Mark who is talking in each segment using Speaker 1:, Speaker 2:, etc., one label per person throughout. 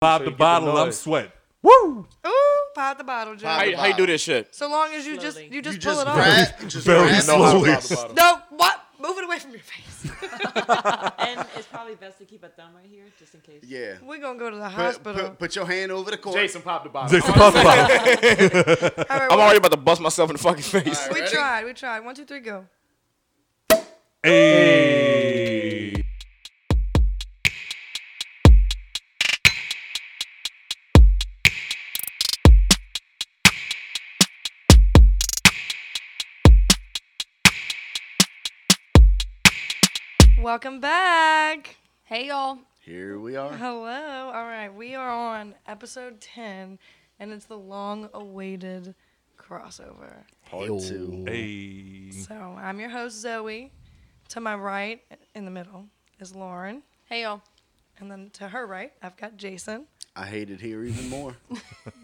Speaker 1: Pop
Speaker 2: so you
Speaker 1: the
Speaker 2: get the
Speaker 1: bottle, I'm
Speaker 2: noise.
Speaker 1: sweat. Woo!
Speaker 3: Ooh, pop the bottle, Joe.
Speaker 2: How, you- how you do this shit?
Speaker 3: so long as you just you just
Speaker 4: you
Speaker 3: pull
Speaker 4: just
Speaker 3: it off.
Speaker 4: grab, you just
Speaker 1: Very
Speaker 4: grab
Speaker 1: slow.
Speaker 4: it.
Speaker 1: Slowly.
Speaker 3: No, what? Move it away from your face.
Speaker 5: and it's probably best to keep a thumb right here, just in case.
Speaker 4: Yeah.
Speaker 3: We're gonna go to the
Speaker 4: Put,
Speaker 3: hospital.
Speaker 4: put, put your hand over the cork.
Speaker 2: Jason popped the bottle.
Speaker 1: Jason, pop the bottle.
Speaker 3: All right,
Speaker 2: I'm
Speaker 3: we-
Speaker 2: already about to bust myself in the fucking face.
Speaker 4: All
Speaker 3: we,
Speaker 4: right. Ready?
Speaker 3: tried. We tried. One, two, three, go.
Speaker 1: Hey.
Speaker 3: Welcome back. Hey y'all.
Speaker 4: Here we are.
Speaker 3: Hello. All right, we are on episode ten, and it's the long-awaited crossover.
Speaker 4: Part two.
Speaker 1: Hey.
Speaker 3: So I'm your host Zoe. To my right, in the middle, is Lauren. Hey y'all. And then to her right, I've got Jason.
Speaker 4: I hate it here even more.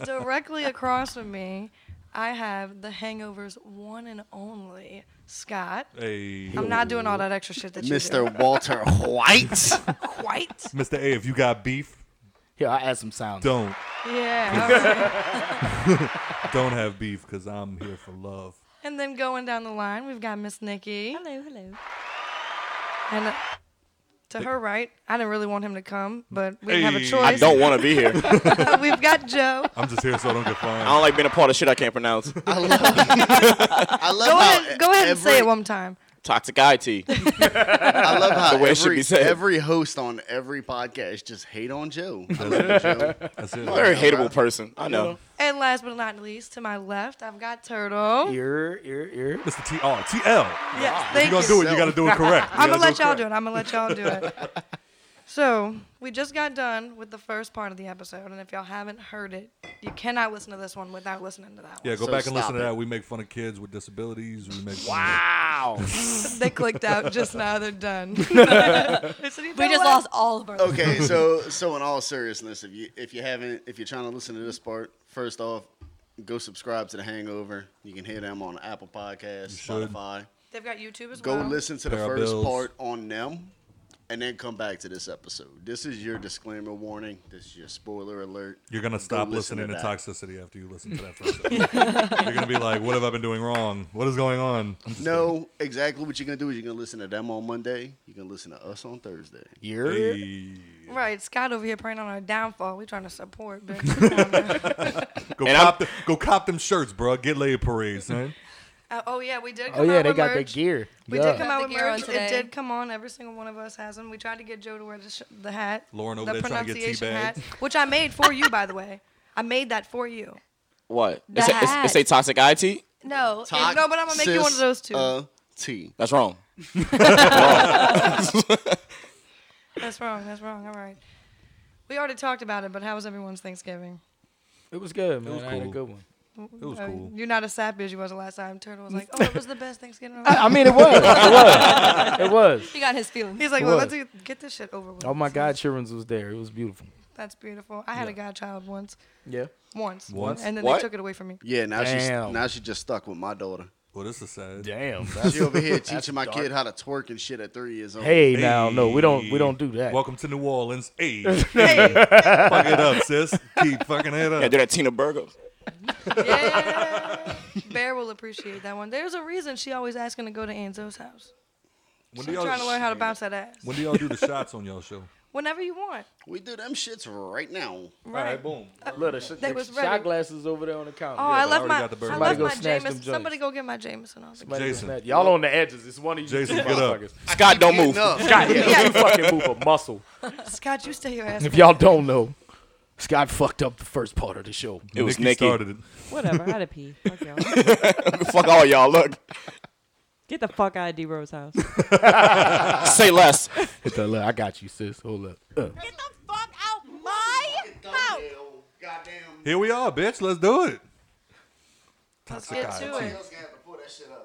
Speaker 3: Directly across from me, I have the Hangover's one and only Scott.
Speaker 1: Hey.
Speaker 3: I'm not doing all that extra shit that you do.
Speaker 4: Mr. Walter White.
Speaker 3: Quite.
Speaker 1: Mr. A, if you got beef,
Speaker 6: Here, I'll add some sound.
Speaker 1: don't.
Speaker 3: Yeah. all right.
Speaker 1: Don't have beef because I'm here for love.
Speaker 3: And then going down the line, we've got Miss Nikki.
Speaker 5: Hello, hello.
Speaker 3: And uh, to her right, I didn't really want him to come, but we didn't have a
Speaker 1: Hey.
Speaker 3: choice.
Speaker 2: I don't want to be here. I
Speaker 3: we've got Joe.
Speaker 1: I'm just here so I don't get fined.
Speaker 2: don't like being a part of shit I can't pronounce.
Speaker 4: I love, I love
Speaker 3: Go
Speaker 4: how
Speaker 3: ahead, go ahead and say it
Speaker 4: every-
Speaker 3: one time.
Speaker 2: Toxic IT.
Speaker 4: I love how
Speaker 2: The way it should
Speaker 4: every,
Speaker 2: be said.
Speaker 4: every host on every podcast just hate on Joe. I love you, Joe.
Speaker 1: That's it.
Speaker 2: Very hateable person. I know.
Speaker 3: And last but not least, to my left, I've got Turtle.
Speaker 6: Ear, ear, ear.
Speaker 1: Mr. TR. TL.
Speaker 3: Yes,
Speaker 1: Ah, If
Speaker 3: thank
Speaker 1: you're going to do it, you
Speaker 4: Yourself.
Speaker 1: got to do it correct. You
Speaker 3: I'm gonna
Speaker 1: gotta
Speaker 3: let y'all do it. I'm gonna let y'all do it. So we just got done with the first part of the episode, and if y'all haven't heard it, you cannot listen to this one without listening to that
Speaker 1: Yeah,
Speaker 3: one.
Speaker 1: go
Speaker 4: So
Speaker 1: back and listen
Speaker 4: stop
Speaker 1: to
Speaker 4: it.
Speaker 1: that. We make fun of kids with disabilities. We make fun of-
Speaker 6: Wow.
Speaker 3: They clicked out just now. They're done.
Speaker 5: We just lost all of our.
Speaker 4: Okay, so so in all seriousness, if you if you haven't if you're trying to listen to this part, first off, go subscribe to The Hangover. You can hear them on Apple Podcasts,
Speaker 1: should.
Speaker 4: Spotify.
Speaker 3: They've got YouTube as
Speaker 4: Go
Speaker 3: well.
Speaker 4: listen to the
Speaker 1: Pay our
Speaker 4: first
Speaker 1: bills.
Speaker 4: part on them, and then come back to this episode. This is your disclaimer warning. This is your spoiler alert.
Speaker 1: You're gonna stop
Speaker 4: listen
Speaker 1: listening to,
Speaker 4: to that.
Speaker 1: toxicity after you listen to that first. episode. you're gonna be like, "What have I been doing wrong? What is going on?"
Speaker 4: No, exactly what you're gonna do is you're gonna listen to them on Monday. You're gonna listen to us on Thursday.
Speaker 6: Ear.
Speaker 1: Hey,
Speaker 3: Right, Scott over here praying on our downfall. We're trying to support, bitch.
Speaker 1: go
Speaker 2: And
Speaker 1: cop,
Speaker 2: I'm-
Speaker 1: the, go cop them shirts, bro. Get laid parades, man.
Speaker 3: Uh, oh yeah, we did. Come
Speaker 6: Oh yeah,
Speaker 3: out
Speaker 6: they
Speaker 3: with
Speaker 6: got their
Speaker 3: merch.
Speaker 6: gear.
Speaker 3: We
Speaker 6: Yeah.
Speaker 3: did come
Speaker 5: Got
Speaker 3: out
Speaker 5: the
Speaker 3: with
Speaker 5: gear on
Speaker 3: merch. It
Speaker 5: today.
Speaker 3: did come on. Every single one of us has them. We tried to get Joe to wear the, sh- the hat.
Speaker 1: Lauren over
Speaker 3: the
Speaker 1: there trying to get
Speaker 3: pronunciation
Speaker 1: teabagged.
Speaker 3: hat, which I made for you, by the way. I made that for you.
Speaker 2: What?
Speaker 5: The
Speaker 2: It's a, it's,
Speaker 5: hat.
Speaker 2: it's a toxic IT?
Speaker 5: No,
Speaker 3: Yeah, no, but I'm gonna make you one of those two.
Speaker 4: Uh, T.
Speaker 2: That's wrong.
Speaker 3: That's wrong. That's wrong. All right. We already talked about it, but how was everyone's Thanksgiving?
Speaker 6: It was good, man.
Speaker 1: was
Speaker 6: I had a
Speaker 1: cool.
Speaker 6: good one.
Speaker 1: It was
Speaker 3: Uh,
Speaker 1: cool.
Speaker 3: You're not as sappy as you was the last time. Turtle was like, "Oh, it was the best Thanksgiving." I've
Speaker 6: I
Speaker 3: had."
Speaker 6: mean, it was. It was. It was.
Speaker 5: he got his feelings.
Speaker 3: He's like, "Well,
Speaker 6: What?
Speaker 3: let's get this shit over with."
Speaker 6: Oh my God, Children's was there. It was beautiful.
Speaker 3: That's beautiful. I had a godchild once,
Speaker 6: Yeah.
Speaker 3: once,
Speaker 1: Once?
Speaker 3: and then
Speaker 2: What?
Speaker 3: they took it away from me.
Speaker 4: Yeah, now she's
Speaker 6: Damn.
Speaker 4: now she's just stuck with my daughter.
Speaker 1: Well, this is sad.
Speaker 6: Damn. That's,
Speaker 4: She over here teaching my kid how to twerk and shit at three years old.
Speaker 6: hey, now, no, we don't. We don't do that.
Speaker 1: Welcome to New Orleans. Hey, fuck it up, sis. Keep fucking it
Speaker 2: Yeah,
Speaker 1: up.
Speaker 2: do that Tina Burger.
Speaker 3: Yeah, Bear will appreciate that one. There's a reason she always asking to go to Anzo's house.
Speaker 1: When do
Speaker 3: I'm trying to learn
Speaker 1: y'all
Speaker 3: how to bounce that ass.
Speaker 1: when do y'all do the shots on y'all show?
Speaker 3: Whenever you want.
Speaker 4: We do them shits right now.
Speaker 3: Right.
Speaker 1: boom.
Speaker 6: Look, the, sh-
Speaker 3: They
Speaker 6: the
Speaker 3: was ready.
Speaker 6: shot glasses over there on the counter.
Speaker 3: Oh,
Speaker 6: Yeah,
Speaker 3: I
Speaker 6: but
Speaker 3: left
Speaker 1: already
Speaker 3: my,
Speaker 1: got the bird.
Speaker 3: I
Speaker 1: Somebody
Speaker 3: left
Speaker 6: go
Speaker 3: my
Speaker 6: snatch them
Speaker 3: Jameson.
Speaker 6: joints.
Speaker 3: Somebody go get my Jameson. I'll be-
Speaker 6: might have
Speaker 1: Jason.
Speaker 6: been that. y'all on the edges. It's one of you. two
Speaker 1: Jason, get up.
Speaker 6: motherfuckers.
Speaker 2: Scott, don't move.
Speaker 4: Up.
Speaker 6: Scott, yeah, you fucking move a muscle.
Speaker 3: Scott, you stay your ass.
Speaker 6: If y'all don't know, Scott fucked up the first part of the show.
Speaker 2: It was
Speaker 1: Nikki
Speaker 2: Nikki.
Speaker 1: started it.
Speaker 5: Whatever, I had to pee. Fuck y'all.
Speaker 2: Fuck all y'all. Look.
Speaker 5: Get the fuck out of D Rose house.
Speaker 2: Say less.
Speaker 6: Hit that, look, I got you, sis. Hold up. Uh.
Speaker 5: Get the fuck out my house.
Speaker 4: Goddamn.
Speaker 1: Here we are, bitch. Let's do it.
Speaker 3: Let's get to
Speaker 4: Somebody
Speaker 3: it.
Speaker 4: else gonna have to pull that shit up.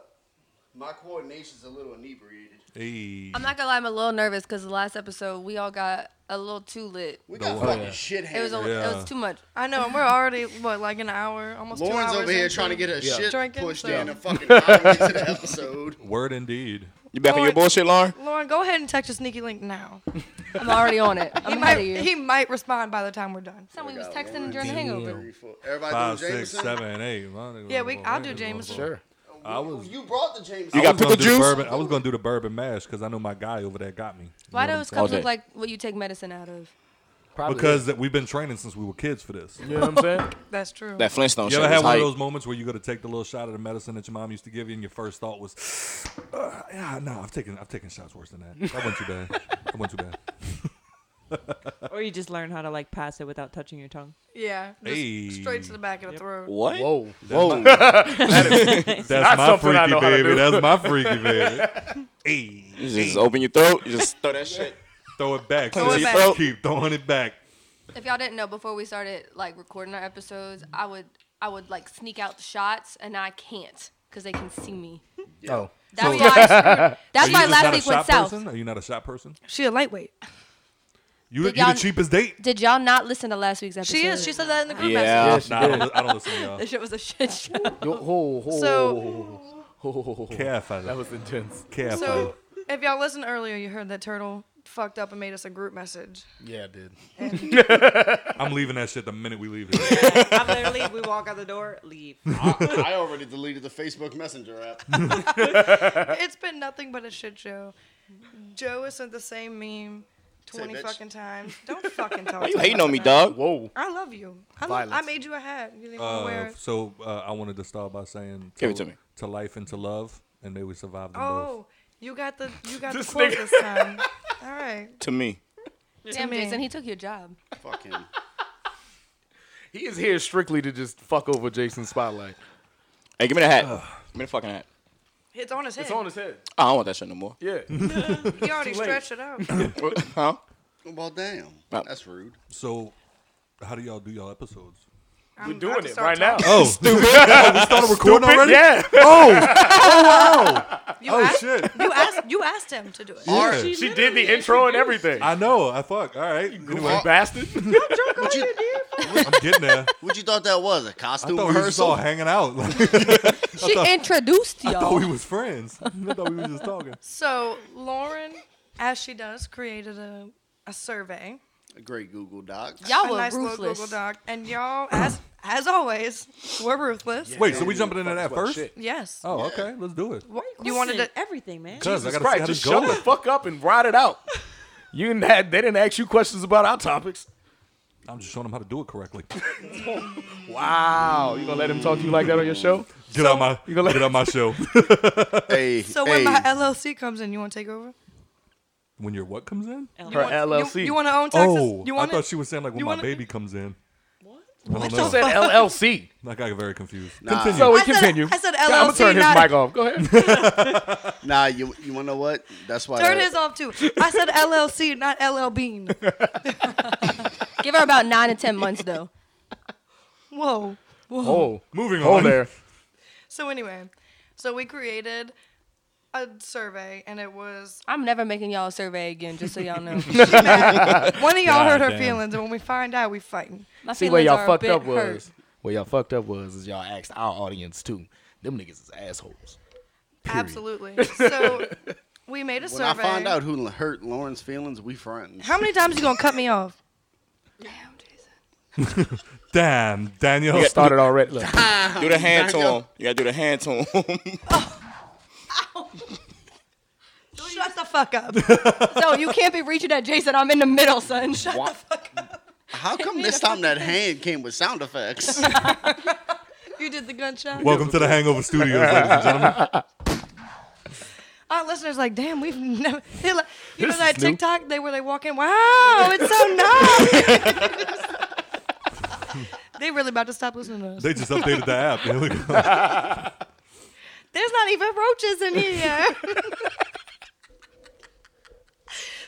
Speaker 4: My coordination's a little inebriated.
Speaker 1: Hey,
Speaker 7: I'm not gonna lie, I'm a little nervous because the last episode we all got a little too lit.
Speaker 4: We
Speaker 1: The
Speaker 4: got
Speaker 1: what?
Speaker 4: fucking
Speaker 6: Yeah.
Speaker 4: shit
Speaker 7: It was a,
Speaker 4: hammered.
Speaker 7: it
Speaker 1: Yeah.
Speaker 7: was too much.
Speaker 3: I know, and we're already what, like an hour, almost
Speaker 4: Lauren's
Speaker 3: two hours
Speaker 4: over here
Speaker 3: into-
Speaker 4: trying to get her shit
Speaker 3: Drinking,
Speaker 4: pushed
Speaker 3: so-
Speaker 4: in a fucking hour into the episode.
Speaker 1: word indeed.
Speaker 2: You back on your
Speaker 3: Lord-
Speaker 2: bullshit, Lauren?
Speaker 3: Lauren, go ahead and text a sneaky link now.
Speaker 7: I'm already on it. I'm
Speaker 3: He
Speaker 7: ahead
Speaker 3: might,
Speaker 7: of you.
Speaker 3: he might respond by the time we're done.
Speaker 7: Someone was
Speaker 4: God,
Speaker 7: texting
Speaker 4: Lord.
Speaker 7: during the hangover.
Speaker 4: Three, four. Everybody
Speaker 1: Five,
Speaker 4: doing
Speaker 1: six,
Speaker 4: Jameson?
Speaker 1: seven, eight. My nigga,
Speaker 3: Yeah, we-
Speaker 1: motherfucker,
Speaker 3: I'll do
Speaker 1: nigga,
Speaker 3: Jameson.
Speaker 1: motherfucker.
Speaker 6: Sure.
Speaker 1: I was.
Speaker 4: You brought the Jameson.
Speaker 2: You
Speaker 1: I
Speaker 2: got
Speaker 1: was gonna
Speaker 2: pickle
Speaker 1: do
Speaker 2: juice?
Speaker 1: Bourbon, I was gonna do the bourbon mash because I know my guy over there got me. You
Speaker 7: Why
Speaker 1: know what I'm
Speaker 7: those cups
Speaker 2: Okay.
Speaker 7: look like what you take medicine out of?
Speaker 6: Probably.
Speaker 1: Because that we've been training since we were kids for this.
Speaker 6: you know what I'm saying.
Speaker 3: That's true.
Speaker 2: That Flintstone
Speaker 1: You
Speaker 2: shit
Speaker 1: ever
Speaker 2: was
Speaker 1: had one
Speaker 2: hype.
Speaker 1: of those moments where you go to take the little shot of the medicine that your mom used to give you, and your first thought was, "Ah, "Yeah, no, I've taken I've taken shots worse than that. That wasn't too bad. That wasn't too bad."
Speaker 5: Or you just learn how to like pass it without touching your tongue.
Speaker 3: yeah. Just
Speaker 1: Hey.
Speaker 3: Straight to the back of the throat.
Speaker 2: What?
Speaker 6: Whoa,
Speaker 1: Whoa. That's my
Speaker 6: something I
Speaker 1: freaky
Speaker 6: know how to
Speaker 1: baby.
Speaker 6: do.
Speaker 1: That's my freaky baby. hey,
Speaker 2: You just open your throat. You just throw that shit.
Speaker 1: throw it back.
Speaker 3: Throw it
Speaker 1: sis.
Speaker 3: back.
Speaker 1: Keep throwing it back.
Speaker 7: If y'all didn't know before we started like recording our episodes, I would I would like sneak out the shots and I can't because they can see me.
Speaker 6: Oh.
Speaker 7: That's
Speaker 1: So-
Speaker 7: why I screwed. That's
Speaker 1: Are you
Speaker 7: why
Speaker 1: just not
Speaker 7: last
Speaker 1: a
Speaker 7: week went
Speaker 1: shot
Speaker 7: south.
Speaker 1: person? Are you not a shot person?
Speaker 3: She a lightweight.
Speaker 1: You, you
Speaker 7: Did
Speaker 1: the
Speaker 7: y'all-
Speaker 1: cheapest date?
Speaker 7: Did y'all not listen to last week's episode?
Speaker 3: She is. She said that in the group message.
Speaker 2: Yeah.
Speaker 6: Yes,
Speaker 1: Nah, I
Speaker 6: you
Speaker 1: don't,
Speaker 6: did.
Speaker 1: li- I don't listen to y'all.
Speaker 7: That shit was a shit show.
Speaker 6: Yo, ho, ho,
Speaker 3: So-
Speaker 2: Oh.
Speaker 6: ho, ho, ho, ho, ho.
Speaker 1: Care fella.
Speaker 6: that was intense.
Speaker 1: Care fella.
Speaker 3: So, if y'all listened earlier, you heard that Turtle fucked up and made us a group message.
Speaker 6: Yeah, it did.
Speaker 1: I'm leaving that shit the minute we leave here.
Speaker 5: I'm literally, we walk out the door, leave.
Speaker 4: I, I already deleted the Facebook Messenger app.
Speaker 3: it's been nothing but a shit show. Joe has sent the same meme
Speaker 4: Say,
Speaker 3: 20
Speaker 4: bitch.
Speaker 3: fucking times. Don't fucking tell
Speaker 2: Why
Speaker 3: us
Speaker 2: you hating
Speaker 3: about
Speaker 2: on me,
Speaker 3: that.
Speaker 2: dog?
Speaker 6: Whoa.
Speaker 3: I love you. I, lo- I
Speaker 6: Violence.
Speaker 3: made you a hat. You didn't want to wear
Speaker 1: Uh,
Speaker 3: it.
Speaker 1: so uh, I wanted to start by saying
Speaker 2: Give it to me.
Speaker 1: to life and to love, and they would survive them both.
Speaker 3: Oh, you got the you got the quote this time. All right.
Speaker 2: To me.
Speaker 7: Damn,
Speaker 3: me.
Speaker 7: Jason, he took your job.
Speaker 4: Fuck him.
Speaker 6: He is here strictly to just fuck over Jason's spotlight.
Speaker 2: Hey, give me the hat. Give me the fucking hat.
Speaker 3: It's on his head.
Speaker 6: It's on his head.
Speaker 2: Oh, I don't want that shit no more.
Speaker 6: Yeah.
Speaker 3: he already
Speaker 6: late.
Speaker 3: stretched it out.
Speaker 2: Huh?
Speaker 4: Well, damn.
Speaker 2: Wow.
Speaker 4: That's rude.
Speaker 1: So, how do y'all do y'all episodes?
Speaker 3: I'm
Speaker 6: We're
Speaker 3: about
Speaker 6: doing
Speaker 3: to
Speaker 6: it
Speaker 3: start
Speaker 6: right
Speaker 3: talking.
Speaker 6: now.
Speaker 1: Oh, stupid! oh, we started recording already.
Speaker 6: Yeah.
Speaker 3: You
Speaker 1: Oh
Speaker 3: asked,
Speaker 1: shit!
Speaker 3: You asked you asked him to do it.
Speaker 1: Yeah.
Speaker 5: She
Speaker 6: She did
Speaker 5: literally
Speaker 6: the intro and
Speaker 5: introduced-
Speaker 6: everything.
Speaker 1: I know. I fuck. All right. Anyway,
Speaker 6: bastard.
Speaker 4: What you,
Speaker 1: I'm getting there.
Speaker 4: what you thought that was? A
Speaker 1: I
Speaker 4: costume
Speaker 1: thought we were just
Speaker 4: rehearsal?
Speaker 1: all hanging out. Like,
Speaker 7: She introduced
Speaker 1: I thought
Speaker 7: y'all.
Speaker 6: Oh.
Speaker 1: we was friends. I thought we were just talking.
Speaker 3: So Lauren, as she does, created a a survey.
Speaker 4: a great Google Doc.
Speaker 7: Y'all
Speaker 3: a
Speaker 7: were
Speaker 3: nice little
Speaker 7: ruthless.
Speaker 3: Google Doc. And y'all, as as always, we're ruthless.
Speaker 1: Wait, so we jumping into that first?
Speaker 3: Yes.
Speaker 1: Oh, okay. Let's do it.
Speaker 3: What?
Speaker 5: You
Speaker 3: You wanted to.
Speaker 5: everything, man.
Speaker 1: Cuz I
Speaker 6: Jesus
Speaker 1: gotta see
Speaker 6: Christ,
Speaker 1: how
Speaker 6: just
Speaker 1: this
Speaker 6: shut the
Speaker 1: goes.
Speaker 6: fuck up and ride it out. You didn't had, they didn't ask you questions about our topics.
Speaker 1: I'm just showing them how to do it correctly.
Speaker 6: Wow, you gonna let him talk to you like that on your show?
Speaker 1: Get out my
Speaker 6: gonna let-
Speaker 1: get out my show.
Speaker 4: Hey,
Speaker 3: So
Speaker 4: hey,
Speaker 3: when my LLC comes in, you want to take over?
Speaker 1: when your what comes in?
Speaker 6: Her
Speaker 3: Want- you-
Speaker 6: LLC.
Speaker 3: You, want to own Texas?
Speaker 1: Oh,
Speaker 3: you
Speaker 1: I
Speaker 3: want
Speaker 1: thought she was saying like when
Speaker 3: you
Speaker 1: my
Speaker 3: want it?
Speaker 1: baby comes in. What? I
Speaker 6: She
Speaker 1: don't know.
Speaker 6: said LLC.
Speaker 1: I got very confused.
Speaker 4: Nah.
Speaker 1: Continue.
Speaker 6: So we
Speaker 3: I said-
Speaker 6: continue.
Speaker 3: I said
Speaker 6: I'm gonna
Speaker 3: LLC,
Speaker 6: turn his
Speaker 3: not-
Speaker 6: mic off. Go ahead.
Speaker 4: nah, you you wanna know what? That's why.
Speaker 3: Turn
Speaker 4: that-
Speaker 3: his off too. I said LLC, not LL Bean.
Speaker 7: Give her about nine to ten months though.
Speaker 3: Whoa.
Speaker 6: oh,
Speaker 1: Moving
Speaker 6: hold
Speaker 1: on.
Speaker 6: there.
Speaker 3: So anyway, so we created a survey, and it was
Speaker 7: I'm never making y'all a survey again, just so y'all know.
Speaker 3: one of y'all hurt her
Speaker 1: Goddamn.
Speaker 3: feelings, and when we find out, we fighting.
Speaker 7: My
Speaker 6: See where
Speaker 7: feelings
Speaker 6: y'all
Speaker 7: are a
Speaker 6: fucked
Speaker 7: bit
Speaker 6: up
Speaker 7: hurt.
Speaker 6: was. Where y'all fucked up was is y'all asked our audience too. Them niggas is assholes.
Speaker 3: Absolutely. So we made a
Speaker 4: when
Speaker 3: survey.
Speaker 4: I find out who hurt Lauren's feelings, we friends.
Speaker 3: How many times you gonna cut me off?
Speaker 1: Damn, Daniel.
Speaker 6: Y'all started already. Look,
Speaker 2: Do the hand to him. You gotta do the hand to him.
Speaker 3: Shut the fuck up.
Speaker 7: So you can't be reaching at Jason. I'm in the middle, son. Shut the fuck
Speaker 4: How come this time that hand came with sound effects?
Speaker 3: You did the gunshot.
Speaker 1: Welcome to the Hangover Studios, ladies and gentlemen.
Speaker 3: Our listeners like, damn, we've never. They're like, you
Speaker 6: This
Speaker 3: know that
Speaker 6: is new.
Speaker 3: TikTok? They where they walk in. Wow, it's so nice. they really about to stop listening to us.
Speaker 1: They just updated the app. There we go.
Speaker 3: There's not even roaches in here.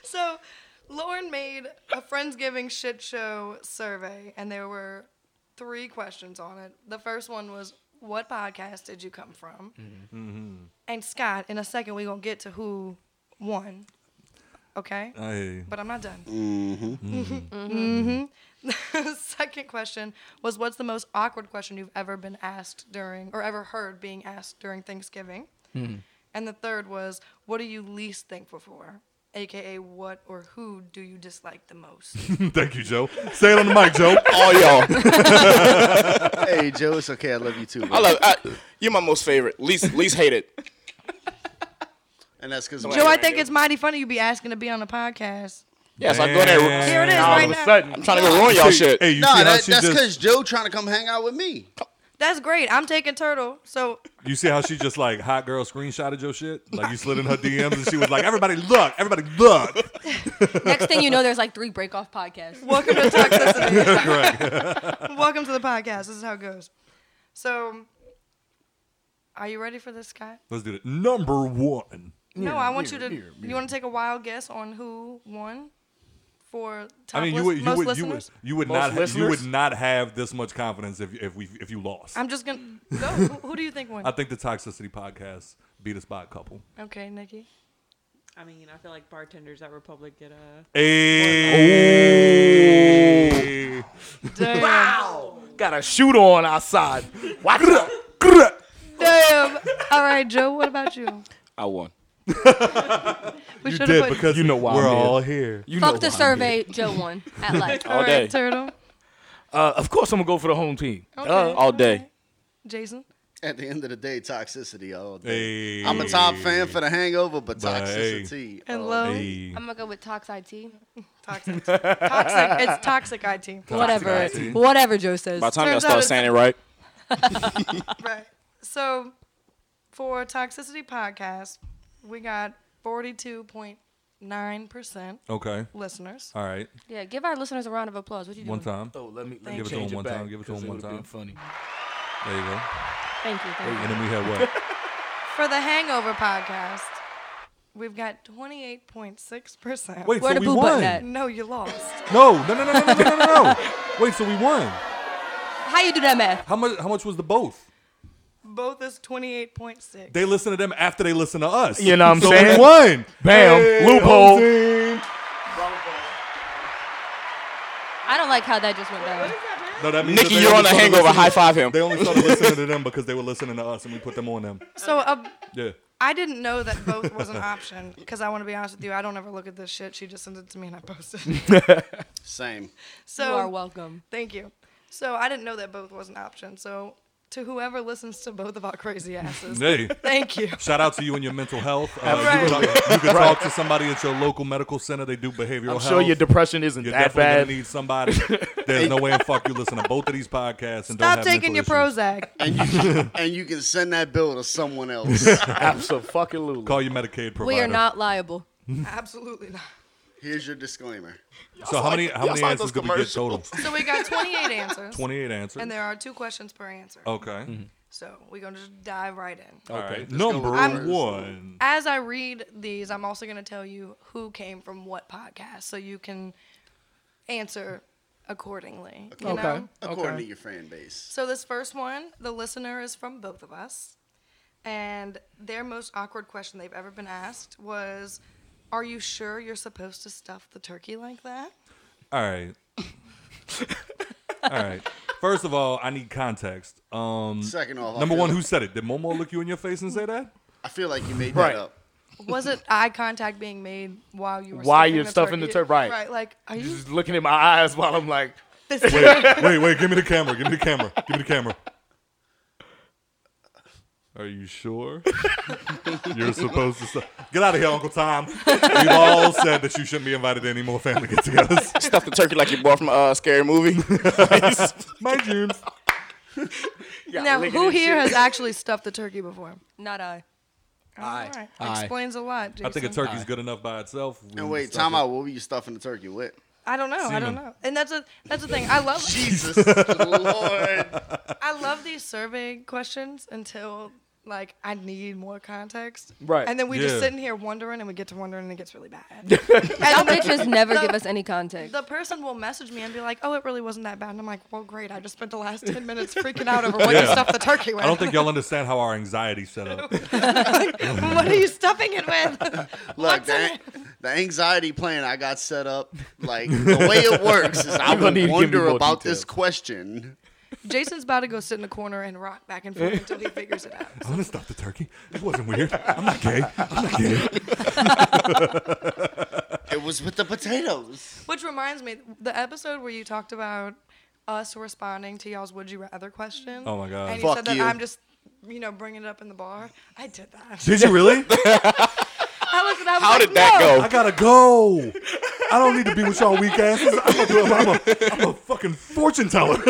Speaker 3: so, Lauren made a Friendsgiving shit show survey, and there were three questions on it. The first one was, "What podcast did you come from?" And Scott, in a second, we're gonna get to who won. Okay,
Speaker 1: Hey,
Speaker 3: but I'm not done.
Speaker 8: Mm-hmm.
Speaker 3: The second question was, "What's the most
Speaker 8: Mm-hmm.
Speaker 3: awkward question you've ever been asked during, or ever heard being asked during Thanksgiving?" And the third was, what are you least thankful for? AKA, what or who do you dislike the most?
Speaker 1: Thank you, Joe. Say it on the mic, Joe.
Speaker 2: All y'all.
Speaker 4: hey, Joe, it's okay. I love you too.
Speaker 2: I
Speaker 4: Bro.
Speaker 2: love. I, you're my most favorite, least least hated.
Speaker 4: and that's because
Speaker 2: Joe,
Speaker 3: Joe, I
Speaker 2: Right,
Speaker 3: think
Speaker 2: dude.
Speaker 3: it's mighty funny you be asking to be on a podcast.
Speaker 2: Yes, I go there.
Speaker 3: Here it is
Speaker 1: All
Speaker 3: right
Speaker 8: All of
Speaker 3: now.
Speaker 8: a sudden,
Speaker 2: I'm trying to go ruin y'all shit.
Speaker 1: Hey, you
Speaker 4: Nah,
Speaker 1: see how
Speaker 4: that,
Speaker 1: she
Speaker 4: that's
Speaker 1: just?
Speaker 4: because Joe trying to come hang out with me.
Speaker 3: That's great. I'm taking turtle. So
Speaker 1: You see how she just like hot girl screenshotted your shit? Like you slid in her DMs and she was like, "Everybody look, everybody look."
Speaker 7: Next thing you know, there's like three break off podcasts.
Speaker 3: welcome to toxicity. welcome to the podcast. This is how it goes. So, are you ready for this, Scott?
Speaker 1: Let's do it. Number one.
Speaker 3: no, I want you to. You want to take a wild guess on who won for top
Speaker 1: I mean,
Speaker 3: lis-
Speaker 1: you would, you
Speaker 3: most
Speaker 1: would, you would,
Speaker 3: listeners?
Speaker 1: you would
Speaker 8: Most
Speaker 1: not, ha- you would
Speaker 8: listeners?
Speaker 1: not have this much confidence if, if we, if you lost. i
Speaker 3: I'm just gonna go. who, who do you think won?
Speaker 1: think the toxicity podcast beat us by a couple.
Speaker 3: Okay, Nikki.
Speaker 5: I mean, I feel like bartenders at Republic get a.
Speaker 1: Hey.
Speaker 3: Wow.
Speaker 6: Got a shoot on outside. Watch out.
Speaker 3: Damn. All right, Joe. What about you?
Speaker 2: I won.
Speaker 3: We
Speaker 1: You
Speaker 3: should
Speaker 1: did because
Speaker 6: You know why
Speaker 1: we're
Speaker 6: I'm here.
Speaker 1: all here.
Speaker 6: You know
Speaker 7: Fuck
Speaker 6: why
Speaker 7: the
Speaker 6: I'm here.
Speaker 7: survey, Joe won at life.
Speaker 6: Oh.
Speaker 2: All day.
Speaker 3: turtle.
Speaker 6: Uh, of course, I'm gonna go for the home team.
Speaker 3: Okay.
Speaker 2: Uh, All day.
Speaker 3: Jason.
Speaker 4: At the end of the day, toxicity all day.
Speaker 1: Hey.
Speaker 4: I'm a top fan for the hangover, but
Speaker 1: But, hey.
Speaker 4: toxicity. oh,
Speaker 3: And
Speaker 4: all
Speaker 3: love.
Speaker 1: Oh, Hey.
Speaker 7: I'm gonna go with Tox IT.
Speaker 3: Toxic. toxic. It's toxic IT.
Speaker 7: Whatever.
Speaker 1: IT.
Speaker 7: Whatever Joe says.
Speaker 2: By the time y'all
Speaker 3: Turns out
Speaker 2: start saying it
Speaker 3: it's-
Speaker 2: right,
Speaker 3: Right. So, for Toxicity Podcast, we got 42.9%
Speaker 1: Okay.
Speaker 3: listeners.
Speaker 1: All right.
Speaker 7: Yeah, give our listeners a round of applause. What you doing?
Speaker 1: One time.
Speaker 6: Oh, let me
Speaker 1: Thank
Speaker 6: let me
Speaker 1: you. Give it to
Speaker 6: change
Speaker 1: him one
Speaker 6: back,
Speaker 1: time, give it to
Speaker 6: 'cause
Speaker 1: him one
Speaker 6: would've been
Speaker 1: time.
Speaker 6: Funny.
Speaker 1: There you go.
Speaker 7: Thank you. Thank you.
Speaker 1: And then we had what?
Speaker 3: For the Hangover Podcast, we've got 28.6%.
Speaker 1: Wait,
Speaker 7: Where
Speaker 1: so
Speaker 7: the
Speaker 1: we
Speaker 7: boo
Speaker 1: won.
Speaker 7: button at?
Speaker 3: No, you lost.
Speaker 1: No, no, no, no, no, no, no, no, no. Wait, so we won.
Speaker 7: How you do that math?
Speaker 1: How much? How much was the both?
Speaker 3: Both is 28.6.
Speaker 1: They listen to them after they listen to us.
Speaker 6: You know what I'm
Speaker 1: so
Speaker 6: saying?
Speaker 1: We won.
Speaker 6: Bam, loophole.
Speaker 1: home team.
Speaker 7: I don't like how that just went down.
Speaker 1: No, that means
Speaker 2: Nikki,
Speaker 1: that they
Speaker 2: you're
Speaker 1: only
Speaker 2: on a
Speaker 1: started
Speaker 2: hangover.
Speaker 1: listening-
Speaker 2: High five him.
Speaker 1: They only started listening to them because they were listening to us, and we put them on them.
Speaker 3: So, uh,
Speaker 1: Yeah.
Speaker 3: I didn't know that both was an option because I want to be honest with you. I don't ever look at this shit. She just sends it to me and I post it.
Speaker 4: Same.
Speaker 3: So,
Speaker 7: you are welcome.
Speaker 3: Thank you. So I didn't know that both was an option. So to whoever listens to both of our crazy asses,
Speaker 1: Hey.
Speaker 3: thank you.
Speaker 1: Shout out to you and your mental health. Uh,
Speaker 3: Right.
Speaker 1: you, can, you can talk to somebody at your local medical center. They do behavioral
Speaker 6: I'm
Speaker 1: health.
Speaker 6: sure your depression isn't
Speaker 1: You're
Speaker 6: that
Speaker 1: definitely
Speaker 6: bad.
Speaker 1: gonna need somebody. There's no way in fuck you listen to both of these podcasts and don't
Speaker 3: Stop
Speaker 1: have
Speaker 3: taking
Speaker 1: mental
Speaker 3: your
Speaker 1: issues.
Speaker 3: Prozac.
Speaker 4: And you, and you can send that bill to someone else.
Speaker 6: Absolutely.
Speaker 1: Call your Medicaid provider.
Speaker 7: We are not liable.
Speaker 3: Absolutely not.
Speaker 4: Here's your disclaimer.
Speaker 1: So how many how
Speaker 6: y'all
Speaker 1: many
Speaker 6: saw
Speaker 1: answers
Speaker 6: those
Speaker 1: did we get total?
Speaker 3: So we got 28 answers,
Speaker 1: Twenty eight answers.
Speaker 3: and there are two questions per answer.
Speaker 6: Oh.
Speaker 1: okay.
Speaker 6: Mm-hmm.
Speaker 3: So we're gonna just dive right in.
Speaker 1: All right.
Speaker 4: go
Speaker 1: Number
Speaker 4: with I'm-
Speaker 1: one.
Speaker 3: As I read these, I'm also gonna tell you who came from what podcast, so you can answer accordingly. You know?
Speaker 4: According to your fan base.
Speaker 3: So this first one, the listener is from both of us, and their most awkward question they've ever been asked was, "Are you sure you're supposed to stuff the turkey like that?"
Speaker 1: All right. all right. First of all, I need context. Um,
Speaker 4: Second off, I
Speaker 1: number
Speaker 4: feel
Speaker 1: one,
Speaker 4: like-
Speaker 1: who said it? Did Momo look you in your face and say that?
Speaker 4: I feel like you made
Speaker 6: Right.
Speaker 4: that up.
Speaker 3: Was it eye contact being made while you were
Speaker 6: While
Speaker 3: stuffing
Speaker 6: you're stuffing the tur- right.
Speaker 3: Right, like are you?
Speaker 6: Just looking in my eyes while I'm like,
Speaker 3: This
Speaker 1: Wait, wait, wait. Give me the camera. Give me the camera. Give me the camera. Are you sure? You're supposed to stu- get out of here, Uncle Tom. We've all said that you shouldn't be invited to any more family get-togethers.
Speaker 2: stuff the turkey like your boy from a uh, scary movie.
Speaker 1: My dreams.
Speaker 3: now, who here has actually stuffed the turkey before?
Speaker 7: Not I.
Speaker 3: All right, explains a lot. Jason.
Speaker 1: I think a turkey's good enough by itself.
Speaker 4: And wait, time out. What were you stuffing the turkey with?
Speaker 3: I don't know. I
Speaker 1: Semen.
Speaker 3: don't know. And that's a that's the thing. I love
Speaker 4: Jesus Lord.
Speaker 3: I love these survey questions until like I need more context.
Speaker 6: Right.
Speaker 3: And then we just
Speaker 1: Yeah.
Speaker 3: sit in here wondering and we get to wondering and it gets really bad. and
Speaker 7: Y'all
Speaker 3: the,
Speaker 7: bitches never give us any context.
Speaker 3: the person will message me and be like, Oh, it really wasn't that bad and I'm like, Well great, I just spent the last ten minutes freaking out over what you
Speaker 1: Yeah.
Speaker 3: stuffed the turkey with.
Speaker 1: I don't think y'all understand how our anxiety set up.
Speaker 3: what are you stuffing it with?
Speaker 4: Look, the, an- the anxiety plan I got set up, like the way it works is I
Speaker 6: gonna
Speaker 4: would
Speaker 6: need to give me
Speaker 4: wonder
Speaker 6: more
Speaker 4: about
Speaker 6: details.
Speaker 4: this question
Speaker 3: Jason's about to go sit in the corner and rock back and forth until he figures it out.
Speaker 1: I'm gonna stop the turkey. It wasn't weird. I'm not gay. I'm not gay.
Speaker 4: It was with the potatoes.
Speaker 3: Which reminds me, the episode where you talked about us responding to y'all's "Would you rather" question.
Speaker 1: Oh my God.
Speaker 3: And you
Speaker 4: Fuck
Speaker 3: said that
Speaker 4: you.
Speaker 3: I'm just, you know, bringing it up in the bar. I did that.
Speaker 1: Did you really?
Speaker 3: I looked at that. I was
Speaker 2: How
Speaker 3: like,
Speaker 2: did that
Speaker 3: "Whoa."
Speaker 2: go?
Speaker 1: I gotta go. I don't need to be with y'all weak asses. I'm a, I'm a, I'm a fucking fortune teller.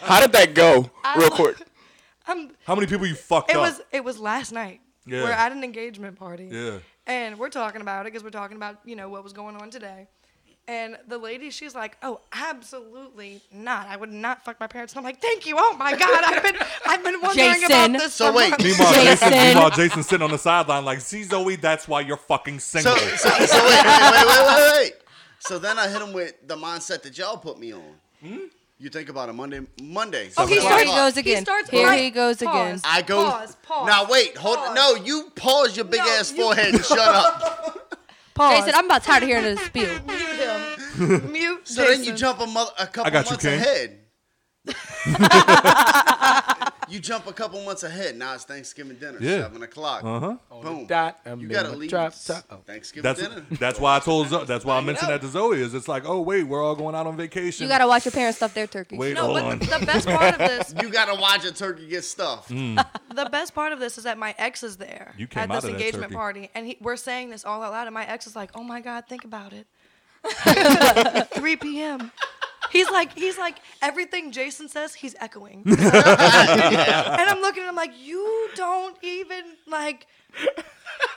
Speaker 2: How did that go?
Speaker 3: I
Speaker 2: Real
Speaker 3: lo-
Speaker 2: quick.
Speaker 3: I'm,
Speaker 1: How many people you fucked
Speaker 3: it
Speaker 1: up?
Speaker 3: was it was last night.
Speaker 1: Yeah.
Speaker 3: We're at an engagement party.
Speaker 1: Yeah.
Speaker 3: And we're talking about it because we're talking about you know what was going on today. And the lady, she's like, "Oh, absolutely not! I would not fuck my parents." And I'm like, "Thank you! Oh my god, I've been, I've been wondering about
Speaker 5: Jason.
Speaker 3: this."
Speaker 4: So
Speaker 3: for
Speaker 4: wait,
Speaker 3: months."
Speaker 1: meanwhile, Jason.
Speaker 5: Jason.
Speaker 1: meanwhile, Jason's sitting on the sideline like, "See Zoe, that's why you're fucking
Speaker 4: So,
Speaker 1: single."
Speaker 4: so, so wait, wait, wait, wait, wait, wait. So then I hit him with the mindset that y'all put me on. You think about it Monday, Monday.
Speaker 3: Oh, he
Speaker 4: seven
Speaker 7: Here
Speaker 3: started-
Speaker 7: he
Speaker 4: o'clock.
Speaker 7: goes again.
Speaker 3: He starts
Speaker 7: Here
Speaker 3: right-
Speaker 7: he goes again.
Speaker 3: Pause.
Speaker 4: I go.
Speaker 3: Pause, pause,
Speaker 4: Now wait, hold.
Speaker 3: pause.
Speaker 4: No, you pause your big
Speaker 3: No,
Speaker 4: ass
Speaker 3: you-
Speaker 4: forehead and shut up.
Speaker 3: Pause.
Speaker 7: Jason, I'm about tired of hearing this spiel.
Speaker 3: mute him. mute.
Speaker 4: So
Speaker 3: Jason.
Speaker 4: then you jump a, mo- a couple
Speaker 1: got you,
Speaker 4: months
Speaker 1: King.
Speaker 4: ahead. you jump a couple months ahead. Now it's Thanksgiving dinner,
Speaker 1: Yeah.
Speaker 4: seven o'clock.
Speaker 1: Uh-huh.
Speaker 3: Oh,
Speaker 4: Boom.
Speaker 6: Dot, I'm
Speaker 4: You gotta
Speaker 6: gonna
Speaker 4: leave.
Speaker 6: drop top. Oh.
Speaker 4: Thanksgiving
Speaker 1: That's
Speaker 4: dinner.
Speaker 1: that's why I told Zo- that's why I mentioned that to Zoe is it's like, oh wait, we're all going out on vacation.
Speaker 7: You gotta watch your parents stuff their turkey.
Speaker 1: wait
Speaker 3: No,
Speaker 1: hold
Speaker 3: but
Speaker 1: on.
Speaker 3: the best part of this,
Speaker 4: You gotta watch a turkey get stuffed.
Speaker 1: Mm.
Speaker 3: the best part of this is that my ex is there
Speaker 1: You came
Speaker 3: at
Speaker 1: out
Speaker 3: this
Speaker 1: of that
Speaker 3: engagement
Speaker 1: turkey.
Speaker 3: party, and he, we're saying this all out loud, and my ex is like, "Oh my God, think about it." 3 p.m. He's like, he's like, everything Jason says, he's echoing. and I'm looking at him like, you don't even like.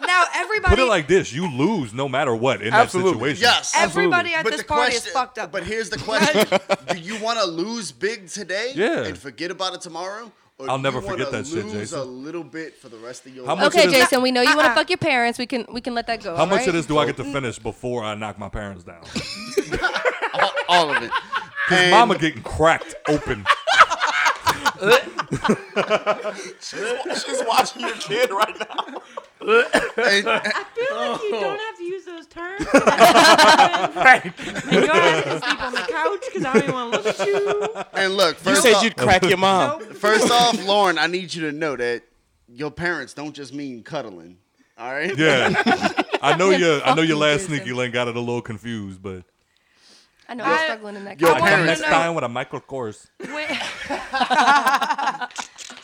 Speaker 3: Now everybody,
Speaker 1: Put it like this: you lose no matter what in
Speaker 6: Absolutely.
Speaker 1: that situation.
Speaker 4: Yes.
Speaker 3: everybody at
Speaker 4: But
Speaker 3: this
Speaker 4: the
Speaker 3: party
Speaker 4: question,
Speaker 3: is fucked up.
Speaker 4: But here's the question: Do you want to lose big today
Speaker 1: Yeah.
Speaker 4: and forget about it tomorrow, or
Speaker 1: I'll
Speaker 4: do
Speaker 1: never
Speaker 4: you wanna
Speaker 1: forget that shit,
Speaker 4: lose
Speaker 1: Jason.
Speaker 4: a little bit for the rest of your
Speaker 1: How
Speaker 4: life?
Speaker 1: much-
Speaker 7: Okay,
Speaker 1: of this-
Speaker 7: Jason, we know you want
Speaker 3: Uh-uh.
Speaker 7: to fuck your parents. We can we can let that go.
Speaker 1: How much
Speaker 7: alright?
Speaker 1: of this do I get to finish before I knock my parents down?
Speaker 4: All, all of it.
Speaker 1: Because mama getting cracked open.
Speaker 2: She's watching your kid right now.
Speaker 4: And-
Speaker 5: feel like you don't have to use those terms. right. And you're having to sleep on the couch because I don't even want to look at you.
Speaker 4: And look,
Speaker 2: You
Speaker 4: first,
Speaker 2: said
Speaker 4: off,
Speaker 2: you'd crack your mom.
Speaker 1: Oh
Speaker 4: first off, Lauren, I need you to know that your parents don't just mean cuddling. All right.
Speaker 1: Yeah. I know your I know your
Speaker 7: Fucking
Speaker 1: last
Speaker 7: Jason.
Speaker 1: sneaky link got it a little confused, but
Speaker 7: I know I'm
Speaker 3: I-
Speaker 7: struggling in that.
Speaker 4: Yo,
Speaker 7: conversation.
Speaker 3: I want you
Speaker 1: that's
Speaker 3: to know
Speaker 1: fine with a micro course.
Speaker 3: When-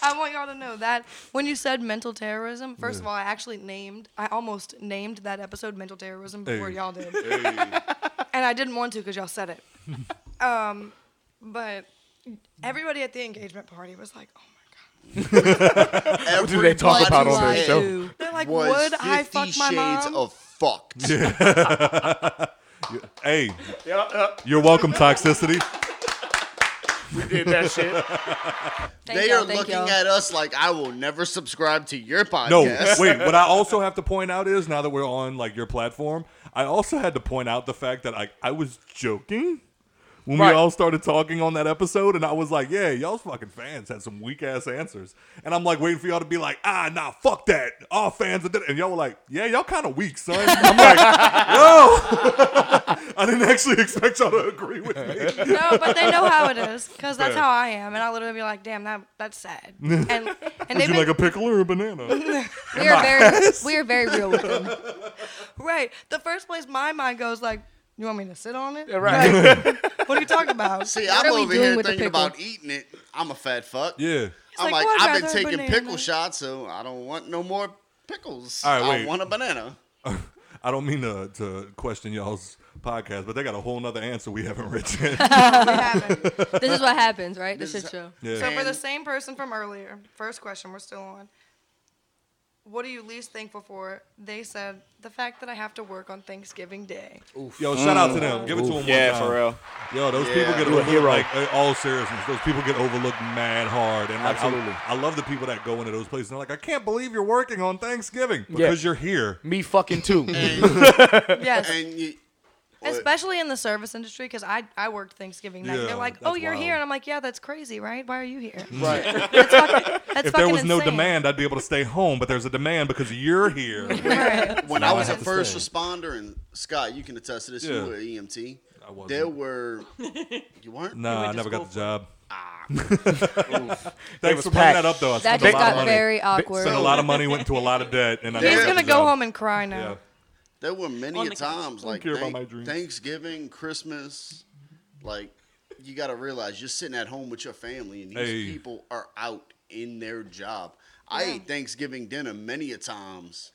Speaker 3: I want y'all to know that when you said mental terrorism, first of all, I actually named, I almost named that episode mental terrorism before
Speaker 1: Hey.
Speaker 3: y'all did. And I didn't want to because y'all said it. um, but everybody at the engagement party was like, oh my
Speaker 4: What
Speaker 6: do they talk about on their show?
Speaker 3: God. They're like,
Speaker 4: Was
Speaker 3: would I fuck
Speaker 4: Fifty
Speaker 3: my
Speaker 4: Shades
Speaker 3: mom?
Speaker 4: of fucked.
Speaker 1: Hey. You're welcome, toxicity.
Speaker 6: Did that shit.
Speaker 7: Thank
Speaker 4: They
Speaker 7: y'all,
Speaker 4: are
Speaker 7: thank
Speaker 4: looking
Speaker 7: y'all.
Speaker 4: at us like I will never subscribe to your podcast.
Speaker 1: No, wait. What I also have to point out is now that we're on like your platform, I also had to point out the fact that I I was joking when we
Speaker 6: Right.
Speaker 1: all started talking on that episode, and I was like, "Yeah, y'all's fucking fans had some weak ass answers," and I'm like waiting for y'all to be like, "Ah, nah, fuck that. All fans are," dead." and y'all were like, "Yeah, y'all kind of weak, son." I'm like, "Yo, I didn't actually expect y'all to agree with me."
Speaker 3: No, but they know how it is because that's how I am. And I literally be like, damn, that that's sad. And, and
Speaker 1: Would
Speaker 3: they've
Speaker 1: you
Speaker 3: been
Speaker 1: like a pickle or a banana?
Speaker 7: We are very we are very real with them.
Speaker 3: Right. The first place my mind goes like, you want me to sit on it?
Speaker 6: Right.
Speaker 3: Like, what are you talking about?
Speaker 4: See,
Speaker 7: What
Speaker 4: I'm
Speaker 7: are we
Speaker 4: over
Speaker 7: doing
Speaker 4: here
Speaker 7: with the
Speaker 4: thinking
Speaker 7: pickle?
Speaker 4: about eating it. I'm a fat fuck.
Speaker 1: yeah.
Speaker 4: I'm
Speaker 3: like,
Speaker 4: like,
Speaker 3: "Well, I'd
Speaker 4: I've been
Speaker 3: rather a
Speaker 4: taking pickle
Speaker 3: banana."
Speaker 4: shots, so I don't want no more pickles.
Speaker 1: All right, wait.
Speaker 4: I want a banana.
Speaker 1: I don't mean to, to question y'all's podcast, but they got a whole nother answer we haven't read yet.
Speaker 3: We haven't.
Speaker 7: This is what happens, right? This
Speaker 4: This
Speaker 7: shit
Speaker 4: is-
Speaker 7: show.
Speaker 1: Yeah.
Speaker 3: So for the
Speaker 4: And-
Speaker 3: same person from earlier, first question, we're still on. What are you least thankful for? They said the fact that I have to work on Thanksgiving Day.
Speaker 1: Yo, shout out to them. Give it to them.
Speaker 2: Yeah,
Speaker 1: one time.
Speaker 2: for real.
Speaker 1: Yo, those people
Speaker 4: Yeah.
Speaker 1: get
Speaker 6: You're a
Speaker 1: overlooked.
Speaker 6: hero.
Speaker 1: Like in all seriousness, those people get overlooked mad hard. And like, I-
Speaker 6: Absolutely.
Speaker 1: I, love the people that go into those places. And they're like, I can't believe you're working on Thanksgiving because you're here.
Speaker 6: Me fucking too.
Speaker 3: Yes,
Speaker 4: And you,
Speaker 3: especially in the service industry because I I worked Thanksgiving night.
Speaker 1: Yeah,
Speaker 3: They're like,
Speaker 1: that's
Speaker 3: oh, you're here,
Speaker 1: wild.
Speaker 3: and I'm like, yeah, that's crazy, right? Why are you here?
Speaker 6: right.
Speaker 3: That's fucking, that's
Speaker 1: If there
Speaker 3: fucking
Speaker 1: was no
Speaker 3: insane.
Speaker 1: demand, I'd be able to stay home. But there's a demand because you're here.
Speaker 3: Right.
Speaker 4: when I was a
Speaker 1: to
Speaker 4: first
Speaker 1: say.
Speaker 4: responder, and Scott, you can attest to this.
Speaker 1: Yeah.
Speaker 4: You were an EMT.
Speaker 1: I wasn't.
Speaker 4: There were. You weren't?
Speaker 1: nah,
Speaker 5: went
Speaker 1: I
Speaker 5: to
Speaker 1: never got
Speaker 5: school
Speaker 1: the job.
Speaker 4: Oof.
Speaker 1: Thanks
Speaker 6: was
Speaker 1: for bringing that
Speaker 6: packed.
Speaker 1: up, though. I
Speaker 7: That
Speaker 1: spent
Speaker 7: just
Speaker 1: a lot of
Speaker 7: got
Speaker 1: money.
Speaker 7: very awkward.
Speaker 1: Spent a lot of money, went into a lot of debt, and I
Speaker 4: He's
Speaker 1: never
Speaker 3: He's
Speaker 1: got
Speaker 3: gonna
Speaker 1: the
Speaker 3: go
Speaker 1: job.
Speaker 3: home and cry now.
Speaker 1: Yeah.
Speaker 4: There were many
Speaker 5: On
Speaker 4: a
Speaker 5: the-
Speaker 4: times like
Speaker 1: care about
Speaker 4: thank-
Speaker 1: my dreams.
Speaker 4: Thanksgiving, Christmas, like you got to realize you're sitting at home with your family, and these
Speaker 1: Hey.
Speaker 4: people are out in their job. I ate Thanksgiving dinner many a times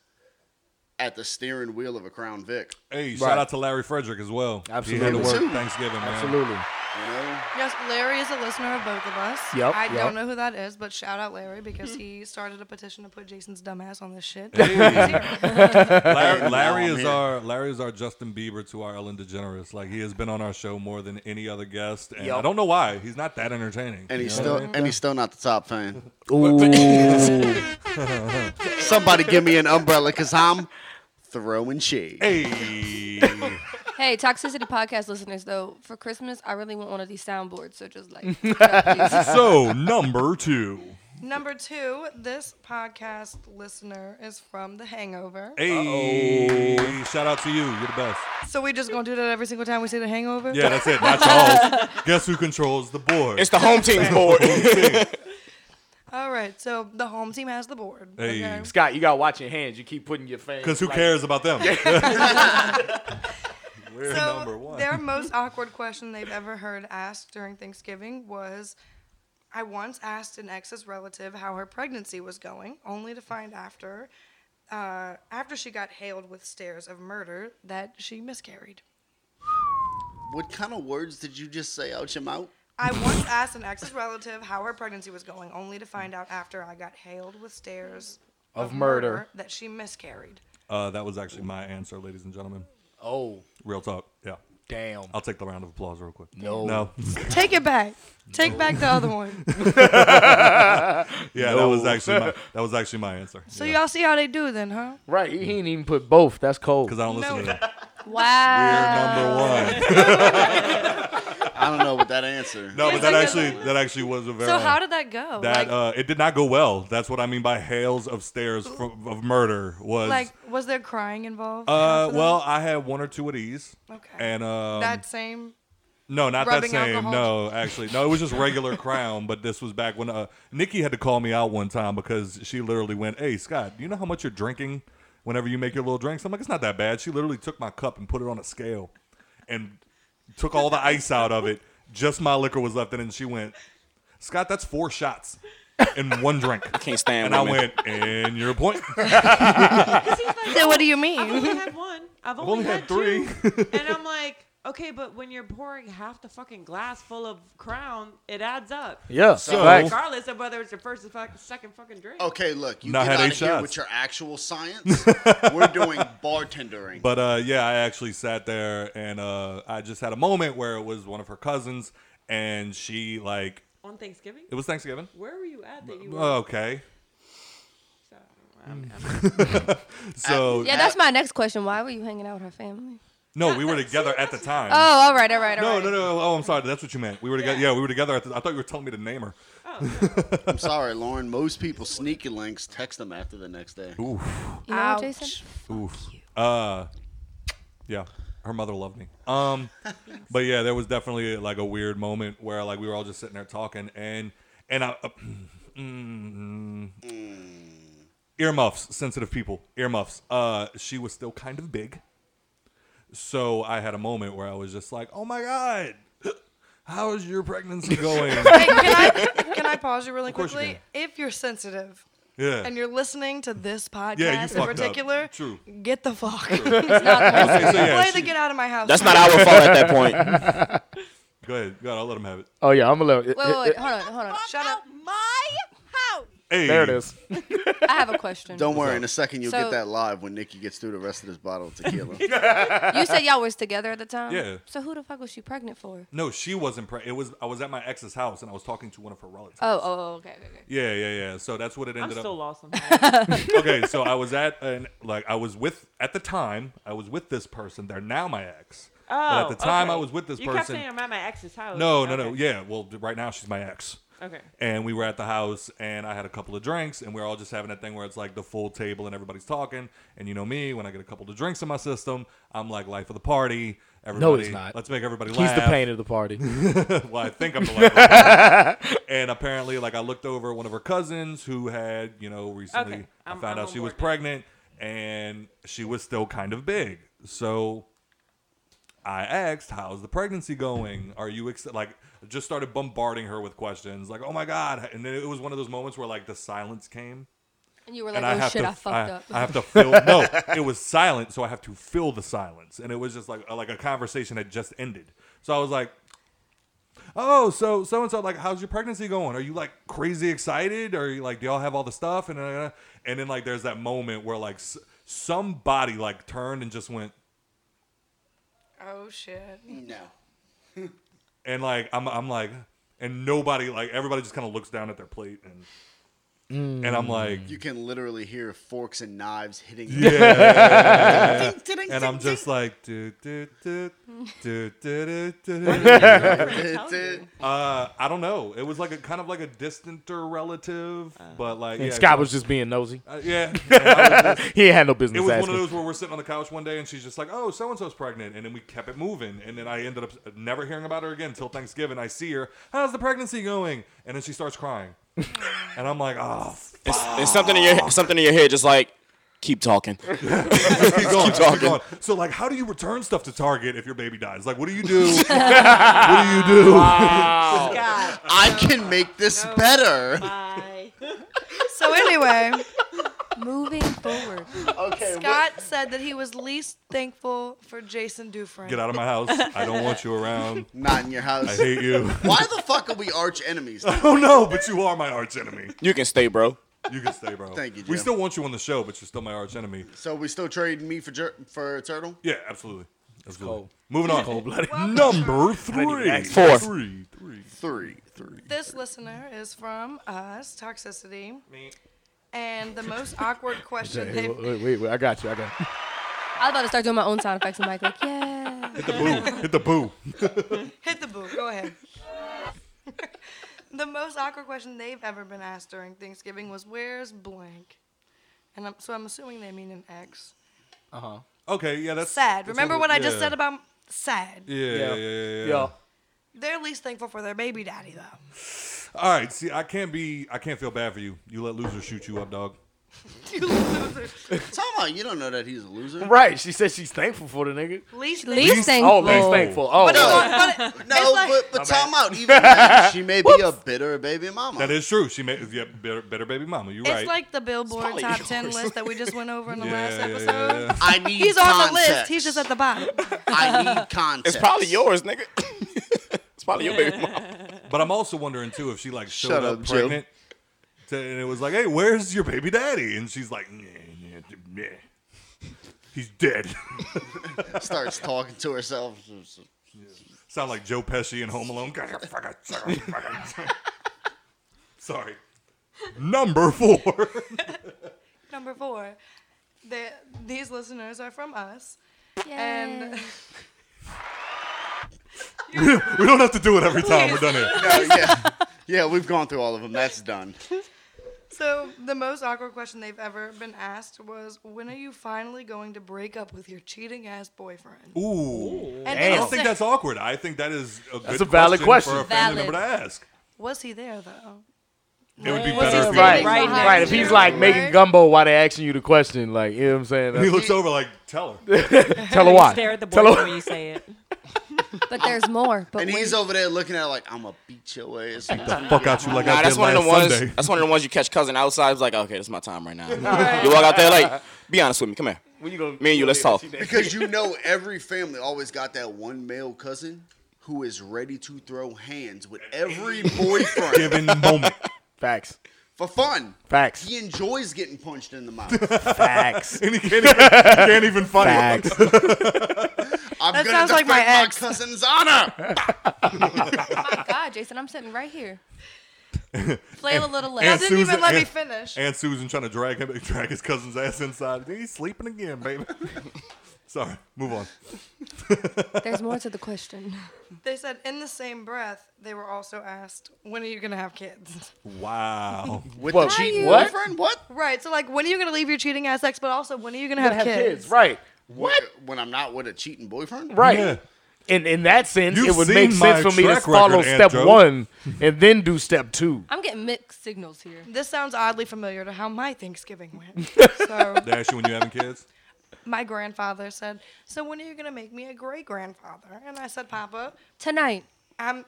Speaker 4: at the steering wheel of a Crown Vic.
Speaker 1: Hey, shout
Speaker 6: Right.
Speaker 1: out to Larry Frederick as well. He
Speaker 6: Absolutely.
Speaker 1: had to
Speaker 4: Too.
Speaker 1: work Thanksgiving, man.
Speaker 6: Absolutely.
Speaker 4: You know,
Speaker 3: Yes, Larry is a listener of both of us.
Speaker 6: Yep,
Speaker 3: I
Speaker 6: yep.
Speaker 3: don't know who that is, but shout out Larry because he started a petition to put Jason's dumbass on this shit.
Speaker 1: Larry, Larry
Speaker 4: I'm
Speaker 1: is
Speaker 4: here.
Speaker 1: our Larry is our Justin Bieber to our Ellen DeGeneres. Like he has been on our show more than any other guest, and I
Speaker 6: Yup.
Speaker 1: don't know why. He's not that entertaining.
Speaker 4: and
Speaker 1: you
Speaker 4: he's
Speaker 1: know
Speaker 4: still
Speaker 1: what I mean?
Speaker 4: and he's still not the top fan.
Speaker 6: Ooh.
Speaker 4: Somebody give me an umbrella, cause I'm throwing shade.
Speaker 1: Hey,
Speaker 7: Hey, toxicity podcast listeners, though, for Christmas, I really want one of these soundboards. So just like, yeah, please.
Speaker 1: so number two.
Speaker 3: Number two, this podcast listener is from The Hangover.
Speaker 1: Hey, shout out to you. You're the best.
Speaker 3: So we just gonna do that every single time we see The Hangover?
Speaker 1: Yeah, that's it. Not y'all. Guess who controls the board?
Speaker 2: It's the home team's board.
Speaker 3: All right. So the home team has the board.
Speaker 1: Hey.
Speaker 3: okay?
Speaker 6: Scott, you got to watch your hands. You keep putting your fingers.
Speaker 1: Because who
Speaker 6: like-
Speaker 1: cares about them? We're
Speaker 3: So
Speaker 1: number one.
Speaker 3: their most awkward question they've ever heard asked during Thanksgiving was, "I once asked an ex's relative how her pregnancy was going, only to find after, uh, after she got hailed with stares of murder, that she miscarried."
Speaker 4: What kind of words did you just say out your mouth?
Speaker 3: I once asked an ex's relative how her pregnancy was going, only to find out after I got hailed with stares
Speaker 6: Of murder.
Speaker 3: that she miscarried.
Speaker 1: Uh, that was actually my answer, ladies and gentlemen.
Speaker 6: Oh,
Speaker 1: Real talk. Yeah.
Speaker 6: damn.
Speaker 1: I'll take the round of applause real quick.
Speaker 6: No.
Speaker 1: No.
Speaker 3: Take it back. Take back the other one.
Speaker 1: Yeah, that was actually my, that was actually my answer.
Speaker 3: So y'all see how they do then, huh?
Speaker 6: Right. He he didn't even put both. That's cold.
Speaker 1: Because I don't listen to
Speaker 3: No.
Speaker 1: them.
Speaker 7: wow.
Speaker 1: We're number one.
Speaker 4: I don't know what that answer.
Speaker 1: No, but that actually that actually was a very
Speaker 3: So how did that go?
Speaker 1: that
Speaker 3: like,
Speaker 1: uh, it did not go well. That's what I mean by hails of stairs from, of murder was.
Speaker 3: like was there crying involved?
Speaker 1: uh,
Speaker 3: after that?
Speaker 1: well, I had one or two of these.
Speaker 3: Okay.
Speaker 1: And um,
Speaker 3: that same.
Speaker 1: no, not that
Speaker 3: rubbing
Speaker 1: same.
Speaker 3: alcohol.
Speaker 1: No, actually, no. It was just regular crown. But this was back when uh, Nikki had to call me out one time because she literally went, "Hey, Scott, do you know how much you're drinking whenever you make your little drinks?" I'm like, "It's not that bad." She literally took my cup and put it on a scale, and took all the ice out of it. Just my liquor was left in, it, and she went, "Scott, that's four shots." in one drink.
Speaker 2: Can't stand
Speaker 1: And I
Speaker 2: women.
Speaker 1: went, and your point.
Speaker 5: Because he's like,
Speaker 3: So what do you mean?
Speaker 5: I've only had one. I've only,
Speaker 1: only had
Speaker 5: had,
Speaker 1: three.
Speaker 5: two. and I'm like, okay, but when you're pouring half the fucking glass full of Crown, it adds up.
Speaker 6: yeah.
Speaker 1: So-
Speaker 6: facts.
Speaker 5: Regardless of whether it's your first or fuck- second fucking drink.
Speaker 4: Okay, look, you
Speaker 1: Not had
Speaker 4: get out
Speaker 1: eight
Speaker 4: of here
Speaker 1: shots.
Speaker 4: with your actual science. We're doing bartendering.
Speaker 1: But uh, yeah, I actually sat there and uh, I just had a moment where it was one of her cousins and she like
Speaker 5: On Thanksgiving?
Speaker 1: it Uh, was Thanksgiving.
Speaker 5: Where were you at that you were?
Speaker 1: Okay, uh,
Speaker 5: so, I'm, I'm-
Speaker 1: so
Speaker 7: Yeah, that's my next question. Why were you hanging out with her family?
Speaker 1: no, we were together at the time.
Speaker 7: Oh, all right, all right, all
Speaker 1: no,
Speaker 7: right.
Speaker 1: no, no. Oh, I'm sorry. That's what you meant. We were together. Yeah, we were together. At the, I thought you were telling me to name her.
Speaker 4: I'm sorry, Lauren. Most people sneaky links text them after the next day.
Speaker 7: You know what,
Speaker 3: Ouch.
Speaker 7: Jason?
Speaker 1: Oof. Uh, yeah, her mother loved me. Um, but yeah, there was definitely like a weird moment where like we were all just sitting there talking, and and I, mm, earmuffs, sensitive people, earmuffs. Uh, she was still kind of big, so I had a moment where I was just like, oh my god. How is your pregnancy going?
Speaker 3: Hey, can I can I pause you really
Speaker 1: course you
Speaker 3: quickly? If you're sensitive
Speaker 1: yeah.
Speaker 3: and you're listening to this podcast
Speaker 1: yeah, you
Speaker 3: in
Speaker 1: fucked
Speaker 3: particular,
Speaker 1: up. True.
Speaker 3: get the fuck.
Speaker 7: It's not the
Speaker 1: Okay, so yeah,
Speaker 3: Play
Speaker 1: she-
Speaker 3: the get out of my house.
Speaker 2: That's not our fault at that point.
Speaker 1: go ahead. Go ahead. I'll let him have it.
Speaker 6: Oh yeah, I'm gonna let.
Speaker 7: Wait, wait, wait. Hold on, hold on.
Speaker 3: Shut up.
Speaker 1: Hey.
Speaker 6: There it is.
Speaker 7: I have a question.
Speaker 4: Don't worry, in a second you'll
Speaker 7: So-
Speaker 4: get that live when Nikki gets through the rest of this bottle of tequila.
Speaker 7: You said y'all was together at the time.
Speaker 1: Yeah.
Speaker 7: So who the fuck was she pregnant for?
Speaker 1: No, she wasn't pregnant. It was I was at my ex's house and I was talking to one of her relatives.
Speaker 7: Oh, oh, oh, okay, okay, okay.
Speaker 1: Yeah, yeah, yeah. So that's what it
Speaker 5: I'm
Speaker 1: ended
Speaker 5: still
Speaker 1: up.
Speaker 5: lost. somehow.
Speaker 1: Okay, so I was at an like I was with at the time I was with this person. They're now my ex.
Speaker 5: Oh,
Speaker 1: but at the time I
Speaker 5: okay.
Speaker 1: was with this
Speaker 5: you kept
Speaker 1: person.
Speaker 5: saying I'm at my ex's house.
Speaker 1: no, no, no.
Speaker 5: Okay.
Speaker 1: Yeah, well, d- right now she's my ex.
Speaker 5: Okay.
Speaker 1: And we were at the house, and I had a couple of drinks, and we are all just having that thing where it's like the full table and everybody's talking. And you know me, when I get a couple of drinks in my system, I'm like life of the party. Everybody,
Speaker 6: No, it's not.
Speaker 1: Let's make everybody
Speaker 6: He's
Speaker 1: laugh.
Speaker 6: the pain of the party.
Speaker 1: well, I think I'm the light. and apparently, like I looked over at one of her cousins who had, you know, recently
Speaker 5: Okay,
Speaker 1: I
Speaker 5: I'm-
Speaker 1: found
Speaker 5: I'm
Speaker 1: out
Speaker 5: on
Speaker 1: she was
Speaker 5: board now.
Speaker 1: pregnant and she was still kind of big. So I asked, "How's the pregnancy going? Are you ex-? like?" Just started bombarding her with questions, like, "Oh my god!" And then it was one of those moments where like the silence came
Speaker 7: And you were like,
Speaker 1: and I
Speaker 7: oh
Speaker 1: have
Speaker 7: shit,
Speaker 1: to,
Speaker 7: I fucked
Speaker 1: I,
Speaker 7: up.
Speaker 1: I have to fill. No, it was silent, so I have to fill the silence, and it was just like like a conversation had just ended. So I was like, "Oh, so so and so, like, how's your pregnancy going? Are you like crazy excited? Are you like, do y'all have all the stuff?" And uh, and then like, there's that moment where like s- somebody like turned and just went,
Speaker 3: Oh shit.
Speaker 4: No.
Speaker 1: and like I'm I'm like, and nobody like everybody just kind of looks down at their plate and. And I'm like,
Speaker 4: You can literally hear forks and knives hitting.
Speaker 1: and I'm just like, do do do do do do do.
Speaker 4: The-
Speaker 1: Uh, I don't know. It was like a kind of like a distanter relative, but like
Speaker 6: Uh. And
Speaker 1: yeah,
Speaker 6: Scott
Speaker 1: so-
Speaker 6: was just being nosy.
Speaker 1: uh, yeah. And I was just-
Speaker 6: He had no business
Speaker 1: it was one
Speaker 6: asking.
Speaker 1: of those where we're sitting on the couch one day and she's just like, "Oh, so and so's pregnant," and then we kept it moving, and then I ended up never hearing about her again until Thanksgiving. I see her, how's the pregnancy going? And then she starts crying, and I'm like, "Oh,
Speaker 2: It's, it's something in your something in your head, just like keep talking.
Speaker 1: just keep going, just keep
Speaker 2: talking.
Speaker 1: going." So like, how do you return stuff to Target if your baby dies? Like, what do you do? what do you do?
Speaker 5: God,
Speaker 4: I can make this better.
Speaker 5: bye.
Speaker 3: So anyway,
Speaker 7: Moving forward.
Speaker 4: Okay.
Speaker 3: Scott said that he was least thankful for Jason Dufresne.
Speaker 1: Get out of my house! I don't want you around.
Speaker 4: Not in your
Speaker 1: I
Speaker 4: house.
Speaker 1: hate you.
Speaker 4: Why the fuck are we arch enemies? now?
Speaker 1: Oh no, but you are my arch enemy.
Speaker 2: You can stay, bro.
Speaker 1: You can stay, bro.
Speaker 4: Thank you,
Speaker 1: We
Speaker 4: Jim.
Speaker 1: still want you on the show, but you're still my arch enemy.
Speaker 4: So we still trading me for jer- for turtle?
Speaker 1: Yeah, absolutely. absolutely.
Speaker 6: cold.
Speaker 1: Moving on.
Speaker 6: Cold-blooded.
Speaker 1: Number three.
Speaker 6: ask.
Speaker 2: Four.
Speaker 1: Three. Three.
Speaker 4: Three, three.
Speaker 3: This listener is from us, Toxicity. And the most awkward question
Speaker 6: Hey,
Speaker 3: they've
Speaker 6: wait, wait, wait, I got you. I got you.
Speaker 7: I was about to start doing my own sound effects. I'm like, like yeah.
Speaker 1: Hit the boo. Hit the boo.
Speaker 3: Hit the boo. Go ahead. the most awkward question they've ever been asked during Thanksgiving was, "Where's blank?" And I'm, so I'm assuming they mean an ex.
Speaker 1: Okay, yeah, that's
Speaker 3: Sad.
Speaker 1: that's
Speaker 3: Remember what I just
Speaker 1: yeah.
Speaker 3: said about sad?
Speaker 1: Yeah, yeah, yeah, yeah, yeah.
Speaker 3: They're least thankful for their baby daddy though.
Speaker 1: All right, see, I can't be, I can't feel bad for you. You let loser shoot you up, dog.
Speaker 3: You loser.
Speaker 4: Talking about you don't know that he's a loser.
Speaker 6: Right. She said she's thankful for the nigga.
Speaker 3: Least thankful.
Speaker 7: Least thankful.
Speaker 6: Oh, least thankful. Oh,
Speaker 3: But, it's
Speaker 6: oh.
Speaker 3: on- but it-
Speaker 4: No,
Speaker 3: it's like-
Speaker 4: but but time out. Even then, she may be a bitter baby mama.
Speaker 1: That is true. She made yeah, better, better baby mama. You're
Speaker 3: it's
Speaker 1: right.
Speaker 3: like the Billboard
Speaker 4: probably
Speaker 3: top ten
Speaker 4: yours.
Speaker 3: list that we just went over in the
Speaker 1: yeah,
Speaker 3: last
Speaker 1: yeah,
Speaker 3: episode.
Speaker 1: yeah, yeah.
Speaker 4: I need.
Speaker 3: He's on the list.
Speaker 4: context.
Speaker 3: He's just at the bottom.
Speaker 4: I need context.
Speaker 2: It's probably yours, nigga. it's probably your baby mama.
Speaker 1: But I'm also wondering too if she like showed
Speaker 4: Shut
Speaker 1: up,
Speaker 4: up, Jill.
Speaker 1: pregnant, to, and it was like, "Hey, where's your baby daddy?" And she's like, "Nah, nah, nah, nah. "He's dead."
Speaker 4: Starts talking to herself.
Speaker 1: Sound like Joe Pesci in Home Alone. Sorry. Number four.
Speaker 3: Number four. They, these listeners are from us.
Speaker 7: And
Speaker 3: And
Speaker 1: we don't have to do it every time. We're done here.
Speaker 4: No, yeah, yeah, we've gone through all of them. That's done.
Speaker 3: So the most awkward question they've ever been asked was, "When are you finally going to break up with your cheating ass boyfriend?"
Speaker 1: Ooh.
Speaker 3: And
Speaker 1: I
Speaker 3: they
Speaker 1: don't think
Speaker 3: said-
Speaker 1: that's awkward. I think that is a good
Speaker 6: a valid
Speaker 1: for a
Speaker 6: question.
Speaker 1: family
Speaker 7: Valid.
Speaker 1: member to ask.
Speaker 3: was he there though?
Speaker 1: It would be
Speaker 7: Was
Speaker 1: better
Speaker 7: he
Speaker 1: if he,
Speaker 7: Right,
Speaker 6: Right, right,
Speaker 7: right next
Speaker 6: right. If
Speaker 7: to
Speaker 6: he's
Speaker 7: you.
Speaker 6: like
Speaker 7: Right.
Speaker 6: making gumbo while they asking you the question, like you know what I'm saying?
Speaker 1: he
Speaker 6: That's-
Speaker 1: looks over like, tell her.
Speaker 6: Tell her
Speaker 5: You
Speaker 6: why.
Speaker 5: Stare at the
Speaker 6: Tell her
Speaker 5: boyfriend
Speaker 6: why.
Speaker 5: when you say it.
Speaker 7: but there's more. But
Speaker 4: And
Speaker 7: wait.
Speaker 4: he's over there looking at it like I'm gonna beat your ass.
Speaker 1: Fuck out you like
Speaker 2: Nah,
Speaker 1: I did
Speaker 2: that's one
Speaker 1: last
Speaker 2: of the ones.
Speaker 1: Sunday.
Speaker 2: That's one of the ones you catch cousin outside. It's like, okay, this is my time right now. You walk out there like, be honest with me. Come here.
Speaker 6: When you gonna-
Speaker 2: Me and you, let's talk.
Speaker 4: Because you know every family always got that one male cousin who is ready to throw hands with every boyfriend
Speaker 1: Given moment.
Speaker 6: Facts.
Speaker 4: for fun.
Speaker 6: Facts.
Speaker 4: He enjoys getting punched in the mouth.
Speaker 6: Facts.
Speaker 1: And he can't even, he can't even fight.
Speaker 6: Facts.
Speaker 4: I'm
Speaker 3: That
Speaker 4: gonna
Speaker 3: sounds like
Speaker 4: defend
Speaker 3: my
Speaker 4: my,
Speaker 3: ex.
Speaker 4: cousin's honor.
Speaker 7: Oh God, Jason, I'm sitting right here. Flail a little
Speaker 1: and
Speaker 7: less.
Speaker 3: Didn't
Speaker 1: Susan-
Speaker 3: even let me
Speaker 1: and-
Speaker 3: finish.
Speaker 1: Aunt Susan trying to drag him, drag his cousin's ass inside. He's sleeping again, baby. Sorry, move on.
Speaker 7: There's more to the question.
Speaker 3: They said in the same breath, they were also asked, "When are you gonna have kids?"
Speaker 1: Wow.
Speaker 4: With
Speaker 6: Whoa.
Speaker 4: the cheating
Speaker 6: What?
Speaker 4: boyfriend? What?
Speaker 3: Right. So like, when are you gonna leave your cheating ass ex? But also, when are you gonna
Speaker 6: Gotta
Speaker 3: have, kids?
Speaker 6: Right.
Speaker 4: What? When I'm not with a cheating boyfriend?
Speaker 6: Right.
Speaker 1: Yeah.
Speaker 6: And in that sense,
Speaker 1: You've
Speaker 6: it would
Speaker 1: seen
Speaker 6: make sense
Speaker 1: my
Speaker 6: for me to
Speaker 1: track
Speaker 6: follow
Speaker 1: record, Aunt
Speaker 6: step
Speaker 1: Jo.
Speaker 6: one and then do step two.
Speaker 7: I'm getting mixed signals here.
Speaker 3: This sounds oddly familiar to how my Thanksgiving went. so
Speaker 1: They ask you when you're having kids.
Speaker 3: my grandfather said, "So when are you gonna make me a great grandfather?" And I said, "Papa,
Speaker 7: Tonight.
Speaker 3: I'm."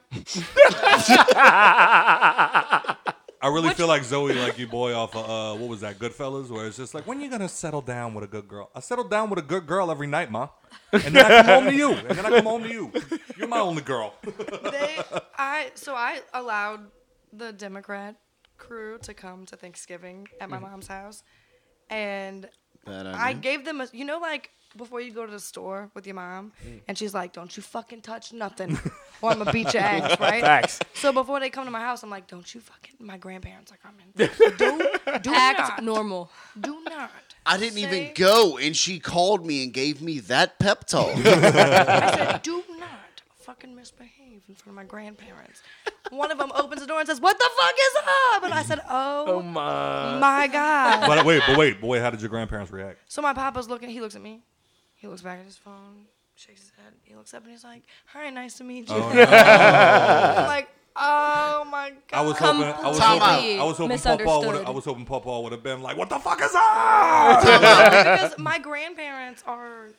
Speaker 1: I really feel like Zoe, like you boy off of uh, what was that, Goodfellas, where it's just like, when you gonna settle down with a good girl? I settle down with a good girl every night, ma. And then I come home to you. And then I come home to you. You're my only girl.
Speaker 3: They, I so I allowed the Democrat crew to come to Thanksgiving at my mom's house, and
Speaker 4: Bad
Speaker 3: I
Speaker 4: idea.
Speaker 3: gave them a, you know, like before you go to the store with your mom, and she's like, "Don't you fucking touch nothing, or I'm gonna beat your ass," right?
Speaker 6: Facts.
Speaker 3: So before they come to my house, I'm like, "Don't you fucking." My grandparents are coming. Do, do
Speaker 7: Act
Speaker 3: not,
Speaker 7: normal.
Speaker 3: do not.
Speaker 4: I didn't even
Speaker 3: Say-
Speaker 4: go, and she called me and gave me that pep talk.
Speaker 3: I said, do not fucking misbehave in front of my grandparents. One of them opens the door and says, what the fuck is up? And I said, oh,
Speaker 6: my.
Speaker 3: my God.
Speaker 1: But wait, but wait, but wait, how did your grandparents react?
Speaker 3: So my papa's looking, he looks at me. He looks back at his phone, shakes his head. He looks up and he's like, hi, nice to
Speaker 1: Oh,
Speaker 3: meet you. I'm like, oh my God.
Speaker 1: I was
Speaker 7: Com-
Speaker 1: hoping, I was
Speaker 4: Time
Speaker 1: hoping, I was hoping Papa
Speaker 7: misunderstood.
Speaker 1: would, I was hoping Papa would have been like, "What the fuck is up?"
Speaker 3: because my grandparents are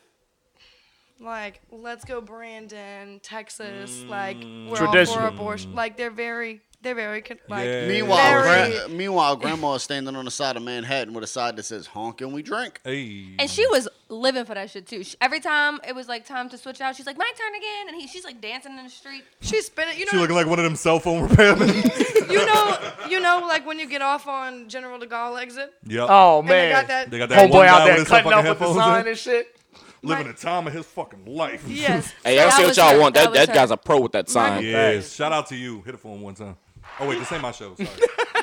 Speaker 3: like, let's go Brandon, Texas, like we're all
Speaker 6: Traditional.
Speaker 3: for abortion. Like they're very, they're very con- like.
Speaker 1: Yeah.
Speaker 4: meanwhile,
Speaker 3: Very-
Speaker 4: gra- meanwhile, grandma's standing on the side of Manhattan with a side that says "honk and we drink."
Speaker 1: Hey,
Speaker 7: And she was living for that shit too. She, every time it was like time to switch out, she's like, "My turn again," and he, she's like dancing in the street.
Speaker 3: She's spinning. You
Speaker 1: she
Speaker 3: know,
Speaker 1: looking like one of them cell phone repairmen.
Speaker 3: you know, you know, like when you get off on General de Gaulle exit.
Speaker 1: yep.
Speaker 6: Oh,
Speaker 3: And they
Speaker 6: man.
Speaker 3: got that.
Speaker 1: They got that one
Speaker 6: Homeboy
Speaker 1: guy
Speaker 6: out
Speaker 1: with
Speaker 6: there
Speaker 1: his fucking
Speaker 6: cutting off with the
Speaker 1: headphones
Speaker 6: sign
Speaker 1: in,
Speaker 6: and shit.
Speaker 1: living the time of his fucking life.
Speaker 3: yes.
Speaker 2: Hey, I
Speaker 7: That
Speaker 2: see what
Speaker 7: was
Speaker 2: y'all
Speaker 7: her.
Speaker 2: want. That
Speaker 7: That was
Speaker 2: that
Speaker 7: her.
Speaker 2: guy's a pro with that sign.
Speaker 1: Yes. Shout out to you. Hit it for him one time. Oh wait, this ain't my show. Sorry.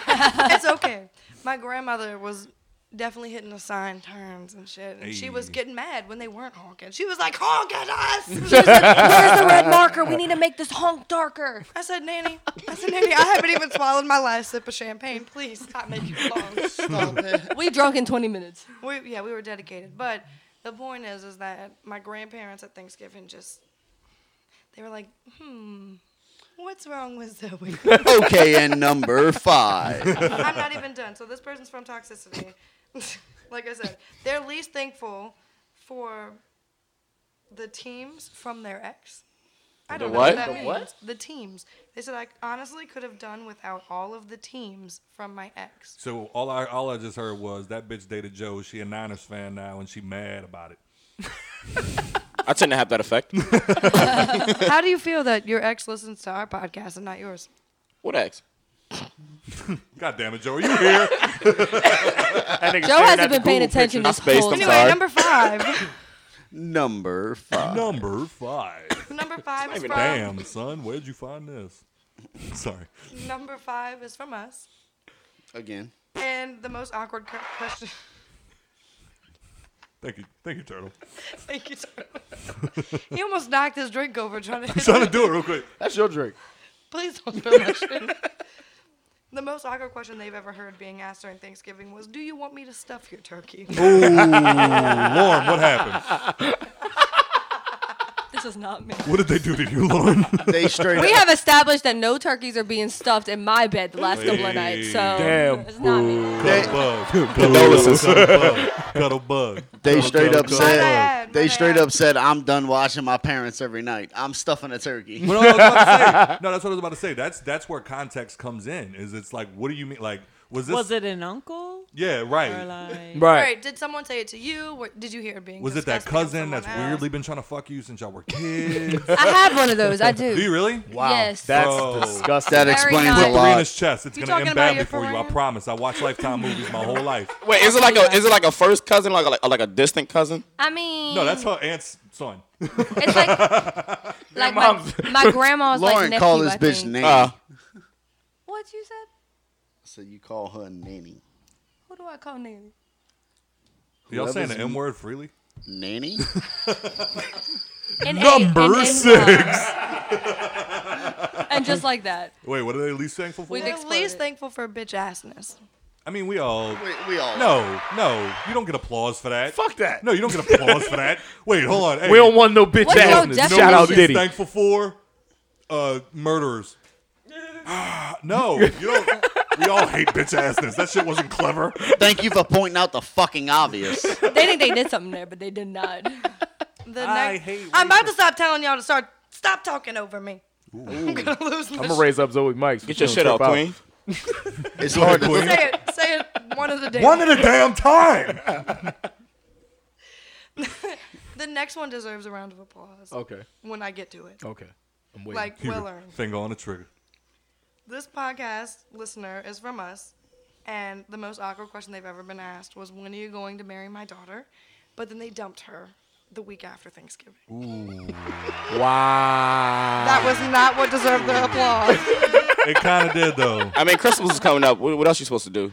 Speaker 3: it's okay. My grandmother was definitely hitting the sign turns and shit, and she was
Speaker 1: Hey.
Speaker 3: getting mad when they weren't honking. She was like, "Honk at us!"
Speaker 7: She was like, "Where's the red marker? We need to make this honk darker."
Speaker 3: I said, Nanny, I said, Nanny, I haven't even swallowed my last sip of champagne. Please stop making calls.
Speaker 4: Stop it.
Speaker 7: We drunk in 20 minutes.
Speaker 3: We, yeah, we were dedicated. But the point is, is that my grandparents at Thanksgiving just, they were like, hmm, what's wrong with Zoe?
Speaker 4: okay, and number five.
Speaker 3: I'm not even done. So this person's from toxicity. like I said, they're least thankful for the teams from their ex. I don't know
Speaker 2: what?
Speaker 3: what that
Speaker 2: The
Speaker 3: means.
Speaker 6: what?
Speaker 3: The teams. They said I honestly could have done without all of the teams from my ex.
Speaker 1: So all I all I just heard was that bitch dated Joe. She a Niners fan now, and she mad about it.
Speaker 2: I tend to have that effect.
Speaker 3: How do you feel that your ex listens to our podcast and not yours?
Speaker 2: what ex?
Speaker 1: God damn it, Joe, are you here?
Speaker 7: Joe hasn't been paying attention this
Speaker 2: spaced
Speaker 7: whole
Speaker 2: him
Speaker 3: Anyway,
Speaker 2: Sorry.
Speaker 3: number five.
Speaker 4: Number five.
Speaker 1: Number five.
Speaker 3: number five is from
Speaker 1: Damn, son, where'd you find this? Sorry.
Speaker 3: number five is from us.
Speaker 4: Again.
Speaker 3: And the most awkward cur- question.
Speaker 1: Thank you, thank you, Turtle.
Speaker 3: Thank you. sir. he almost knocked his drink over trying to.
Speaker 1: Trying to do it real quick.
Speaker 6: That's your drink.
Speaker 3: Please don't spill that shit. The most awkward question they've ever heard being asked during Thanksgiving was, "Do you want me to stuff your turkey?"
Speaker 1: Lauren, what happened?
Speaker 7: This is not me.
Speaker 1: What did they do to you, Lauren?
Speaker 4: They straight
Speaker 7: We
Speaker 4: up-
Speaker 7: have established that no turkeys are being stuffed in my bed the last couple of nights, so
Speaker 6: Damn,
Speaker 7: it's not me.
Speaker 1: Cut a bug. Cut a bug. Cut a bug.
Speaker 4: They straight up
Speaker 3: My
Speaker 4: said
Speaker 3: bad, my
Speaker 4: they straight
Speaker 3: bad.
Speaker 4: up said I'm done watching my parents every night. I'm stuffing a turkey.
Speaker 1: Well, no, I was about to say. No, that's what I was about to say. That's that's where context comes in. Is it's like, what do you mean? Like, was this?
Speaker 5: Was it an uncle?
Speaker 1: yeah,
Speaker 5: Or
Speaker 1: right.
Speaker 5: like,
Speaker 3: All
Speaker 6: Right.
Speaker 3: right. Did someone say it to you? What, did you hear it being?
Speaker 1: Was it that
Speaker 3: discussed against
Speaker 1: cousin that's
Speaker 3: someone else?
Speaker 1: weirdly been trying to fuck you since y'all were kids?
Speaker 7: I have one of those. I do.
Speaker 1: do you really?
Speaker 6: Wow.
Speaker 7: Yes.
Speaker 6: That's
Speaker 1: Bro.
Speaker 6: disgusting.
Speaker 4: That
Speaker 7: Very
Speaker 4: explains
Speaker 7: nice.
Speaker 4: a
Speaker 7: Put
Speaker 4: lot.
Speaker 1: Serena's chest. It's
Speaker 3: You
Speaker 1: gonna
Speaker 3: talking
Speaker 1: end
Speaker 3: about
Speaker 1: bad
Speaker 3: your
Speaker 1: before you. I
Speaker 3: friend?
Speaker 1: promise. I watched Lifetime movies my whole life.
Speaker 2: Wait, is it like a is it like a first cousin, like a, like a distant cousin?
Speaker 7: I mean,
Speaker 1: No, that's her aunt's son.
Speaker 7: it's like like my,
Speaker 6: mom's-
Speaker 7: my grandma's
Speaker 4: Lauren
Speaker 7: like
Speaker 4: called
Speaker 7: nephew,
Speaker 4: this
Speaker 7: I
Speaker 4: bitch
Speaker 7: think.
Speaker 4: nanny.
Speaker 2: Uh,
Speaker 6: Ah.
Speaker 7: What you said?
Speaker 4: so you call her nanny.
Speaker 7: Who do I call nanny?
Speaker 1: Y'all saying the
Speaker 4: Whoever's-
Speaker 1: M word freely?
Speaker 4: Nanny?
Speaker 7: An
Speaker 1: Number
Speaker 7: an
Speaker 1: six.
Speaker 7: and just like that,
Speaker 1: Wait, what are they least thankful for?
Speaker 7: We
Speaker 3: They're
Speaker 7: Exploded.
Speaker 3: least thankful for bitch assness.
Speaker 1: I mean, we all.
Speaker 4: We, we all
Speaker 1: No, no, you don't get applause for that.
Speaker 6: Fuck that.
Speaker 1: No, you don't get applause for that. Wait, hold on. Hey,
Speaker 6: We don't want no bitch
Speaker 7: What's your
Speaker 6: ass.
Speaker 7: definition?
Speaker 6: Shout out
Speaker 1: She's
Speaker 6: Diddy.
Speaker 1: Thankful for uh, murderers. Ah, no, you don't. We all hate bitch assness. That shit wasn't clever.
Speaker 4: Thank you for pointing out the fucking obvious.
Speaker 7: They think they did something there, but they did not.
Speaker 3: The
Speaker 1: I
Speaker 3: next,
Speaker 1: hate
Speaker 3: I'm about to stop telling y'all to start. Stop talking over me. I'm gonna lose my.
Speaker 6: I'm gonna raise up Zoe Mike's.
Speaker 2: Get your shit out, Queen.
Speaker 4: It's hard to
Speaker 1: Queen.
Speaker 3: Say it. Say it. One of the days.
Speaker 1: One at a damn time.
Speaker 3: the next one deserves a round of applause.
Speaker 6: Okay.
Speaker 3: When I get to it,
Speaker 1: Oh,
Speaker 6: Okay. I'm waiting.
Speaker 3: like well earned.
Speaker 1: Finger on the trigger.
Speaker 3: This podcast listener is from us, and the most awkward question they've ever been asked was, "When are you going to marry my daughter?" But then they dumped her the week after Thanksgiving.
Speaker 6: wow.
Speaker 3: That was not what deserved the applause.
Speaker 1: It kind of did though.
Speaker 2: I mean, Christmas is coming up. What what else you supposed to do?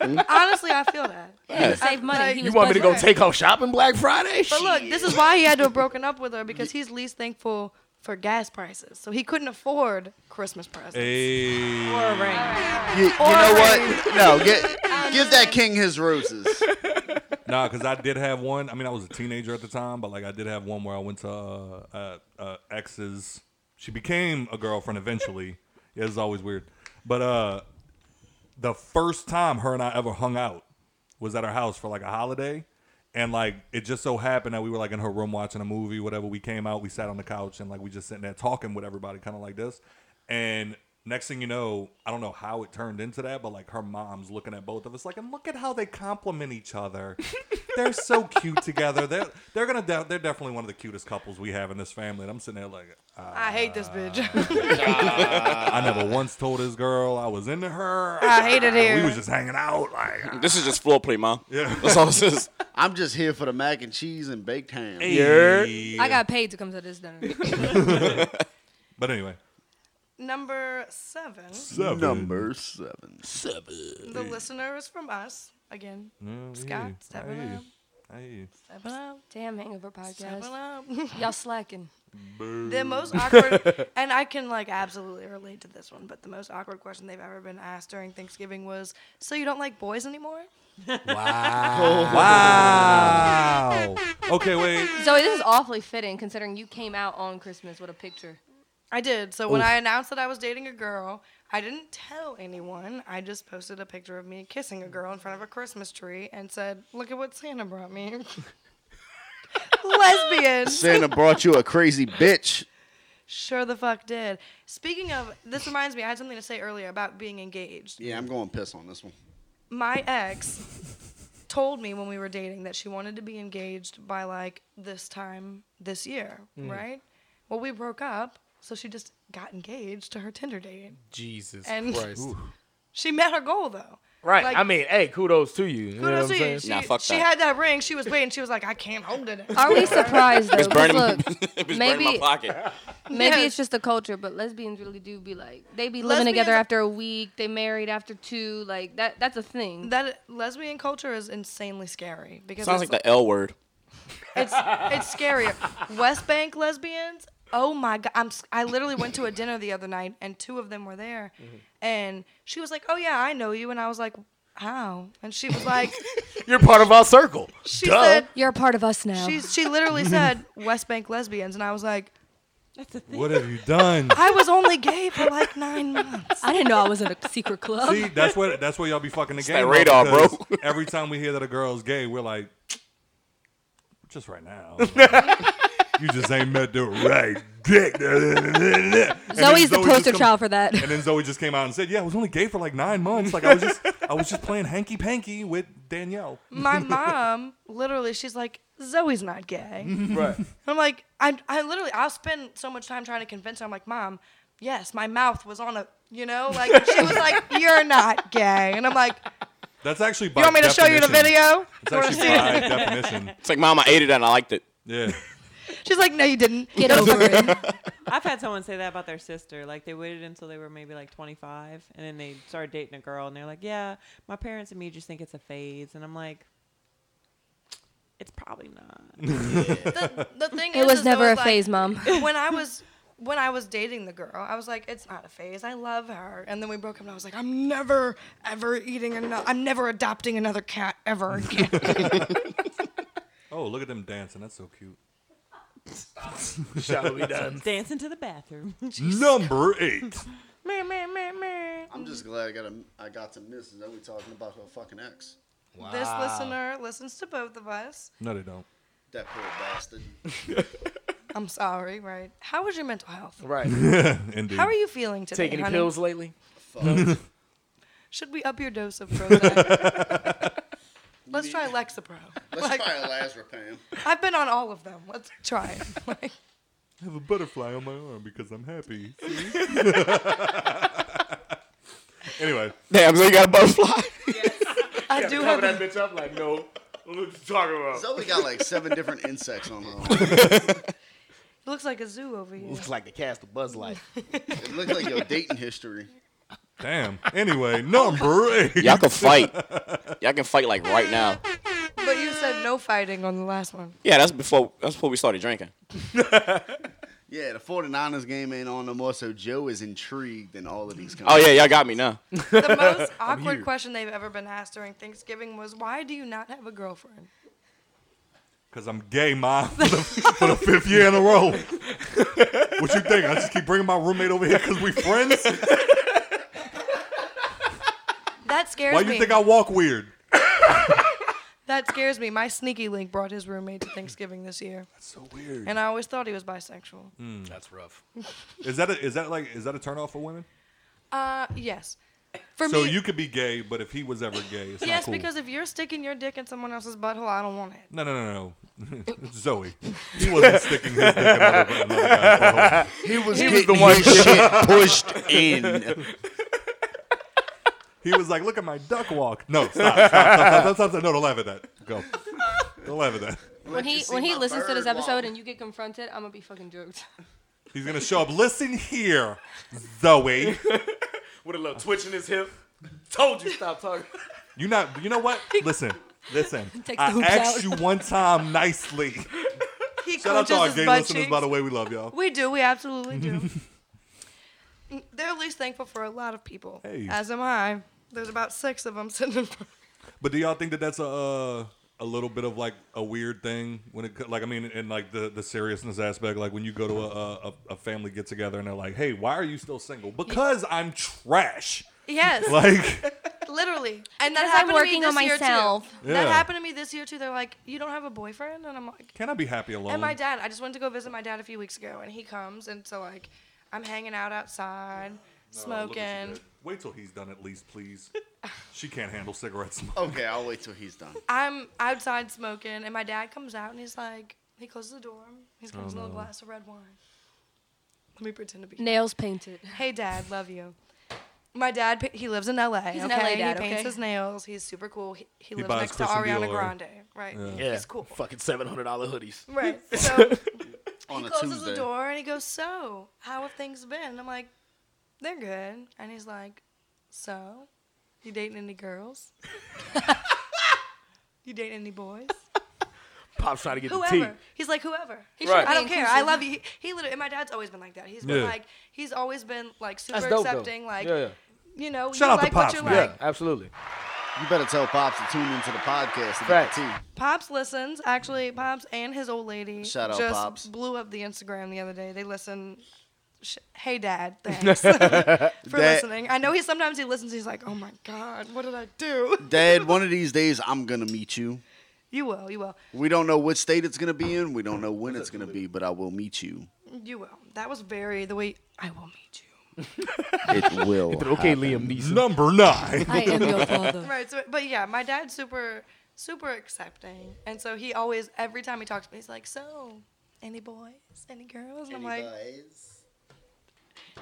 Speaker 3: Honestly, I feel that.
Speaker 2: Yeah.
Speaker 7: Save money. He
Speaker 3: You
Speaker 7: was
Speaker 6: You want me to go
Speaker 7: budgeting.
Speaker 6: take her shopping Black Friday?
Speaker 3: But look, this is why he had to have broken up with her because he's least thankful for gas prices, so he couldn't afford Christmas presents.
Speaker 1: Hey,
Speaker 5: Or a ring.
Speaker 4: You, you know what? No, get, give that king his roses.
Speaker 1: nah, because I did have one. I mean, I was a teenager at the time, but like I did have one where I went to uh, uh, uh, ex's. She became a girlfriend eventually. yeah, it's always weird. But uh, the first time her and I ever hung out was at her house for like a holiday. And like it just so happened that we were like in her room watching a movie, whatever. We came out, we sat on the couch, and like we just sitting there talking with everybody, kind of like this. And next thing you know, I don't know how it turned into that, but like her mom's looking at both of us, like, and look at how they compliment each other. they're so cute together. They're they're gonna de- they're definitely one of the cutest couples we have in this family. And I'm sitting there like,
Speaker 3: I hate this bitch.
Speaker 1: I never once told this girl I was into her.
Speaker 3: I hate it here.
Speaker 1: We was just hanging out, like
Speaker 2: This is just floor play, mom.
Speaker 1: Yeah.
Speaker 2: That's all this is.
Speaker 4: I'm just here for the mac and cheese and baked ham.
Speaker 1: yeah.
Speaker 7: I got paid to come to this dinner.
Speaker 1: But anyway,
Speaker 3: Number seven,
Speaker 1: seven.
Speaker 4: Number seven.
Speaker 3: the listener is from us again. Scott, step it up,
Speaker 1: Hey.
Speaker 3: step it up,
Speaker 7: Damn hangover
Speaker 3: step
Speaker 7: podcast.
Speaker 3: it up.
Speaker 7: Y'all slacking.
Speaker 3: the most awkward, and I can like absolutely relate to this one, but the most awkward question they've ever been asked during Thanksgiving was, "So you don't like boys anymore?"
Speaker 1: Wow. okay, wait.
Speaker 7: Zoe, this is awfully fitting considering you came out on Christmas with a picture.
Speaker 3: I did. So when I announced that I was dating a girl, I didn't tell anyone. I just posted a picture of me kissing a girl in front of a Christmas tree and said, "Look at what Santa brought me." Lesbian.
Speaker 4: Santa brought you a crazy bitch.
Speaker 3: Sure the fuck did. Speaking of, this reminds me, I had something to say earlier about being engaged.
Speaker 4: Yeah, I'm going piss on this one.
Speaker 3: My ex told me when we were dating that she wanted to be engaged by like this time this year,
Speaker 6: Mm.
Speaker 3: right? Well, we broke up, so she just got engaged to her Tinder date.
Speaker 6: Jesus
Speaker 3: And-
Speaker 6: Christ.
Speaker 3: She met her goal though.
Speaker 6: Right.
Speaker 3: Like-
Speaker 6: I mean, hey, kudos to you. you
Speaker 3: Kudos
Speaker 6: know what I'm
Speaker 3: to you.
Speaker 6: saying?
Speaker 3: She,
Speaker 2: Nah, fuck
Speaker 3: she
Speaker 2: that.
Speaker 3: had that ring. She was waiting. She was like, I can't hold it. Um,
Speaker 7: Are we surprised though?
Speaker 2: It's burning,
Speaker 7: 'Cause
Speaker 2: my-
Speaker 7: look,
Speaker 2: it's burning my
Speaker 7: maybe
Speaker 2: pocket.
Speaker 7: maybe
Speaker 3: Yes.
Speaker 7: it's just the culture, but lesbians really do be like they be living
Speaker 3: Lesbians-
Speaker 7: together after a week, they married after two, like that that's a thing.
Speaker 3: That lesbian culture is insanely scary because
Speaker 2: Sounds
Speaker 3: it's,
Speaker 2: like the L word.
Speaker 3: it's it's scary. West Bank lesbians. Oh my god! I'm s- I literally went to a dinner the other night and two of them were there, and she was like, "Oh yeah, I know you," and I was like, "How?" And she was like,
Speaker 6: You're part of our circle.
Speaker 3: "She
Speaker 6: Duh.
Speaker 3: said
Speaker 7: You're a part of us now.
Speaker 3: she she literally said West Bank lesbians," and I was like,
Speaker 5: That's a thing.
Speaker 1: What have you done?
Speaker 3: "I was only gay for like nine months."
Speaker 7: I didn't know I was in a secret club.
Speaker 1: See, that's what that's what y'all be fucking the game.
Speaker 2: that
Speaker 1: up,
Speaker 2: radar, bro.
Speaker 1: because every time we hear that a girl's gay, we're like, just right now. you just ain't met the right dick. And then
Speaker 7: Zoe's the
Speaker 1: Zoe just
Speaker 7: poster
Speaker 1: come-
Speaker 7: child for that.
Speaker 1: And then Zoe just came out and said, "Yeah, I was only gay for like nine months. Like I was just, I was just playing hanky panky with Danielle."
Speaker 3: my mom literally she's like zoe's not gay
Speaker 6: Right.
Speaker 3: i'm like I, I literally i'll spend so much time trying to convince her i'm like mom yes my mouth was on a you know like she was like you're not gay and i'm like
Speaker 1: That's actually. By
Speaker 3: you want me to show you the
Speaker 1: definition-
Speaker 3: video
Speaker 1: It's
Speaker 3: You wanna
Speaker 1: actually
Speaker 3: see it?
Speaker 1: by definition.
Speaker 2: It's like, mom, I ate it and I liked it.
Speaker 1: Yeah.
Speaker 3: she's like no you didn't
Speaker 7: Get over it.
Speaker 5: I've had someone say that about their sister. Like they waited until they were maybe like 25, and then they started dating a girl, and they're like, "Yeah, my parents and me just think it's a phase," and I'm like, "It's probably not."
Speaker 3: the, the thing is,
Speaker 7: It was
Speaker 3: is
Speaker 7: never
Speaker 3: though,
Speaker 7: a
Speaker 3: is like,
Speaker 7: phase, mom.
Speaker 3: when i was when I was dating the girl, I was like, it's not a phase. I love her. And then we broke up, and I was like, I'm never, ever eating another. I'm never adopting another cat ever again.
Speaker 1: Oh, look at them dancing. That's so cute.
Speaker 6: Shall we done?
Speaker 5: Dancing to the bathroom.
Speaker 1: Number eight.
Speaker 5: Meh, meh, meh, meh.
Speaker 4: I'm just glad I got a, I got to miss that we talking about her fucking ex.
Speaker 3: This listener listens to both of us.
Speaker 1: No, they don't.
Speaker 4: That poor bastard.
Speaker 3: I'm sorry, right? How was your mental health?
Speaker 6: Right.
Speaker 1: Indeed.
Speaker 3: How are you feeling today,
Speaker 6: Take any
Speaker 3: honey?
Speaker 6: pills lately?
Speaker 4: Fuck.
Speaker 3: Should we up your dose of Prozac? Let's try Lexapro.
Speaker 4: Let's try a Lazarapam.
Speaker 3: I've been on all of them. Let's try it. Like,
Speaker 1: I have a butterfly on my arm because I'm happy. anyway,
Speaker 2: Damn, so you got a butterfly.
Speaker 3: I do have. a-
Speaker 6: bitch up like, no. What you talking about?
Speaker 4: Zoe got like seven different insects on her.
Speaker 3: It looks like a zoo over here.
Speaker 6: Looks like the cast of Buzz Light.
Speaker 4: It looked like your dating history.
Speaker 1: damn. Anyway, number eight.
Speaker 2: Y'all can fight. Y'all can fight like right now.
Speaker 3: But you said no fighting on the last one.
Speaker 2: Yeah, that's before that's before we started drinking.
Speaker 4: Yeah, the 49ers game ain't on no more, so Joe is intrigued in all of these.
Speaker 2: Oh yeah, y'all got me now.
Speaker 3: The most awkward question they've ever been asked during Thanksgiving was, "Why do you not have a girlfriend?"
Speaker 1: Because I'm gay, ma, for the, for the fifth year in a row. What you think? I just keep bringing my roommate over here because we friends?
Speaker 3: That scares
Speaker 1: Why
Speaker 3: me.
Speaker 1: you think I walk weird?
Speaker 3: that scares me. My sneaky link brought his roommate to Thanksgiving this year,
Speaker 1: That's so weird.
Speaker 3: and I always thought he was bisexual.
Speaker 6: That's rough.
Speaker 1: Is that a, is that like is that a turnoff for women?
Speaker 3: Uh, yes. For
Speaker 1: So
Speaker 3: me,
Speaker 1: you could be gay, but if he was ever gay, it's
Speaker 3: yes,
Speaker 1: not cool.
Speaker 3: because if you're sticking your dick in someone else's butthole, I don't want it.
Speaker 1: no, no, no, no. It's Zoe. He wasn't sticking his dick in another, another guy's butthole.
Speaker 4: He was
Speaker 6: the one
Speaker 4: shit pushed in.
Speaker 1: He was like, "Look at my duck walk." No, stop, stop, stop, stop, stop, stop, stop. No, don't laugh at that. Go, don't laugh at that.
Speaker 7: When he when he listens to this episode and you get confronted, I'm gonna be fucking joked.
Speaker 1: He's gonna show up. Listen here, Zoe.
Speaker 6: With a little twitch in his hip. Told you stop talking.
Speaker 1: You not. You know what? Listen, listen.
Speaker 7: Takes the
Speaker 1: I
Speaker 7: hoops
Speaker 1: asked
Speaker 7: out.
Speaker 1: you one time nicely.
Speaker 3: He
Speaker 1: Shout out to our
Speaker 3: clenches
Speaker 1: gay
Speaker 3: his butt
Speaker 1: listeners,
Speaker 3: cheeks.
Speaker 1: by the way. We love y'all.
Speaker 3: We do. We absolutely do. Mm, They're at least thankful for a lot of people.
Speaker 1: Hey.
Speaker 3: As am I. There's about six of them sitting in front.
Speaker 1: But do y'all think that that's a uh, a little bit of like a weird thing when it co- like I mean in like the the seriousness aspect like when you go to a a, a family get together and they're like, "Hey, why are you still single?" Because I'm trash.
Speaker 3: Yes,
Speaker 1: Like.
Speaker 3: literally. And that
Speaker 7: Because I'm
Speaker 3: happened to
Speaker 7: working
Speaker 3: me this
Speaker 7: on
Speaker 3: year
Speaker 7: myself.
Speaker 3: too.
Speaker 1: Yeah.
Speaker 3: That happened to me this year too. They're like, "You don't have a boyfriend," and I'm like,
Speaker 1: Can I be happy alone?
Speaker 3: And my dad, I just went to go visit my dad a few weeks ago, and he comes, and so like, I'm hanging out outside,
Speaker 1: Oh,
Speaker 3: Oh, smoking.
Speaker 1: Wait till he's done at least, please. she can't handle cigarette smoke.
Speaker 4: Okay, I'll wait till he's done.
Speaker 3: I'm outside smoking, and my dad comes out, and he's like, he closes the door, he comes a little glass of red wine. Let me pretend to be.
Speaker 7: Nails painted.
Speaker 3: Hey, Dad, love you. My dad, pa- he lives in L.A.
Speaker 7: He's
Speaker 3: okay?
Speaker 7: an LA dad,
Speaker 3: he paints
Speaker 7: okay?
Speaker 3: his nails. He's super cool. He, he, lives
Speaker 1: buys
Speaker 3: next to
Speaker 1: Christian
Speaker 3: Ariana
Speaker 1: Dior.
Speaker 3: Grande, right?
Speaker 6: Yeah.
Speaker 3: He's cool.
Speaker 6: Fucking seven hundred dollar hoodies.
Speaker 3: Right. So
Speaker 4: On
Speaker 3: he
Speaker 4: a
Speaker 3: closes
Speaker 4: Tuesday.
Speaker 3: the door and he goes, "So, how have things been?" And I'm like, "They're good." And he's like, "So, you dating any girls? you dating any boys?
Speaker 6: Pop's trying to get the tea.
Speaker 3: Whoever." He's like, "Whoever."
Speaker 7: He
Speaker 6: Right.
Speaker 7: should
Speaker 3: I
Speaker 7: be
Speaker 3: don't care. I
Speaker 7: inclusive.
Speaker 3: love you. He, he literally. And my dad's always been like that. He's been
Speaker 1: Yeah.
Speaker 3: like, he's always been like super
Speaker 6: That's dope
Speaker 3: accepting.
Speaker 6: though.
Speaker 3: Like,
Speaker 6: yeah, yeah.
Speaker 3: you know,
Speaker 1: Shout
Speaker 3: you
Speaker 1: out to
Speaker 3: like
Speaker 1: Pops,
Speaker 3: what you
Speaker 1: man.
Speaker 3: like.
Speaker 6: yeah, absolutely.
Speaker 4: You better tell Pops to tune into the podcast to get
Speaker 6: Facts.
Speaker 4: the tea.
Speaker 3: Pops listens. Actually, Pops and his old lady
Speaker 4: Shout out,
Speaker 3: just
Speaker 4: Pops.
Speaker 3: blew up the Instagram the other day. They listen. Sh- hey, Dad. Thanks for listening. I know he sometimes he listens. He's like, oh my God, what did I do?
Speaker 4: Dad, one of these days I'm gonna meet you.
Speaker 3: You will. You will.
Speaker 4: We don't know what state it's gonna be in. We don't know when it's gonna be, but I will meet you.
Speaker 3: You will. That was very the way I will meet you.
Speaker 4: It will.
Speaker 6: But okay, Liam Neeson.
Speaker 1: Number nine.
Speaker 7: I am your father.
Speaker 3: Right. So, but yeah, my dad's super, super accepting, and so he always every time he talks to me, he's like, so. Any boys? Any girls? And I'm like,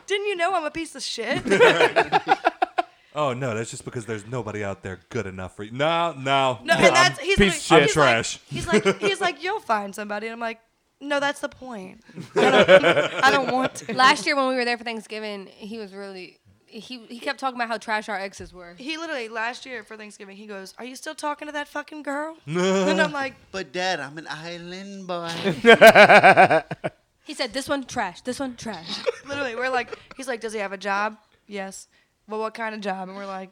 Speaker 3: didn't you know I'm a piece of shit?
Speaker 1: oh no, that's just because there's nobody out there good enough for you. No, no.
Speaker 3: No, and that's he's
Speaker 6: piece
Speaker 3: like,
Speaker 6: of shit.
Speaker 3: he's
Speaker 1: Trash.
Speaker 3: Like, he's like he's like you'll find somebody, and I'm like, no, that's the point. I don't, I don't want to.
Speaker 7: Last year when we were there for Thanksgiving, he was really he he kept talking about how trash our exes were.
Speaker 3: He literally last year for Thanksgiving, he goes, "Are you still talking to that fucking girl?" and I'm like,
Speaker 4: But Dad, I'm an island boy.
Speaker 7: He said, "This one trash. This one trash."
Speaker 3: Literally, we're like, he's like, does he have a job? Yes. Well, what kind of job? And we're like,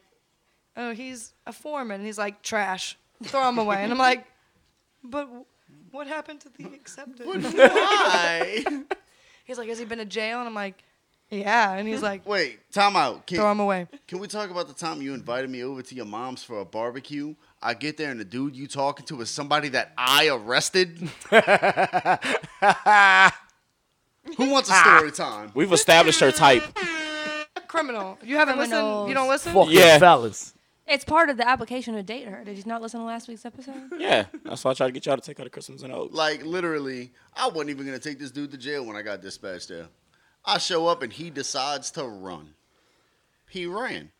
Speaker 3: oh, he's a foreman. And he's like, trash. Throw him away. And I'm like, but w- what happened to the acceptance?
Speaker 4: Why?
Speaker 3: He's like, has he been to jail? And I'm like, yeah. And he's like,
Speaker 4: Wait, time out. Can,
Speaker 3: throw him away.
Speaker 4: can we talk about the time you invited me over to your mom's for a barbecue? I get there and the dude you talking to is somebody that I arrested. Who wants a story time?
Speaker 2: We've established her type.
Speaker 3: Criminal. You haven't listened. You don't listen.
Speaker 6: Fucking
Speaker 2: Yeah.
Speaker 6: fellas.
Speaker 7: it's part of the application to date her. Did you not listen to last week's episode?
Speaker 2: Yeah, that's why I tried to get y'all to take her to Christmas and Oaks.
Speaker 4: Like literally, I wasn't even gonna take this dude to jail when I got dispatched there. I show up and he decides to run. He ran.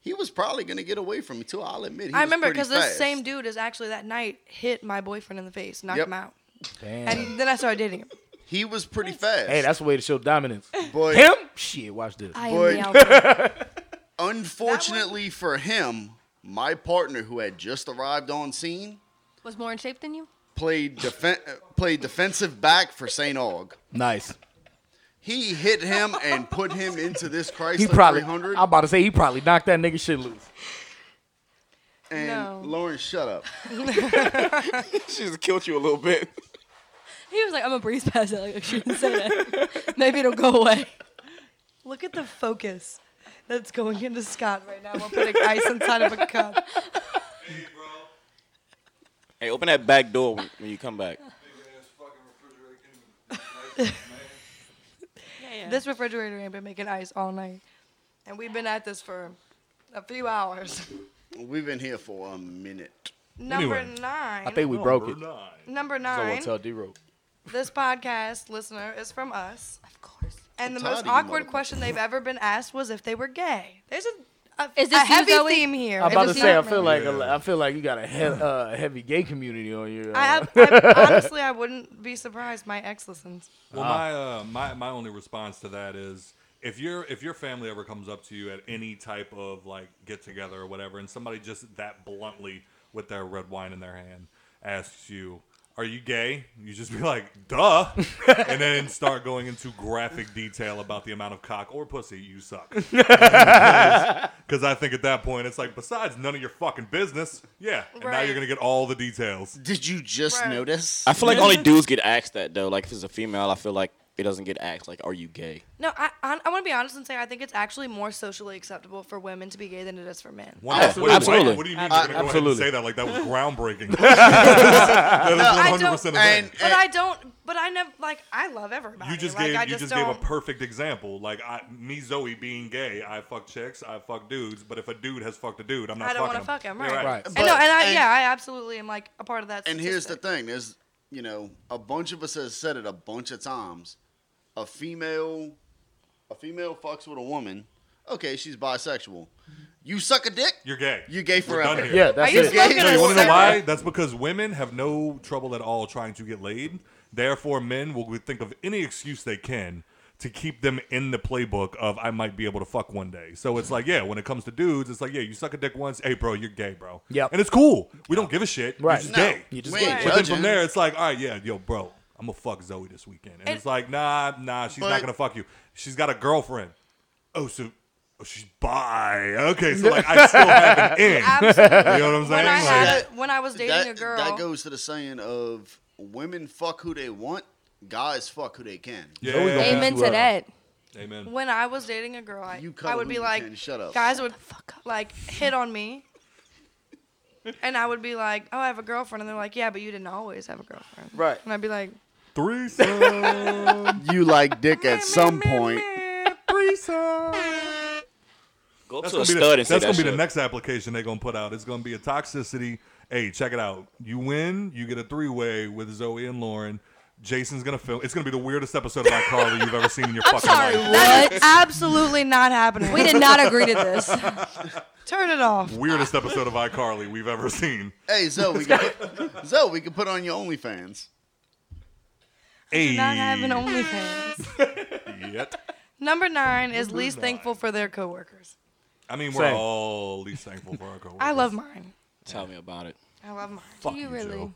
Speaker 4: He was probably gonna get away from me too. I'll admit. He
Speaker 3: I
Speaker 4: was
Speaker 3: remember
Speaker 4: pretty
Speaker 3: because this
Speaker 4: fast.
Speaker 3: same dude is actually that night hit my boyfriend in the face, knocked
Speaker 4: Yep.
Speaker 3: him out,
Speaker 6: Damn.
Speaker 3: and then I started dating him.
Speaker 4: He was pretty fast.
Speaker 6: Hey, that's a way to show dominance.
Speaker 4: but
Speaker 6: Him? Shit, watch this.
Speaker 7: I
Speaker 4: Boy.
Speaker 7: am the alpha.
Speaker 4: Unfortunately for him, my partner who had just arrived on scene
Speaker 7: Was more in shape than you.
Speaker 4: played defen- uh, played defensive back for St. Aug.
Speaker 6: Nice.
Speaker 4: He hit him and put him into this Chrysler
Speaker 6: He probably.
Speaker 4: 300.
Speaker 6: I'm about to say he probably knocked that nigga shit loose.
Speaker 4: and
Speaker 3: No.
Speaker 4: Lauren, shut up.
Speaker 2: She just killed you a little bit.
Speaker 7: He was like, "I'm gonna breeze past that. Like, I shouldn't say that. Maybe it'll go away."
Speaker 3: Look at the focus that's going into Scott right now. We're putting ice inside of a cup.
Speaker 2: Hey, open that back door when, when you come back.
Speaker 5: Yeah, yeah.
Speaker 3: This refrigerator ain't been making ice all night, and we've been at this for a few hours.
Speaker 4: We've been here for a minute.
Speaker 3: Number
Speaker 1: Anyway.
Speaker 3: nine.
Speaker 6: I think we broke it.
Speaker 3: number
Speaker 6: So
Speaker 3: nine.
Speaker 6: we'll tell D-Rope.
Speaker 3: This podcast listener is from us,
Speaker 7: Of course.
Speaker 3: and the
Speaker 4: tired
Speaker 3: most
Speaker 4: of you
Speaker 3: awkward
Speaker 4: motherfuckers.
Speaker 3: question they've ever been asked was if they were gay. There's a, a,
Speaker 7: Is
Speaker 3: a
Speaker 7: this you,
Speaker 3: heavy
Speaker 7: Zoe?
Speaker 3: theme here.
Speaker 6: I'm about to
Speaker 3: It's
Speaker 6: say, I
Speaker 3: not
Speaker 6: feel
Speaker 3: me.
Speaker 6: like I feel like you got a he- uh, heavy gay community on uh, you.
Speaker 3: I, I, honestly, I wouldn't be surprised. My ex listens.
Speaker 1: Well, my, uh, my my only response to that is if your if your family ever comes up to you at any type of like get together or whatever, and somebody just that bluntly with their red wine in their hand asks you, "Are you gay?" You just be like, "Duh," and then start going into graphic detail about the amount of cock or pussy you suck. Because I think at that point it's like, besides none of your fucking business. Yeah, and now
Speaker 3: Right.
Speaker 1: you're gonna get all the details.
Speaker 4: Did you just
Speaker 3: Right.
Speaker 4: notice?
Speaker 2: I feel like only dudes get asked that though. Like if it's a female, I feel like it doesn't get asked. Like, are you gay?
Speaker 3: No, I I, I want to be honest and say I think it's actually more socially acceptable for women to be gay than it is for men.
Speaker 1: Wow,
Speaker 2: Absolutely.
Speaker 1: wait,
Speaker 2: Absolutely.
Speaker 1: What, do you mean you're going to go ahead and
Speaker 6: Absolutely.
Speaker 1: say that like that was groundbreaking? that
Speaker 3: I
Speaker 1: is 100% a
Speaker 3: don't,
Speaker 1: thing.
Speaker 4: And-
Speaker 3: but I don't. But I never like I love everybody.
Speaker 1: you just
Speaker 3: like,
Speaker 1: gave
Speaker 3: I
Speaker 1: you
Speaker 3: just,
Speaker 1: just
Speaker 3: don't,
Speaker 1: gave a perfect example. Like I, me, Zoe being gay, I fuck chicks, I fuck dudes. But if a dude has fucked a dude, I'm not.
Speaker 3: I don't
Speaker 1: want
Speaker 3: wanna
Speaker 1: to
Speaker 3: fuck him, right.
Speaker 6: Right.
Speaker 3: And no,
Speaker 4: But-
Speaker 3: and I
Speaker 4: and-
Speaker 3: yeah, I absolutely am like a part of that.
Speaker 4: And here's the
Speaker 3: statistic.
Speaker 4: thing: there's, you know, a bunch of us has said it a bunch of times. A female, a female fucks with a woman. Okay, she's bisexual. You suck a dick.
Speaker 1: You're gay.
Speaker 4: You're gay
Speaker 1: We're done
Speaker 4: forever.
Speaker 1: here.
Speaker 6: yeah, that's
Speaker 3: Are you
Speaker 6: it.
Speaker 3: smoking
Speaker 1: No,
Speaker 3: a
Speaker 1: you want to know
Speaker 3: cigarette?
Speaker 1: why? That's because women have no trouble at all trying to get laid. Therefore, men will think of any excuse they can to keep them in the playbook of I might be able to fuck one day. So it's like, yeah, when it comes to dudes, it's like, yeah, you suck a dick once, hey bro, you're gay, bro.
Speaker 6: Yep.
Speaker 1: And it's cool. We don't give a shit.
Speaker 6: Right.
Speaker 1: You're just
Speaker 4: No,
Speaker 1: gay.
Speaker 6: You just
Speaker 4: we
Speaker 6: gay.
Speaker 4: ain't
Speaker 1: But then
Speaker 4: judging.
Speaker 1: from there, it's like, all right, yeah, yo, bro, I'm gonna fuck Zoe this weekend, and,
Speaker 3: And-
Speaker 1: it's like, nah, nah, she's not
Speaker 4: But-
Speaker 1: gonna fuck you. She's got a girlfriend. Oh, so oh, she's bi. Okay, so like, I still have an in. You know what I'm saying?
Speaker 3: When I
Speaker 1: Like-
Speaker 3: had a, when I was dating
Speaker 4: that,
Speaker 3: a girl,
Speaker 4: That goes to the saying of women fuck who they want, guys fuck who they can.
Speaker 1: yeah.
Speaker 6: Zoe gonna
Speaker 7: Amen
Speaker 6: Yeah.
Speaker 7: to that.
Speaker 1: Amen.
Speaker 3: when I was dating a girl, I,
Speaker 4: You cut
Speaker 3: I
Speaker 4: a
Speaker 3: would be
Speaker 4: loop
Speaker 3: like,
Speaker 4: and shut up.
Speaker 3: guys would like hit on me. And I would be like, oh, I have a girlfriend. And they're like, yeah, but you didn't always have a girlfriend.
Speaker 6: Right.
Speaker 3: And I'd be like,
Speaker 1: Threesome.
Speaker 4: You like dick at some point.
Speaker 1: Threesome.
Speaker 2: Go up
Speaker 1: That's
Speaker 2: to
Speaker 1: gonna be, the,
Speaker 2: a stud and say
Speaker 1: that's
Speaker 2: that
Speaker 1: gonna be the
Speaker 2: shit.
Speaker 1: next application they're gonna put out. It's gonna be a toxicity. Hey, check it out. You win, you get a three way with Zoe and Lauren. Jason's gonna film. It's gonna be the weirdest episode of iCarly you've ever seen in your fucking
Speaker 7: sorry,
Speaker 1: life.
Speaker 7: What?
Speaker 3: that is absolutely not happening.
Speaker 7: We did not agree to this.
Speaker 3: Turn it off.
Speaker 1: Weirdest episode of iCarly we've ever seen.
Speaker 4: Hey Zoe, we can put, Zoe, we can put on your OnlyFans.
Speaker 1: Hey,
Speaker 3: Not having OnlyFans.
Speaker 1: yet.
Speaker 3: Number nine is least thankful for their coworkers.
Speaker 1: I mean, we're
Speaker 6: Same.
Speaker 1: all least thankful for our coworkers.
Speaker 3: I love mine.
Speaker 2: Tell me about it.
Speaker 3: I love mine.
Speaker 7: do you
Speaker 1: you,
Speaker 7: really?
Speaker 1: Joe.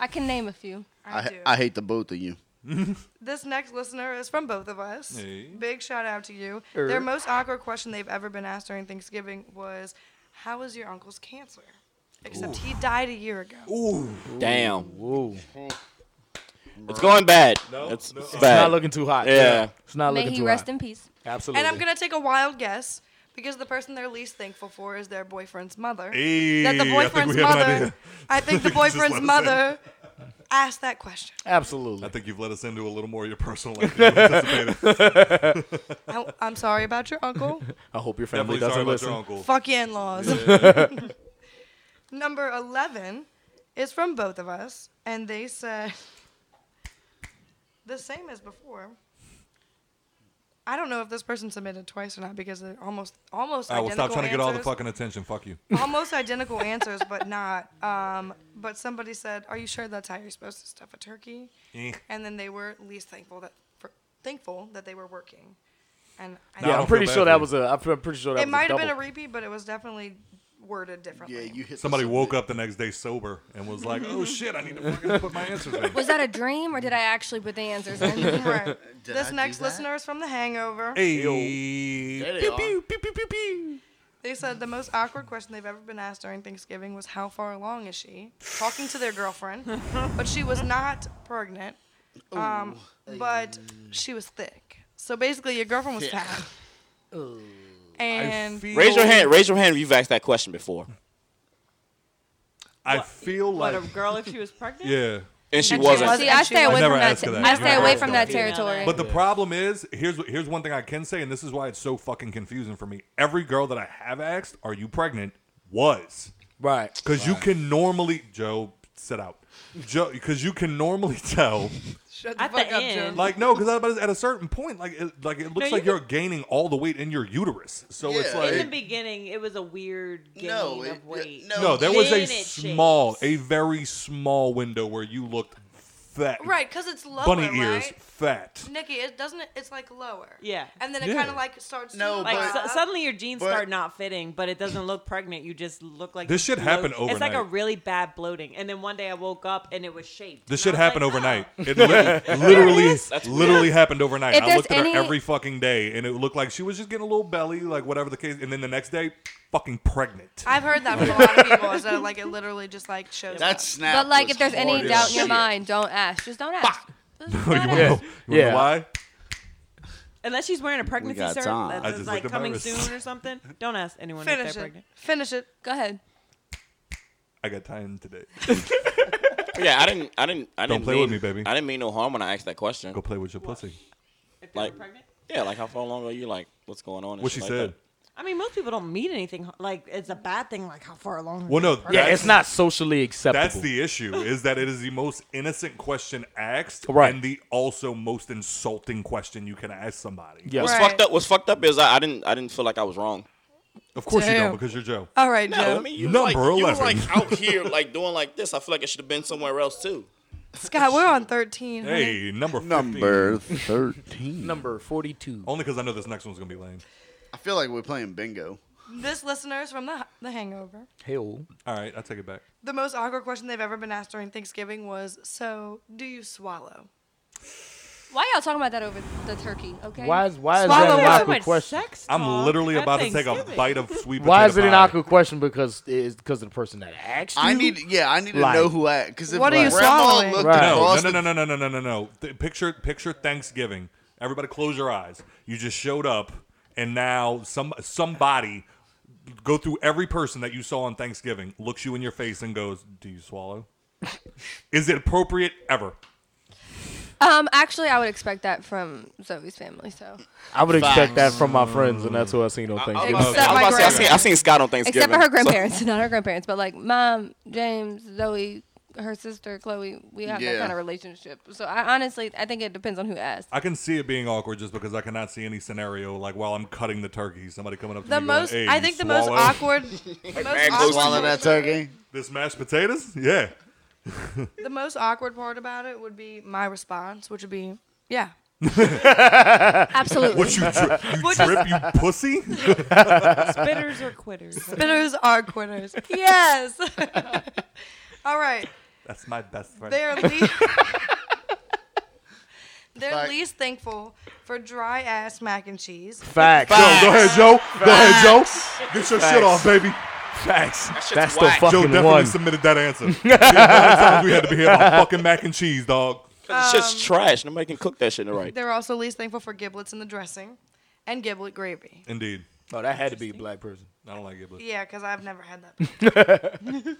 Speaker 7: I can name a few.
Speaker 3: I,
Speaker 4: I,
Speaker 3: do.
Speaker 4: I hate the both of you.
Speaker 3: this next listener is from both of us.
Speaker 1: Hey.
Speaker 3: Big shout out to you.
Speaker 6: Er.
Speaker 3: Their most awkward question they've ever been asked during Thanksgiving was, "How was your uncle's cancer?" Except he died a year ago.
Speaker 2: Damn.
Speaker 6: Whoa.
Speaker 2: It's going bad.
Speaker 1: No,
Speaker 2: it's,
Speaker 1: no.
Speaker 2: it's
Speaker 1: It's
Speaker 6: It's
Speaker 2: bad.
Speaker 6: not looking too hot.
Speaker 2: Yeah.
Speaker 6: It's not
Speaker 7: May
Speaker 6: looking
Speaker 7: he
Speaker 6: too
Speaker 7: rest
Speaker 6: hot.
Speaker 7: in peace.
Speaker 6: Absolutely.
Speaker 3: And I'm gonna take a wild guess because the person they're least thankful for is their boyfriend's mother.
Speaker 1: Hey,
Speaker 3: that
Speaker 1: I
Speaker 3: the
Speaker 1: think
Speaker 3: boyfriend's
Speaker 1: we have an
Speaker 3: mother.
Speaker 1: idea.
Speaker 3: I think the
Speaker 1: You just let
Speaker 3: boyfriend's
Speaker 1: us in.
Speaker 3: mother asked that question.
Speaker 6: Absolutely.
Speaker 1: I think you've let us into a little more of your personal life than we anticipated.
Speaker 3: I, I'm sorry about your uncle.
Speaker 6: I hope your family
Speaker 1: Definitely sorry
Speaker 6: doesn't
Speaker 1: about your
Speaker 6: listen.
Speaker 1: uncle.
Speaker 3: Fuck your in-laws. Number eleven is from both of us, and they said the same as before. I don't know if this person submitted twice or not because they're almost almost
Speaker 1: I will
Speaker 3: identical
Speaker 1: stop trying to get all the
Speaker 3: answers.
Speaker 1: fucking attention. Fuck you.
Speaker 3: almost identical answers, but not. Um, but somebody said, "Are you sure that's how you're supposed to stuff a turkey?"
Speaker 1: Eh.
Speaker 3: And then they were least thankful that for, thankful that they were working. And I
Speaker 1: No,
Speaker 6: Yeah,
Speaker 1: I
Speaker 6: I'm
Speaker 1: don't
Speaker 6: pretty
Speaker 1: feel
Speaker 6: sure
Speaker 1: bad
Speaker 6: that
Speaker 1: for
Speaker 6: was a. I'm pre- pretty sure that
Speaker 3: it
Speaker 6: was a
Speaker 3: might have been a
Speaker 6: double.
Speaker 3: repeat, but it was definitely worded
Speaker 4: Yeah,
Speaker 3: differently.
Speaker 4: you hit
Speaker 1: Somebody woke up the next day sober and was like, "Oh shit, I need to fucking put my answers in."
Speaker 7: Was that a dream or did I actually put the answers in?
Speaker 3: Right.
Speaker 4: Did I
Speaker 3: this
Speaker 4: do
Speaker 3: next
Speaker 4: that?
Speaker 3: listener is from The Hangover.
Speaker 1: Hey,
Speaker 4: There they are.
Speaker 3: They said the most awkward question they've ever been asked during Thanksgiving was, "How far along is she?" Talking to their girlfriend, but she was not pregnant. Um, but she was thick. So basically, your girlfriend was fat. And
Speaker 2: Raise your hand. Raise your hand if you've asked that question before.
Speaker 1: I feel
Speaker 5: What
Speaker 1: like,
Speaker 5: a girl if she was pregnant?
Speaker 1: yeah.
Speaker 2: And she
Speaker 3: And she
Speaker 2: wasn't.
Speaker 3: wasn't.
Speaker 7: See, I stay away
Speaker 1: I never
Speaker 7: from that.
Speaker 1: ask her that.
Speaker 7: I stay away
Speaker 5: Yeah.
Speaker 7: from that
Speaker 5: Yeah.
Speaker 7: territory.
Speaker 1: But
Speaker 5: But
Speaker 1: the problem is, here's here's one thing I can say, and this is why it's so fucking confusing for me. Every girl that I have asked, "Are you pregnant?" was
Speaker 6: Right.
Speaker 1: because you can normally Joe sit out. Joe, because you can normally tell,
Speaker 3: shut the
Speaker 5: At the
Speaker 3: fuck up,
Speaker 5: end.
Speaker 3: Joe.
Speaker 1: like no, because at a certain point, like it, like it looks
Speaker 5: you
Speaker 1: like
Speaker 5: can-
Speaker 1: you're gaining all the weight in your uterus. So it's
Speaker 4: Yeah.
Speaker 1: like
Speaker 5: In the beginning, it was a weird gain
Speaker 4: No, it-
Speaker 5: of weight.
Speaker 4: no.
Speaker 1: No, there was a
Speaker 5: Then it
Speaker 1: small,
Speaker 5: shakes.
Speaker 1: a very small window where you looked fat.
Speaker 3: Right, because it's lower,
Speaker 1: Bunny ears,
Speaker 3: right?
Speaker 1: fat.
Speaker 3: Nikki, it doesn't. it- It's like lower.
Speaker 5: Yeah.
Speaker 3: And then it
Speaker 1: Yeah.
Speaker 3: kind of like starts.
Speaker 4: No,
Speaker 3: to
Speaker 5: Like
Speaker 4: But-
Speaker 5: su- suddenly your jeans
Speaker 4: but-
Speaker 5: start not fitting, but it doesn't look pregnant. You just look like
Speaker 1: This
Speaker 5: you
Speaker 1: shit happened
Speaker 5: bloat. It's like a
Speaker 1: overnight.
Speaker 5: really bad bloating, and then one day I woke up and it was shaped.
Speaker 1: This
Speaker 5: And
Speaker 1: shit
Speaker 5: I was
Speaker 1: happened
Speaker 5: like,
Speaker 1: overnight.
Speaker 5: "Oh."
Speaker 1: It literally, literally,
Speaker 2: That's
Speaker 1: literally happened overnight.
Speaker 7: If
Speaker 1: I
Speaker 7: there's
Speaker 1: looked at
Speaker 7: any-
Speaker 1: her every fucking day, and it looked like she was just getting a little belly, like whatever the case. And then the next day, fucking pregnant.
Speaker 3: I've heard that from a lot of people. Is that like it literally just like shows. up.
Speaker 4: That snap.
Speaker 7: But like,
Speaker 4: was
Speaker 7: if there's
Speaker 4: hard
Speaker 7: any
Speaker 4: as
Speaker 7: doubt in your
Speaker 4: shit.
Speaker 7: mind, don't ask. Just don't ask. Just
Speaker 1: you
Speaker 7: don't
Speaker 1: wanna
Speaker 7: ask.
Speaker 1: know, you wanna
Speaker 6: Yeah.
Speaker 1: know why?
Speaker 5: Unless she's wearing a pregnancy
Speaker 4: got
Speaker 5: cert
Speaker 4: time.
Speaker 1: I
Speaker 5: that's
Speaker 1: just
Speaker 5: like
Speaker 1: looked at my
Speaker 5: coming
Speaker 1: wrist.
Speaker 5: soon or something, don't ask anyone if
Speaker 3: Finish it.
Speaker 5: they're pregnant.
Speaker 3: Finish it.
Speaker 7: Go ahead.
Speaker 1: I got time today.
Speaker 2: Yeah, I didn't. I didn't. I
Speaker 1: Don't
Speaker 2: didn't
Speaker 1: play
Speaker 2: mean,
Speaker 1: with me, baby.
Speaker 2: I didn't mean no harm when I asked that question.
Speaker 1: Go play with your pussy.
Speaker 5: If they're
Speaker 2: Like-
Speaker 5: pregnant.
Speaker 2: Yeah, like how far along are you? Like, what's going on? and
Speaker 1: What
Speaker 2: shit
Speaker 1: she
Speaker 2: like
Speaker 1: said.
Speaker 5: I mean, most people don't mean anything. Like it's a bad thing. Like how far along?
Speaker 1: Well, no,
Speaker 6: Yeah,
Speaker 1: that's-
Speaker 6: it's not socially acceptable.
Speaker 1: That's the issue is that it is the most innocent question asked
Speaker 6: Right.
Speaker 1: and the also most insulting question you can ask somebody.
Speaker 2: That.
Speaker 6: Yeah.
Speaker 2: What's
Speaker 3: Right.
Speaker 2: fucked up? What's fucked up is I, I didn't. I didn't feel like I was wrong.
Speaker 1: Of course you
Speaker 3: Damn. Uh,
Speaker 1: don't because you're Joe.
Speaker 3: All right,
Speaker 2: No,
Speaker 3: Joe.
Speaker 2: I mean you
Speaker 1: Number
Speaker 2: like you was
Speaker 1: 11.
Speaker 2: like out here like doing like this. I feel like it should have been somewhere else too.
Speaker 7: Oh
Speaker 3: Scott, we're on 13. honey.
Speaker 1: Hey, number 15.
Speaker 4: Number thirteen.
Speaker 6: number 42.
Speaker 1: Only because I know this next one's going to be lame.
Speaker 4: I feel like we're playing bingo.
Speaker 3: This listener is from the, the Hangover.
Speaker 6: Hell.
Speaker 1: All right, I take it back.
Speaker 3: The most awkward question they've ever been asked during Thanksgiving was, "So, do you swallow?"
Speaker 7: Why y'all talking about that over the turkey? Okay.
Speaker 6: Why is why is
Speaker 3: Swallow
Speaker 6: that an
Speaker 3: it.
Speaker 6: awkward question?
Speaker 5: Sex
Speaker 1: I'm
Speaker 5: talk
Speaker 1: literally
Speaker 5: at
Speaker 1: about to take a
Speaker 5: Thanksgiving.
Speaker 1: bite of sweet potato
Speaker 6: Why is it an
Speaker 1: pie.
Speaker 6: awkward question? Because it's because of the person that asked you.
Speaker 4: I need, yeah, I need to
Speaker 6: Like-
Speaker 4: know who I. Because if
Speaker 3: What are you
Speaker 4: grandma
Speaker 3: swallowing?
Speaker 4: looked
Speaker 6: Right.
Speaker 1: No,
Speaker 4: across
Speaker 1: no,
Speaker 4: the-
Speaker 1: no, no, no, no, no, no, no. Th- Picture, picture Thanksgiving. Everybody, close your eyes. You just showed up, and now some somebody go through every person that you saw on Thanksgiving, looks you in your face, and goes, "Do you swallow?" Is it appropriate ever?
Speaker 7: Um, actually, I would expect that from Zoe's family. So,
Speaker 6: I would expect
Speaker 4: Facts.
Speaker 6: that from my friends, and that's who I seen on
Speaker 2: I
Speaker 6: Thanksgiving.
Speaker 2: was
Speaker 7: Except
Speaker 2: about to
Speaker 7: my
Speaker 2: say, I
Speaker 7: grandma.
Speaker 2: seen, I seen Scott on Thanksgiving.
Speaker 7: except for her
Speaker 2: so-
Speaker 7: grandparents, not her grandparents, but like mom, James, Zoe, her sister Chloe. We have that
Speaker 4: Yeah.
Speaker 7: kind of relationship. So, I honestly, I think it depends on who asked.
Speaker 1: I can see it being awkward just because I cannot see any scenario like while I'm cutting the turkey, somebody coming up to
Speaker 3: The
Speaker 1: me
Speaker 3: most,
Speaker 1: going, hey,
Speaker 3: I
Speaker 1: you
Speaker 3: think, the most
Speaker 1: swallow
Speaker 3: awkward, the most
Speaker 2: man, go
Speaker 4: Swallow
Speaker 3: awkward,
Speaker 4: that turkey.
Speaker 1: this mashed potatoes, yeah.
Speaker 3: the most awkward part about it would be my response, which would be, "Yeah."
Speaker 7: Absolutely.
Speaker 1: What you dri- you
Speaker 3: What is-
Speaker 1: drip, you pussy?
Speaker 5: Spitters or quitters.
Speaker 3: Spitters are quitters. yes. All right.
Speaker 1: That's my best friend.
Speaker 3: They are least. They're
Speaker 4: Fact.
Speaker 3: least thankful for dry ass mac and cheese.
Speaker 6: Facts.
Speaker 1: Yo, go ahead, Joe. Go ahead, Joe. Get your shit off, baby.
Speaker 6: Facts.
Speaker 2: shit's
Speaker 6: That's the
Speaker 2: whack. Joe
Speaker 1: Joe
Speaker 6: fucking
Speaker 1: definitely
Speaker 6: one.
Speaker 1: submitted that answer. The amount of times we had to be here about fucking mac and cheese, dog.
Speaker 2: It's
Speaker 7: Um,
Speaker 2: just trash. Nobody can cook that shit right.
Speaker 3: They're also least thankful for giblets in the dressing and giblet gravy.
Speaker 1: Indeed.
Speaker 6: oh, that had to be a black person.
Speaker 1: I don't like giblets.
Speaker 3: Yeah, because I've never had that. before.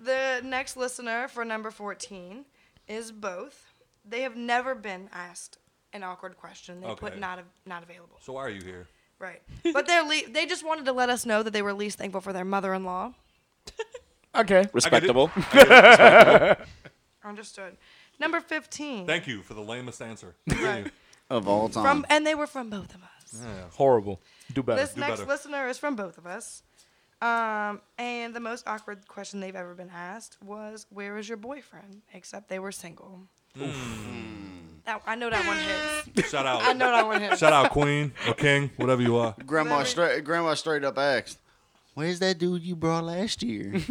Speaker 3: the next listener for number 14 is both. They have never been asked an awkward question. They
Speaker 1: Okay.
Speaker 3: put not av- not available.
Speaker 1: So why are you here?
Speaker 3: Right. But they're le- they just wanted to let us know that they were least thankful for their mother-in-law.
Speaker 6: Okay.
Speaker 2: Respectable.
Speaker 3: Understood. Number 15.
Speaker 1: Thank you for the lamest answer.
Speaker 3: Right.
Speaker 4: of all time.
Speaker 3: From and they were from both of us.
Speaker 6: Horrible. Do better.
Speaker 3: This next
Speaker 1: better.
Speaker 3: listener is from both of us. Um, and the most awkward question they've ever been asked was, "Where is your boyfriend?" Except they were single.
Speaker 4: Hmm.
Speaker 3: That, I know that one hits.
Speaker 1: Shout
Speaker 3: I
Speaker 1: out.
Speaker 3: know that one hits.
Speaker 1: Shout out Queen or King, whatever you are.
Speaker 4: grandma,
Speaker 3: Remember-
Speaker 4: straight, grandma straight up asked, Where's that dude you brought last year?
Speaker 3: He's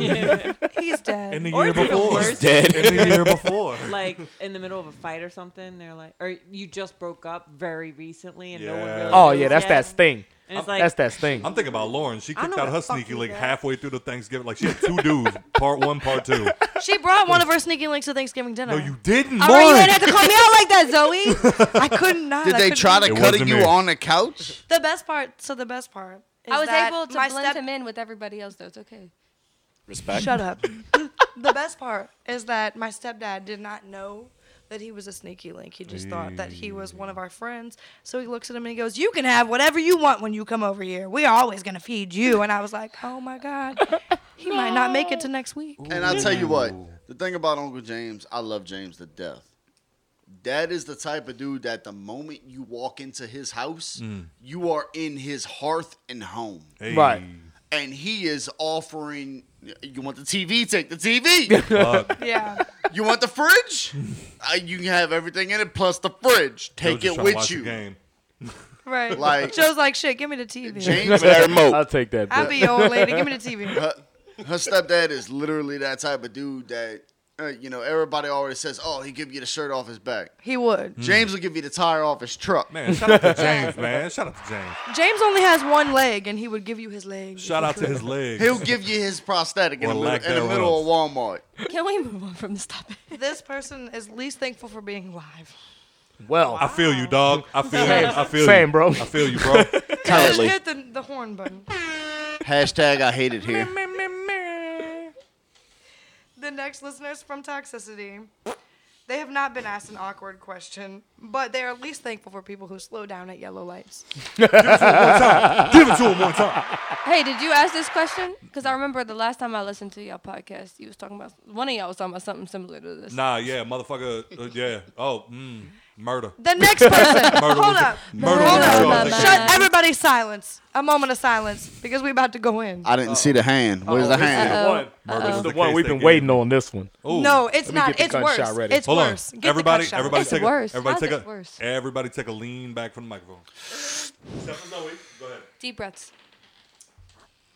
Speaker 3: dead.
Speaker 1: In the
Speaker 5: Or
Speaker 1: year
Speaker 5: it's even
Speaker 1: before.
Speaker 5: worse.
Speaker 2: Dead.
Speaker 1: In the year before.
Speaker 5: like in the middle of a fight or something, they're like, or you just broke up very recently and no one
Speaker 1: Yeah.
Speaker 5: really.
Speaker 6: Oh
Speaker 5: knows
Speaker 6: yeah, that's
Speaker 5: yet.
Speaker 6: that sting.
Speaker 5: And it's like,
Speaker 6: that's that sting.
Speaker 1: I'm thinking about Lauren. She
Speaker 5: I
Speaker 1: kicked
Speaker 5: know
Speaker 1: out
Speaker 5: what
Speaker 1: her
Speaker 5: the fuck
Speaker 1: sneaky
Speaker 5: you
Speaker 1: link
Speaker 5: got.
Speaker 1: halfway through the Thanksgiving. Like she had two dudes, part one, part two.
Speaker 3: She brought one of her sneaky links to Thanksgiving dinner.
Speaker 1: No, you didn't,
Speaker 7: All right, you
Speaker 1: Lauren.
Speaker 7: didn't have to call me out like that, Zoe.
Speaker 3: I couldn't not.
Speaker 4: Did
Speaker 3: I
Speaker 4: they
Speaker 3: couldn't
Speaker 4: try to
Speaker 1: It
Speaker 4: cut
Speaker 1: wasn't
Speaker 4: you
Speaker 1: me.
Speaker 4: on the couch?
Speaker 3: The best part. So the best part. Is
Speaker 7: I was
Speaker 3: that
Speaker 7: able to
Speaker 3: my
Speaker 7: blend
Speaker 3: step-
Speaker 7: him in with everybody else, though. It's okay.
Speaker 2: Respect.
Speaker 3: Shut up. the best part is that my stepdad did not know that he was a sneaky link. He just thought that he was one of our friends. So he looks at him and he goes, You can have whatever you want when you come over here. We are always going to feed you. And I was like, Oh my God. He might not make it to next week.
Speaker 4: And I tell you what, the thing about Uncle James, I love James to death. That is the type of dude that the moment you walk into his house,
Speaker 1: Mm.
Speaker 4: you are in his hearth and home.
Speaker 1: Hey,
Speaker 6: Right.
Speaker 4: And he is offering you want the TV, take the TV.
Speaker 1: fuck.
Speaker 3: Yeah.
Speaker 4: you want the fridge? Uh, you can have everything in it plus the fridge.
Speaker 1: Joe
Speaker 4: Take
Speaker 1: just
Speaker 4: it
Speaker 1: tryna watch
Speaker 4: with
Speaker 1: the
Speaker 4: you.
Speaker 1: game.
Speaker 3: Right.
Speaker 4: Like-
Speaker 3: Joe's like, Shit, give me the TV.
Speaker 4: James uh,
Speaker 2: Give me that remote.
Speaker 6: I'll take that.
Speaker 3: I'll
Speaker 6: bet.
Speaker 3: be your old lady. Give me the TV.
Speaker 4: her, her stepdad is literally that type of dude that uh, you know everybody always says, "Oh, he give you the shirt off his back."
Speaker 3: He would.
Speaker 4: James will give you the tire off his truck.
Speaker 1: Hmm. Man, shout out to James, man. Shout out to James.
Speaker 3: James only has one leg and he would give you his leg.
Speaker 1: Shout out to his legs.
Speaker 4: He'll give you his prosthetic in
Speaker 1: Or
Speaker 4: the, middle,
Speaker 1: lack
Speaker 4: in the middle of Walmart.
Speaker 7: Can we move on from this topic?
Speaker 3: This person is least thankful for being live.
Speaker 6: well.
Speaker 1: I feel you, dog. I feel you. I feel
Speaker 6: Same,
Speaker 1: you.
Speaker 6: bro.
Speaker 1: I feel you, bro.
Speaker 3: Just
Speaker 2: Currently.
Speaker 3: hit the, the horn button.
Speaker 4: Hashtag I hate it here.
Speaker 3: The next listeners from Toxicity. They have not been asked an awkward question, but they are least thankful for people who slow down at yellow lights.
Speaker 1: give it to him one time.
Speaker 7: Hey, did you ask this question? Because I remember the last time I listened to y'all podcast, you was talking about one of y'all was talking about something similar to this.
Speaker 1: Nah, yeah, motherfucker. uh, yeah. Oh, mm, murder.
Speaker 3: The next person.
Speaker 1: Murder
Speaker 3: hold
Speaker 1: was a-
Speaker 3: up.
Speaker 1: murder
Speaker 3: hold
Speaker 1: was a
Speaker 3: up.
Speaker 1: drug.
Speaker 3: Shut everybody silence. A moment of silence because we're about to go in.
Speaker 4: I didn't see the hand. Where's the hand?
Speaker 7: Uh-oh.
Speaker 1: Murder was
Speaker 6: The
Speaker 1: case
Speaker 6: one we've
Speaker 1: they
Speaker 6: been
Speaker 1: gave
Speaker 6: waiting
Speaker 1: me.
Speaker 6: on this one.
Speaker 1: Ooh.
Speaker 3: no, it's
Speaker 6: Let me
Speaker 3: not.
Speaker 6: get the
Speaker 3: It's
Speaker 6: gunshot
Speaker 3: worse.
Speaker 6: ready.
Speaker 3: It's
Speaker 1: Hold on.
Speaker 3: worse. Get the
Speaker 1: everybody,
Speaker 3: gunshot
Speaker 1: everybody
Speaker 7: It's
Speaker 1: take
Speaker 7: worse.
Speaker 1: a everybody
Speaker 7: How's
Speaker 1: take
Speaker 7: it
Speaker 1: a
Speaker 7: worse?
Speaker 1: everybody take a lean back from the microphone. Go ahead.
Speaker 7: Deep breaths.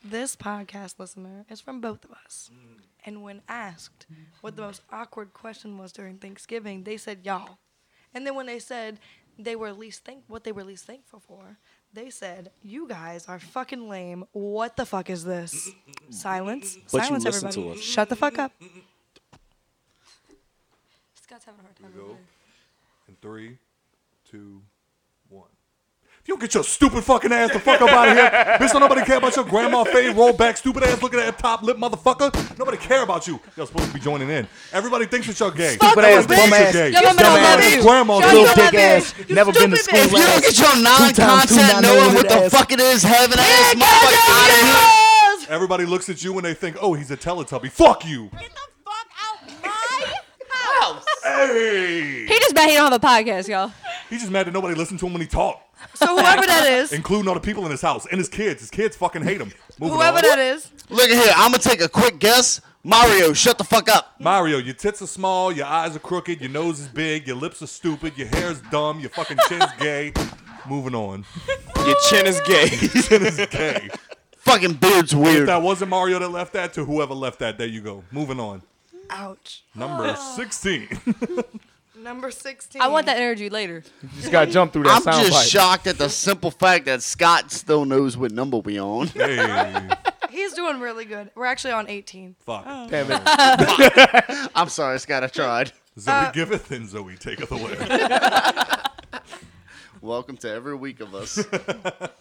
Speaker 3: This podcast listener is from both of us.
Speaker 2: Mm.
Speaker 3: And when asked what the most awkward question was during Thanksgiving, they said y'all. And then when they said they were least thank what they were least thankful for, they said, You guys are fucking lame. What the fuck is this? Silence.
Speaker 2: But you
Speaker 3: Silence
Speaker 2: listen
Speaker 3: everybody.
Speaker 2: to us.
Speaker 3: Shut the fuck up.
Speaker 7: Scott's having a hard time.
Speaker 1: Here we
Speaker 7: over
Speaker 1: go.
Speaker 7: there.
Speaker 1: In three, two, one. If you don't get your stupid fucking ass the fuck up out of here, bitch, don't nobody care about your grandma fade, roll back, stupid ass looking at top lip motherfucker. Nobody care about you. You're supposed to be joining in. Everybody thinks that you're gay.
Speaker 6: Stupid
Speaker 1: Everybody
Speaker 6: ass,
Speaker 1: thinks
Speaker 6: bum
Speaker 1: that
Speaker 6: ass,
Speaker 1: you're gay.
Speaker 6: Your
Speaker 7: mama don't
Speaker 1: Dumbass
Speaker 7: love you.
Speaker 6: Oh,
Speaker 1: grandma
Speaker 7: Your
Speaker 1: don't
Speaker 7: mama
Speaker 1: love
Speaker 7: dick ass,
Speaker 3: you never been to school
Speaker 4: If you don't get your non-contact knowing what the fuck it is, having ass motherfucker out of here.
Speaker 1: you. Everybody looks at you and they think, oh, he's a Teletubby. Fuck you. Hey.
Speaker 7: He just bet he don't have a podcast, y'all.
Speaker 1: He's just mad that nobody listened to him when he talked,
Speaker 3: So whoever that is,
Speaker 1: including all the people in his house and his kids. His kids fucking hate him. Moving
Speaker 3: whoever
Speaker 1: on.
Speaker 3: that is,
Speaker 4: Look at here. I'm gonna take a quick guess. Mario, shut the fuck up.
Speaker 1: Mario, your tits are small, your eyes are crooked, your nose is big, your lips are stupid, your hair's dumb, your fucking chin's gay. Moving on.
Speaker 2: Your chin is gay.
Speaker 1: Chin is gay.
Speaker 4: Fucking beard's
Speaker 1: If
Speaker 4: weird.
Speaker 1: that wasn't Mario that left that, to whoever left that, there you go. Moving on.
Speaker 3: ouch.
Speaker 1: Number 16.
Speaker 3: Number 16.
Speaker 7: I want that energy later.
Speaker 6: Just got to jump through
Speaker 4: I'm
Speaker 6: that
Speaker 4: just
Speaker 6: sound pipe.
Speaker 4: shocked at the simple fact that Scott still knows what number we on.
Speaker 1: Hey,
Speaker 3: He's doing really good. We're actually on 18.
Speaker 1: fuck.
Speaker 6: Damn it.
Speaker 4: I'm sorry, Scott. I tried.
Speaker 1: Zoe giveth and Zoe taketh away. Give
Speaker 4: Welcome to every week of us.
Speaker 1: me that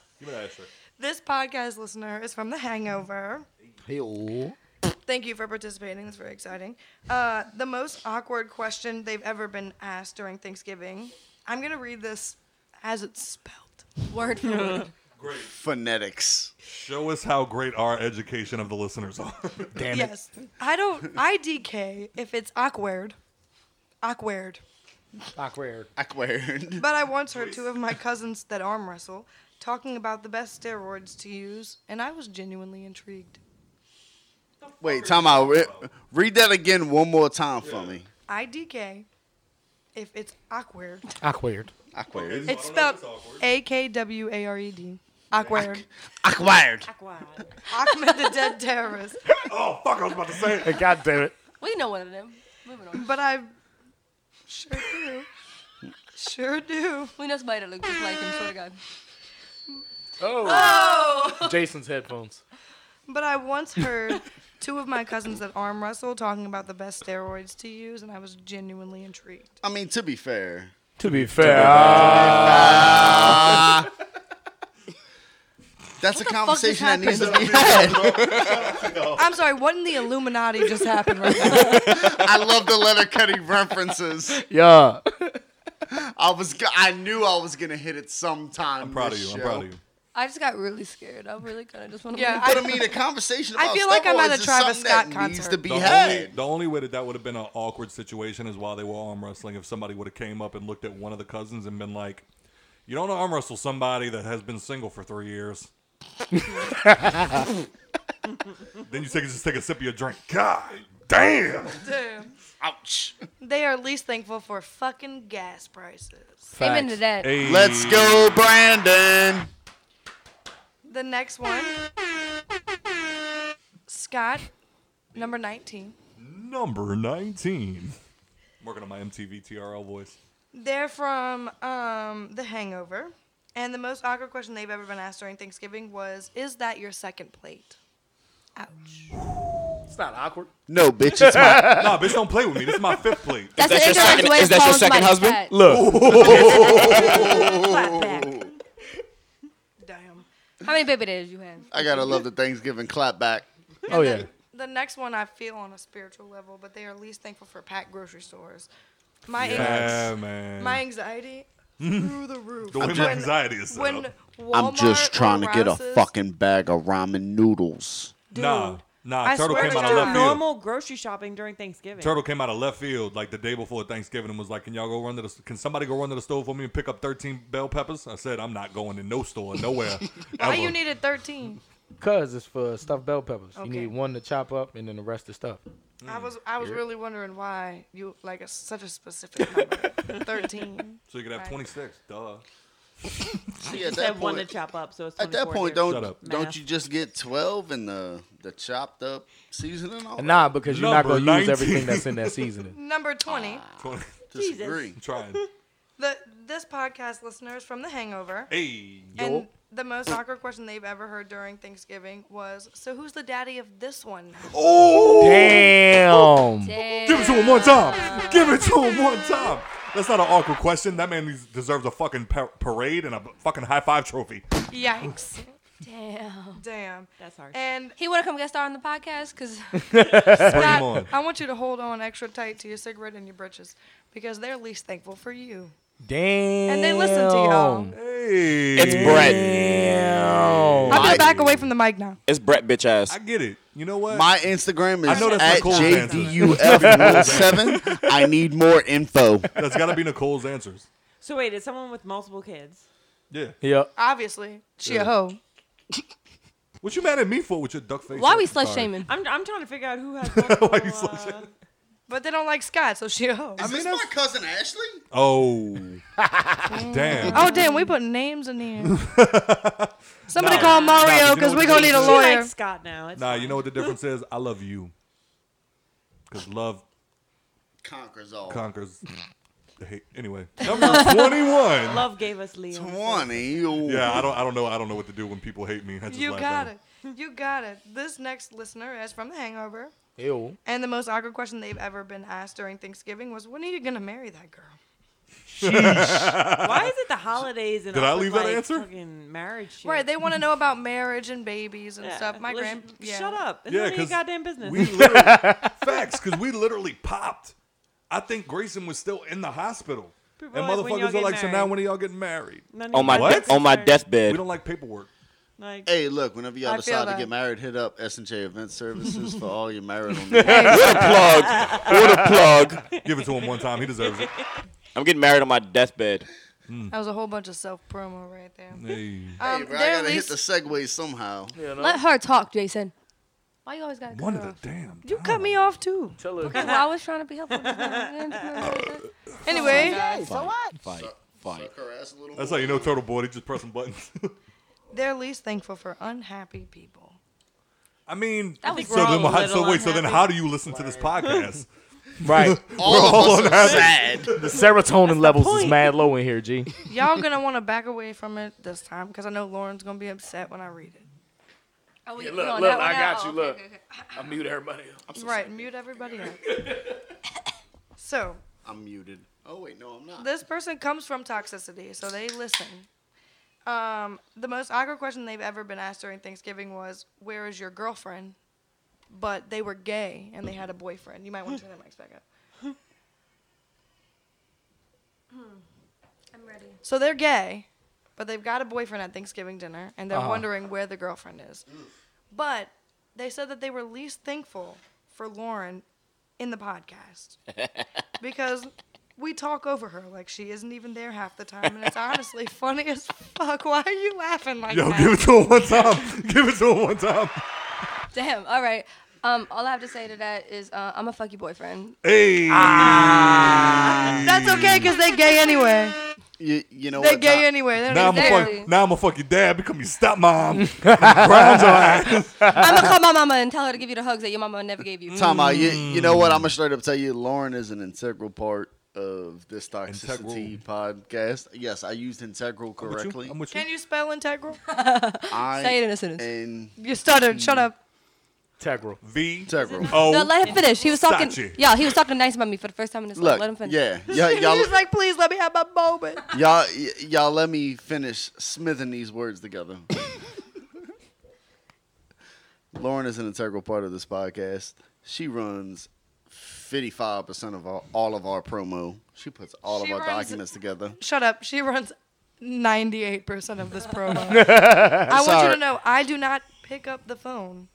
Speaker 1: extra.
Speaker 3: This podcast listener is from The Hangover.
Speaker 6: Hey-oh.
Speaker 3: Thank you for participating. That's very exciting. Uh, the most awkward question they've ever been asked during Thanksgiving. I'm going to read this as it's spelled.
Speaker 7: Word for word.
Speaker 1: Great.
Speaker 4: Phonetics.
Speaker 1: Show us how great our education of the listeners are.
Speaker 6: Damn it.
Speaker 3: Yes. I don't, IDK, if it's awkward. Awkward.
Speaker 6: Awkward.
Speaker 4: Awkward.
Speaker 3: But I once heard two of my cousins that arm wrestle talking about the best steroids to use, and I was genuinely intrigued.
Speaker 4: Wait, time out. Re- read that again one more time for me.
Speaker 3: IDK, if it's awkward.
Speaker 6: Awkward.
Speaker 4: Awkward.
Speaker 3: It's spelled A K W A R E D. Awkward.
Speaker 4: Awkward.
Speaker 3: Ahmed the dead terrorist.
Speaker 1: oh fuck! I was about to say. it.
Speaker 6: Hey, God damn it.
Speaker 7: We know one of them. Moving on.
Speaker 3: But I sure do. Sure do.
Speaker 7: We know somebody that looks just like him. Swear to God.
Speaker 6: Oh. Jason's headphones.
Speaker 3: But I once heard two of my cousins that arm wrestle talking about the best steroids to use, and I was genuinely intrigued.
Speaker 4: I mean, to be fair,
Speaker 6: To be fair. uh,
Speaker 3: Uh,
Speaker 4: that's a
Speaker 7: fuck just
Speaker 4: conversation that needs to be had.
Speaker 3: I'm sorry, what in the Illuminati just happened right now?
Speaker 4: I love the letter cutting references.
Speaker 6: Yeah.
Speaker 4: I was, go- I knew I was gonna hit it sometime.
Speaker 1: I'm proud of you. I'm proud of you.
Speaker 7: I just got really scared. I really kind of just want to.
Speaker 3: Yeah,
Speaker 4: But I mean, a conversation.
Speaker 3: I
Speaker 4: About
Speaker 3: feel like
Speaker 4: Star
Speaker 3: I'm at
Speaker 4: Wars
Speaker 3: a
Speaker 4: is
Speaker 3: Travis
Speaker 4: something that
Speaker 3: Scott
Speaker 4: Needs
Speaker 3: concert.
Speaker 4: to be
Speaker 1: The only,
Speaker 4: had.
Speaker 1: the only way that that would have been an awkward situation is while they were arm wrestling. If somebody would have came up and looked at one of the cousins and been like, "You don't arm wrestle somebody that has been single for three years." then you take just take a sip of your drink. God damn!
Speaker 3: Damn.
Speaker 4: Ouch.
Speaker 3: They are least thankful for fucking gas prices.
Speaker 7: Amen to that.
Speaker 1: Hey,
Speaker 4: Let's go, Brandon.
Speaker 3: The next one Scott, number 19.
Speaker 1: Number nineteen. I'm working on my MTV TRL voice.
Speaker 3: They're from um, The Hangover. And the most awkward question they've ever been asked during Thanksgiving was, Is that your second plate? Ouch.
Speaker 6: It's not awkward.
Speaker 4: No, bitch, it's my.
Speaker 1: nah, bitch, don't play with me. This is my fifth plate.
Speaker 7: That's
Speaker 2: Is that your
Speaker 7: an indirect
Speaker 2: second-
Speaker 7: way
Speaker 2: is
Speaker 7: of
Speaker 2: that your
Speaker 7: calling
Speaker 2: second
Speaker 7: somebody
Speaker 2: husband?
Speaker 7: fat.
Speaker 6: Look.
Speaker 3: Clap back. Damn.
Speaker 7: How many baby days you have?
Speaker 4: I gotta love the Thanksgiving clap back.
Speaker 6: Oh, yeah.
Speaker 3: The next one I feel on a spiritual level, but they are least thankful for packed grocery stores. My
Speaker 1: Yeah, man.
Speaker 3: My anxiety through the roof.
Speaker 1: the way my anxiety is set
Speaker 3: When
Speaker 1: up.
Speaker 4: I'm
Speaker 3: Walmart
Speaker 4: just trying to get a
Speaker 3: harasses-
Speaker 4: fucking bag of ramen noodles.
Speaker 1: Nah, nah.
Speaker 3: I
Speaker 1: Turtle
Speaker 3: swear
Speaker 1: came
Speaker 3: to
Speaker 1: out of
Speaker 3: God.
Speaker 1: left field.
Speaker 5: normal grocery shopping during Thanksgiving.
Speaker 1: Turtle came out of left field like the day before Thanksgiving and was like, "Can y'all go run to the? Can somebody go run to the store for me and pick up 13 bell peppers?" I said, "I'm not going to no store nowhere."
Speaker 3: Why
Speaker 1: ever."
Speaker 3: you needed 13?
Speaker 6: Cuz it's for stuffed bell peppers.
Speaker 3: Okay.
Speaker 6: You need one to chop up and then the rest is stuffed.
Speaker 3: I was I was really wondering why you like a, such a specific number. 13.
Speaker 1: so you could have
Speaker 3: Right.
Speaker 1: 26. Duh.
Speaker 4: See, at
Speaker 5: Said
Speaker 4: that
Speaker 5: one to
Speaker 4: point,
Speaker 5: chop up, so it's
Speaker 4: at that
Speaker 5: 24
Speaker 4: point,
Speaker 5: here.
Speaker 1: Shut
Speaker 4: don't
Speaker 1: up.
Speaker 4: don't
Speaker 5: Math.
Speaker 4: you just get twelve and the the chopped up seasoning? All right.
Speaker 6: Nah, because you're not
Speaker 1: Number
Speaker 6: going to use
Speaker 1: 19.
Speaker 6: everything that's in that seasoning.
Speaker 3: Number 20.
Speaker 4: Ah.
Speaker 1: 20.
Speaker 4: Disagree.
Speaker 1: I'm trying.
Speaker 3: The this podcast listeners from The Hangover.
Speaker 1: Hey,
Speaker 3: And the most awkward question they've ever heard during Thanksgiving was, "So who's the daddy of this one?" now?"
Speaker 6: Damn.
Speaker 1: give it to him one time. Give it to him one time. That's not an awkward question. That man needs- deserves a fucking par- parade and a fucking high five trophy.
Speaker 3: Yikes!
Speaker 7: Damn.
Speaker 3: Damn.
Speaker 5: That's harsh.
Speaker 3: And
Speaker 7: He want to come guest star on the podcast because
Speaker 1: Bring him
Speaker 3: Scott,
Speaker 1: on.
Speaker 3: I want you to hold on extra tight to your cigarette and your britches because they're least thankful for you.
Speaker 6: Damn.
Speaker 3: And they listen to y'all.
Speaker 1: Hey,
Speaker 2: It's Brett.
Speaker 3: I'm gonna
Speaker 4: My-
Speaker 3: back away from the mic now.
Speaker 2: It's Brett, bitch ass.
Speaker 1: I get it. You know what?
Speaker 4: My Instagram
Speaker 1: I know
Speaker 4: is
Speaker 1: that's
Speaker 4: at
Speaker 1: Nicole's answer.
Speaker 4: JDUF07. I need more info.
Speaker 1: That's got to be Nicole's answers.
Speaker 5: so wait, it's someone with multiple kids.
Speaker 1: Yeah.
Speaker 6: Yep.
Speaker 3: Obviously, she a hoe.
Speaker 1: What you mad at me for with your duck face?
Speaker 7: why
Speaker 1: up?
Speaker 7: we
Speaker 1: Sorry.
Speaker 7: slush shaming?
Speaker 5: I'm, I'm trying to figure out who has multiple.
Speaker 1: Why you
Speaker 5: uh,
Speaker 1: slush shaming?
Speaker 3: But they don't like Scott, so she oh, a hoe.
Speaker 4: Is this my cousin Ashley?
Speaker 1: Oh. Damn.
Speaker 3: Oh damn, we put names in here. Somebody
Speaker 1: Nah, nah, but
Speaker 3: call Mario
Speaker 1: you know
Speaker 3: because
Speaker 1: what
Speaker 3: we
Speaker 1: it
Speaker 3: gonna
Speaker 1: is?
Speaker 3: need a
Speaker 5: uh, she
Speaker 3: lawyer.
Speaker 5: likes Scott now. It's
Speaker 1: Nah,
Speaker 5: fine.
Speaker 1: you know what the difference is? I love you. Because love
Speaker 4: Conquers all.
Speaker 1: conquers. hate, anyway, number twenty-one.
Speaker 5: Love gave us Leo.
Speaker 4: Twenty.
Speaker 1: Yeah, I don't. I don't know. I don't know what to do when people hate me. I just
Speaker 3: You
Speaker 1: laugh
Speaker 3: got
Speaker 1: at 'em.
Speaker 3: it. You got it. This next listener is from The Hangover.
Speaker 6: Ew.
Speaker 3: And the most awkward question they've ever been asked during Thanksgiving was, "When are you gonna marry that girl?"
Speaker 5: Why is it the holidays and
Speaker 1: Did
Speaker 5: all
Speaker 1: I
Speaker 5: this,
Speaker 1: leave that
Speaker 5: like,
Speaker 1: answer?
Speaker 5: Fucking marriage shit.
Speaker 3: Right? They want to know about marriage and babies and
Speaker 5: Yeah.
Speaker 3: stuff. My
Speaker 5: Let's-
Speaker 3: grand, yeah.
Speaker 5: Shut up. It's
Speaker 1: Yeah,
Speaker 5: none of your
Speaker 1: 'cause
Speaker 5: goddamn business.
Speaker 1: We literally facts because we literally popped. I think Grayson was still in the hospital,
Speaker 5: People
Speaker 1: and
Speaker 5: are like, "When y'all
Speaker 1: motherfuckers are
Speaker 5: get
Speaker 1: like, "So now
Speaker 5: married?"
Speaker 1: when are y'all getting married?"
Speaker 5: None of your
Speaker 2: on my
Speaker 5: goddamn
Speaker 1: What?
Speaker 2: de- on my
Speaker 5: concern.
Speaker 1: We
Speaker 2: deathbed.
Speaker 1: don't like paperwork.
Speaker 5: Like,
Speaker 4: Hey, look, whenever y'all
Speaker 3: I feel
Speaker 4: decide to
Speaker 3: that.
Speaker 4: get married, hit up S&J Event Services for all your marital needs.
Speaker 2: What a plug! What a plug!
Speaker 1: Give it to him one time. He deserves it.
Speaker 2: I'm getting married on my deathbed.
Speaker 3: That was a whole bunch of self promo right there.
Speaker 1: Hey.
Speaker 4: Hey,
Speaker 3: Um,
Speaker 4: bro, I
Speaker 3: their
Speaker 4: gotta
Speaker 3: least-
Speaker 4: hit the segue somehow.
Speaker 7: Let her talk, Jason. Why you always gotta cut
Speaker 1: One
Speaker 7: her
Speaker 1: of the
Speaker 7: off?
Speaker 1: damn.
Speaker 3: you cut me off too.
Speaker 6: Tell her.
Speaker 7: Okay, well, I was trying to be helpful. Oh, Anyway,
Speaker 3: Anyway,
Speaker 2: Fight, fight.
Speaker 1: That's how you know Turtle Boy. He just pressing buttons.
Speaker 3: they're least thankful for unhappy people.
Speaker 1: I mean,
Speaker 7: That was
Speaker 1: so then,
Speaker 5: wrong,
Speaker 1: how, so
Speaker 5: little
Speaker 1: wait, so then,
Speaker 5: unhappy.
Speaker 1: how do you listen to this podcast?
Speaker 6: Right.
Speaker 4: All of us are sad.
Speaker 6: The serotonin levels is
Speaker 5: point.
Speaker 6: mad low in here, G.
Speaker 3: Y'all gonna want to back away from it this time because I know Lauren's gonna be upset when I read it.
Speaker 7: oh, we-
Speaker 6: Yeah,
Speaker 7: we
Speaker 6: look,
Speaker 7: on
Speaker 6: look,
Speaker 7: that one
Speaker 6: I
Speaker 7: now.
Speaker 6: got you,
Speaker 7: Okay,
Speaker 6: look.
Speaker 7: okay, okay.
Speaker 6: I mute everybody.
Speaker 3: right, mute everybody up. so
Speaker 4: I'm muted. Oh wait, no, I'm not.
Speaker 3: this person comes from toxicity, so they listen. Um, the most awkward question they've ever been asked during Thanksgiving was, "Where is your girlfriend?" But they were gay and they had a boyfriend. You might want to turn their mics back up.
Speaker 7: I'm ready.
Speaker 3: So they're gay, but they've got a boyfriend at Thanksgiving dinner, and they're wondering where the girlfriend is. But they said that they were least thankful for Lauren in the podcast because we talk over her like she isn't even there half the time, and it's honestly funny as fuck. Why are you laughing like
Speaker 1: Yo,
Speaker 3: that?
Speaker 1: give it to him one time. give it to him one time.
Speaker 7: Damn. All right. Um, all I have to say to that is uh, I'm a fuck your boyfriend.
Speaker 1: Hey,
Speaker 3: Ah, That's okay because they gay anyway.
Speaker 4: You, you know
Speaker 3: They
Speaker 4: what?
Speaker 3: gay
Speaker 4: Nah,
Speaker 3: anyway. They're
Speaker 1: now
Speaker 3: not
Speaker 1: I'm a
Speaker 3: there.
Speaker 1: fuck, now I'm a fuck your dad. Become your stepmom. Ground your ass.
Speaker 7: I'm gonna call my mama and tell her to give you the hugs that your mama never gave you.
Speaker 4: Tom, I- you,
Speaker 1: Mm.
Speaker 4: you know what? I'm gonna straight up tell you, Lauren is an integral part of this toxicity podcast. Yes, I used integral
Speaker 1: With you?
Speaker 4: correctly.
Speaker 1: I'm with you.
Speaker 3: Can you spell integral?
Speaker 4: I
Speaker 7: Say it in a sentence.
Speaker 4: am
Speaker 3: You stuttered. Shut up.
Speaker 6: Tegral.
Speaker 1: V Oh,
Speaker 4: integral.
Speaker 1: O.
Speaker 7: No, let him finish. He was talking.
Speaker 1: Sachi.
Speaker 7: Yeah, he was talking nice about me for the first time in his life.
Speaker 4: Look,
Speaker 7: Let him finish.
Speaker 4: yeah, y'all, y'all,
Speaker 3: He's like, please let me have my moment.
Speaker 4: y'all, y- y'all, let me finish smithing these words together. Lauren is an integral part of this podcast. She runs fifty-five percent of our, all of our promo. She puts all
Speaker 3: She
Speaker 4: of our
Speaker 3: runs-
Speaker 4: documents together.
Speaker 3: Shut up. She runs 98% of this promo. I want you
Speaker 4: Sorry.
Speaker 3: to know I do not pick up the phone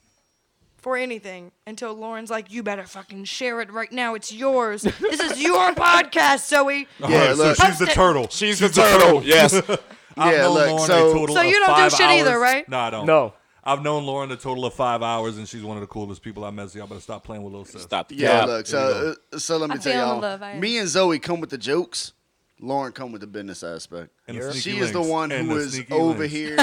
Speaker 3: for anything until Lauren's like, you better fucking share it right now. It's yours. this is your podcast, Zoe.
Speaker 1: Yeah,
Speaker 4: Yeah, look.
Speaker 1: so she's the turtle.
Speaker 2: She's the turtle. Yes.
Speaker 1: I've
Speaker 4: Yeah,
Speaker 1: known
Speaker 4: look,
Speaker 1: Lauren
Speaker 4: so-
Speaker 1: a total
Speaker 3: So
Speaker 1: of
Speaker 3: you don't do
Speaker 1: five
Speaker 3: shit either,
Speaker 1: hours.
Speaker 3: right?
Speaker 1: No, I don't.
Speaker 6: No.
Speaker 1: I've known Lauren a total of five hours, and she's one of the coolest people I met. So y'all better stop playing with little sis.
Speaker 2: Stop. the
Speaker 4: Yeah,
Speaker 2: cap.
Speaker 4: look. So, uh, so let me
Speaker 7: I'm
Speaker 4: tell
Speaker 7: feeling
Speaker 4: y'all.
Speaker 7: the love, I am.
Speaker 4: me and Zoe come with the jokes. Lauren come with the business aspect.
Speaker 1: And the
Speaker 4: she
Speaker 1: sneaky
Speaker 4: is the
Speaker 1: links.
Speaker 4: one
Speaker 1: And
Speaker 4: who
Speaker 1: the
Speaker 4: is
Speaker 1: sneaky
Speaker 4: over
Speaker 1: links.
Speaker 4: here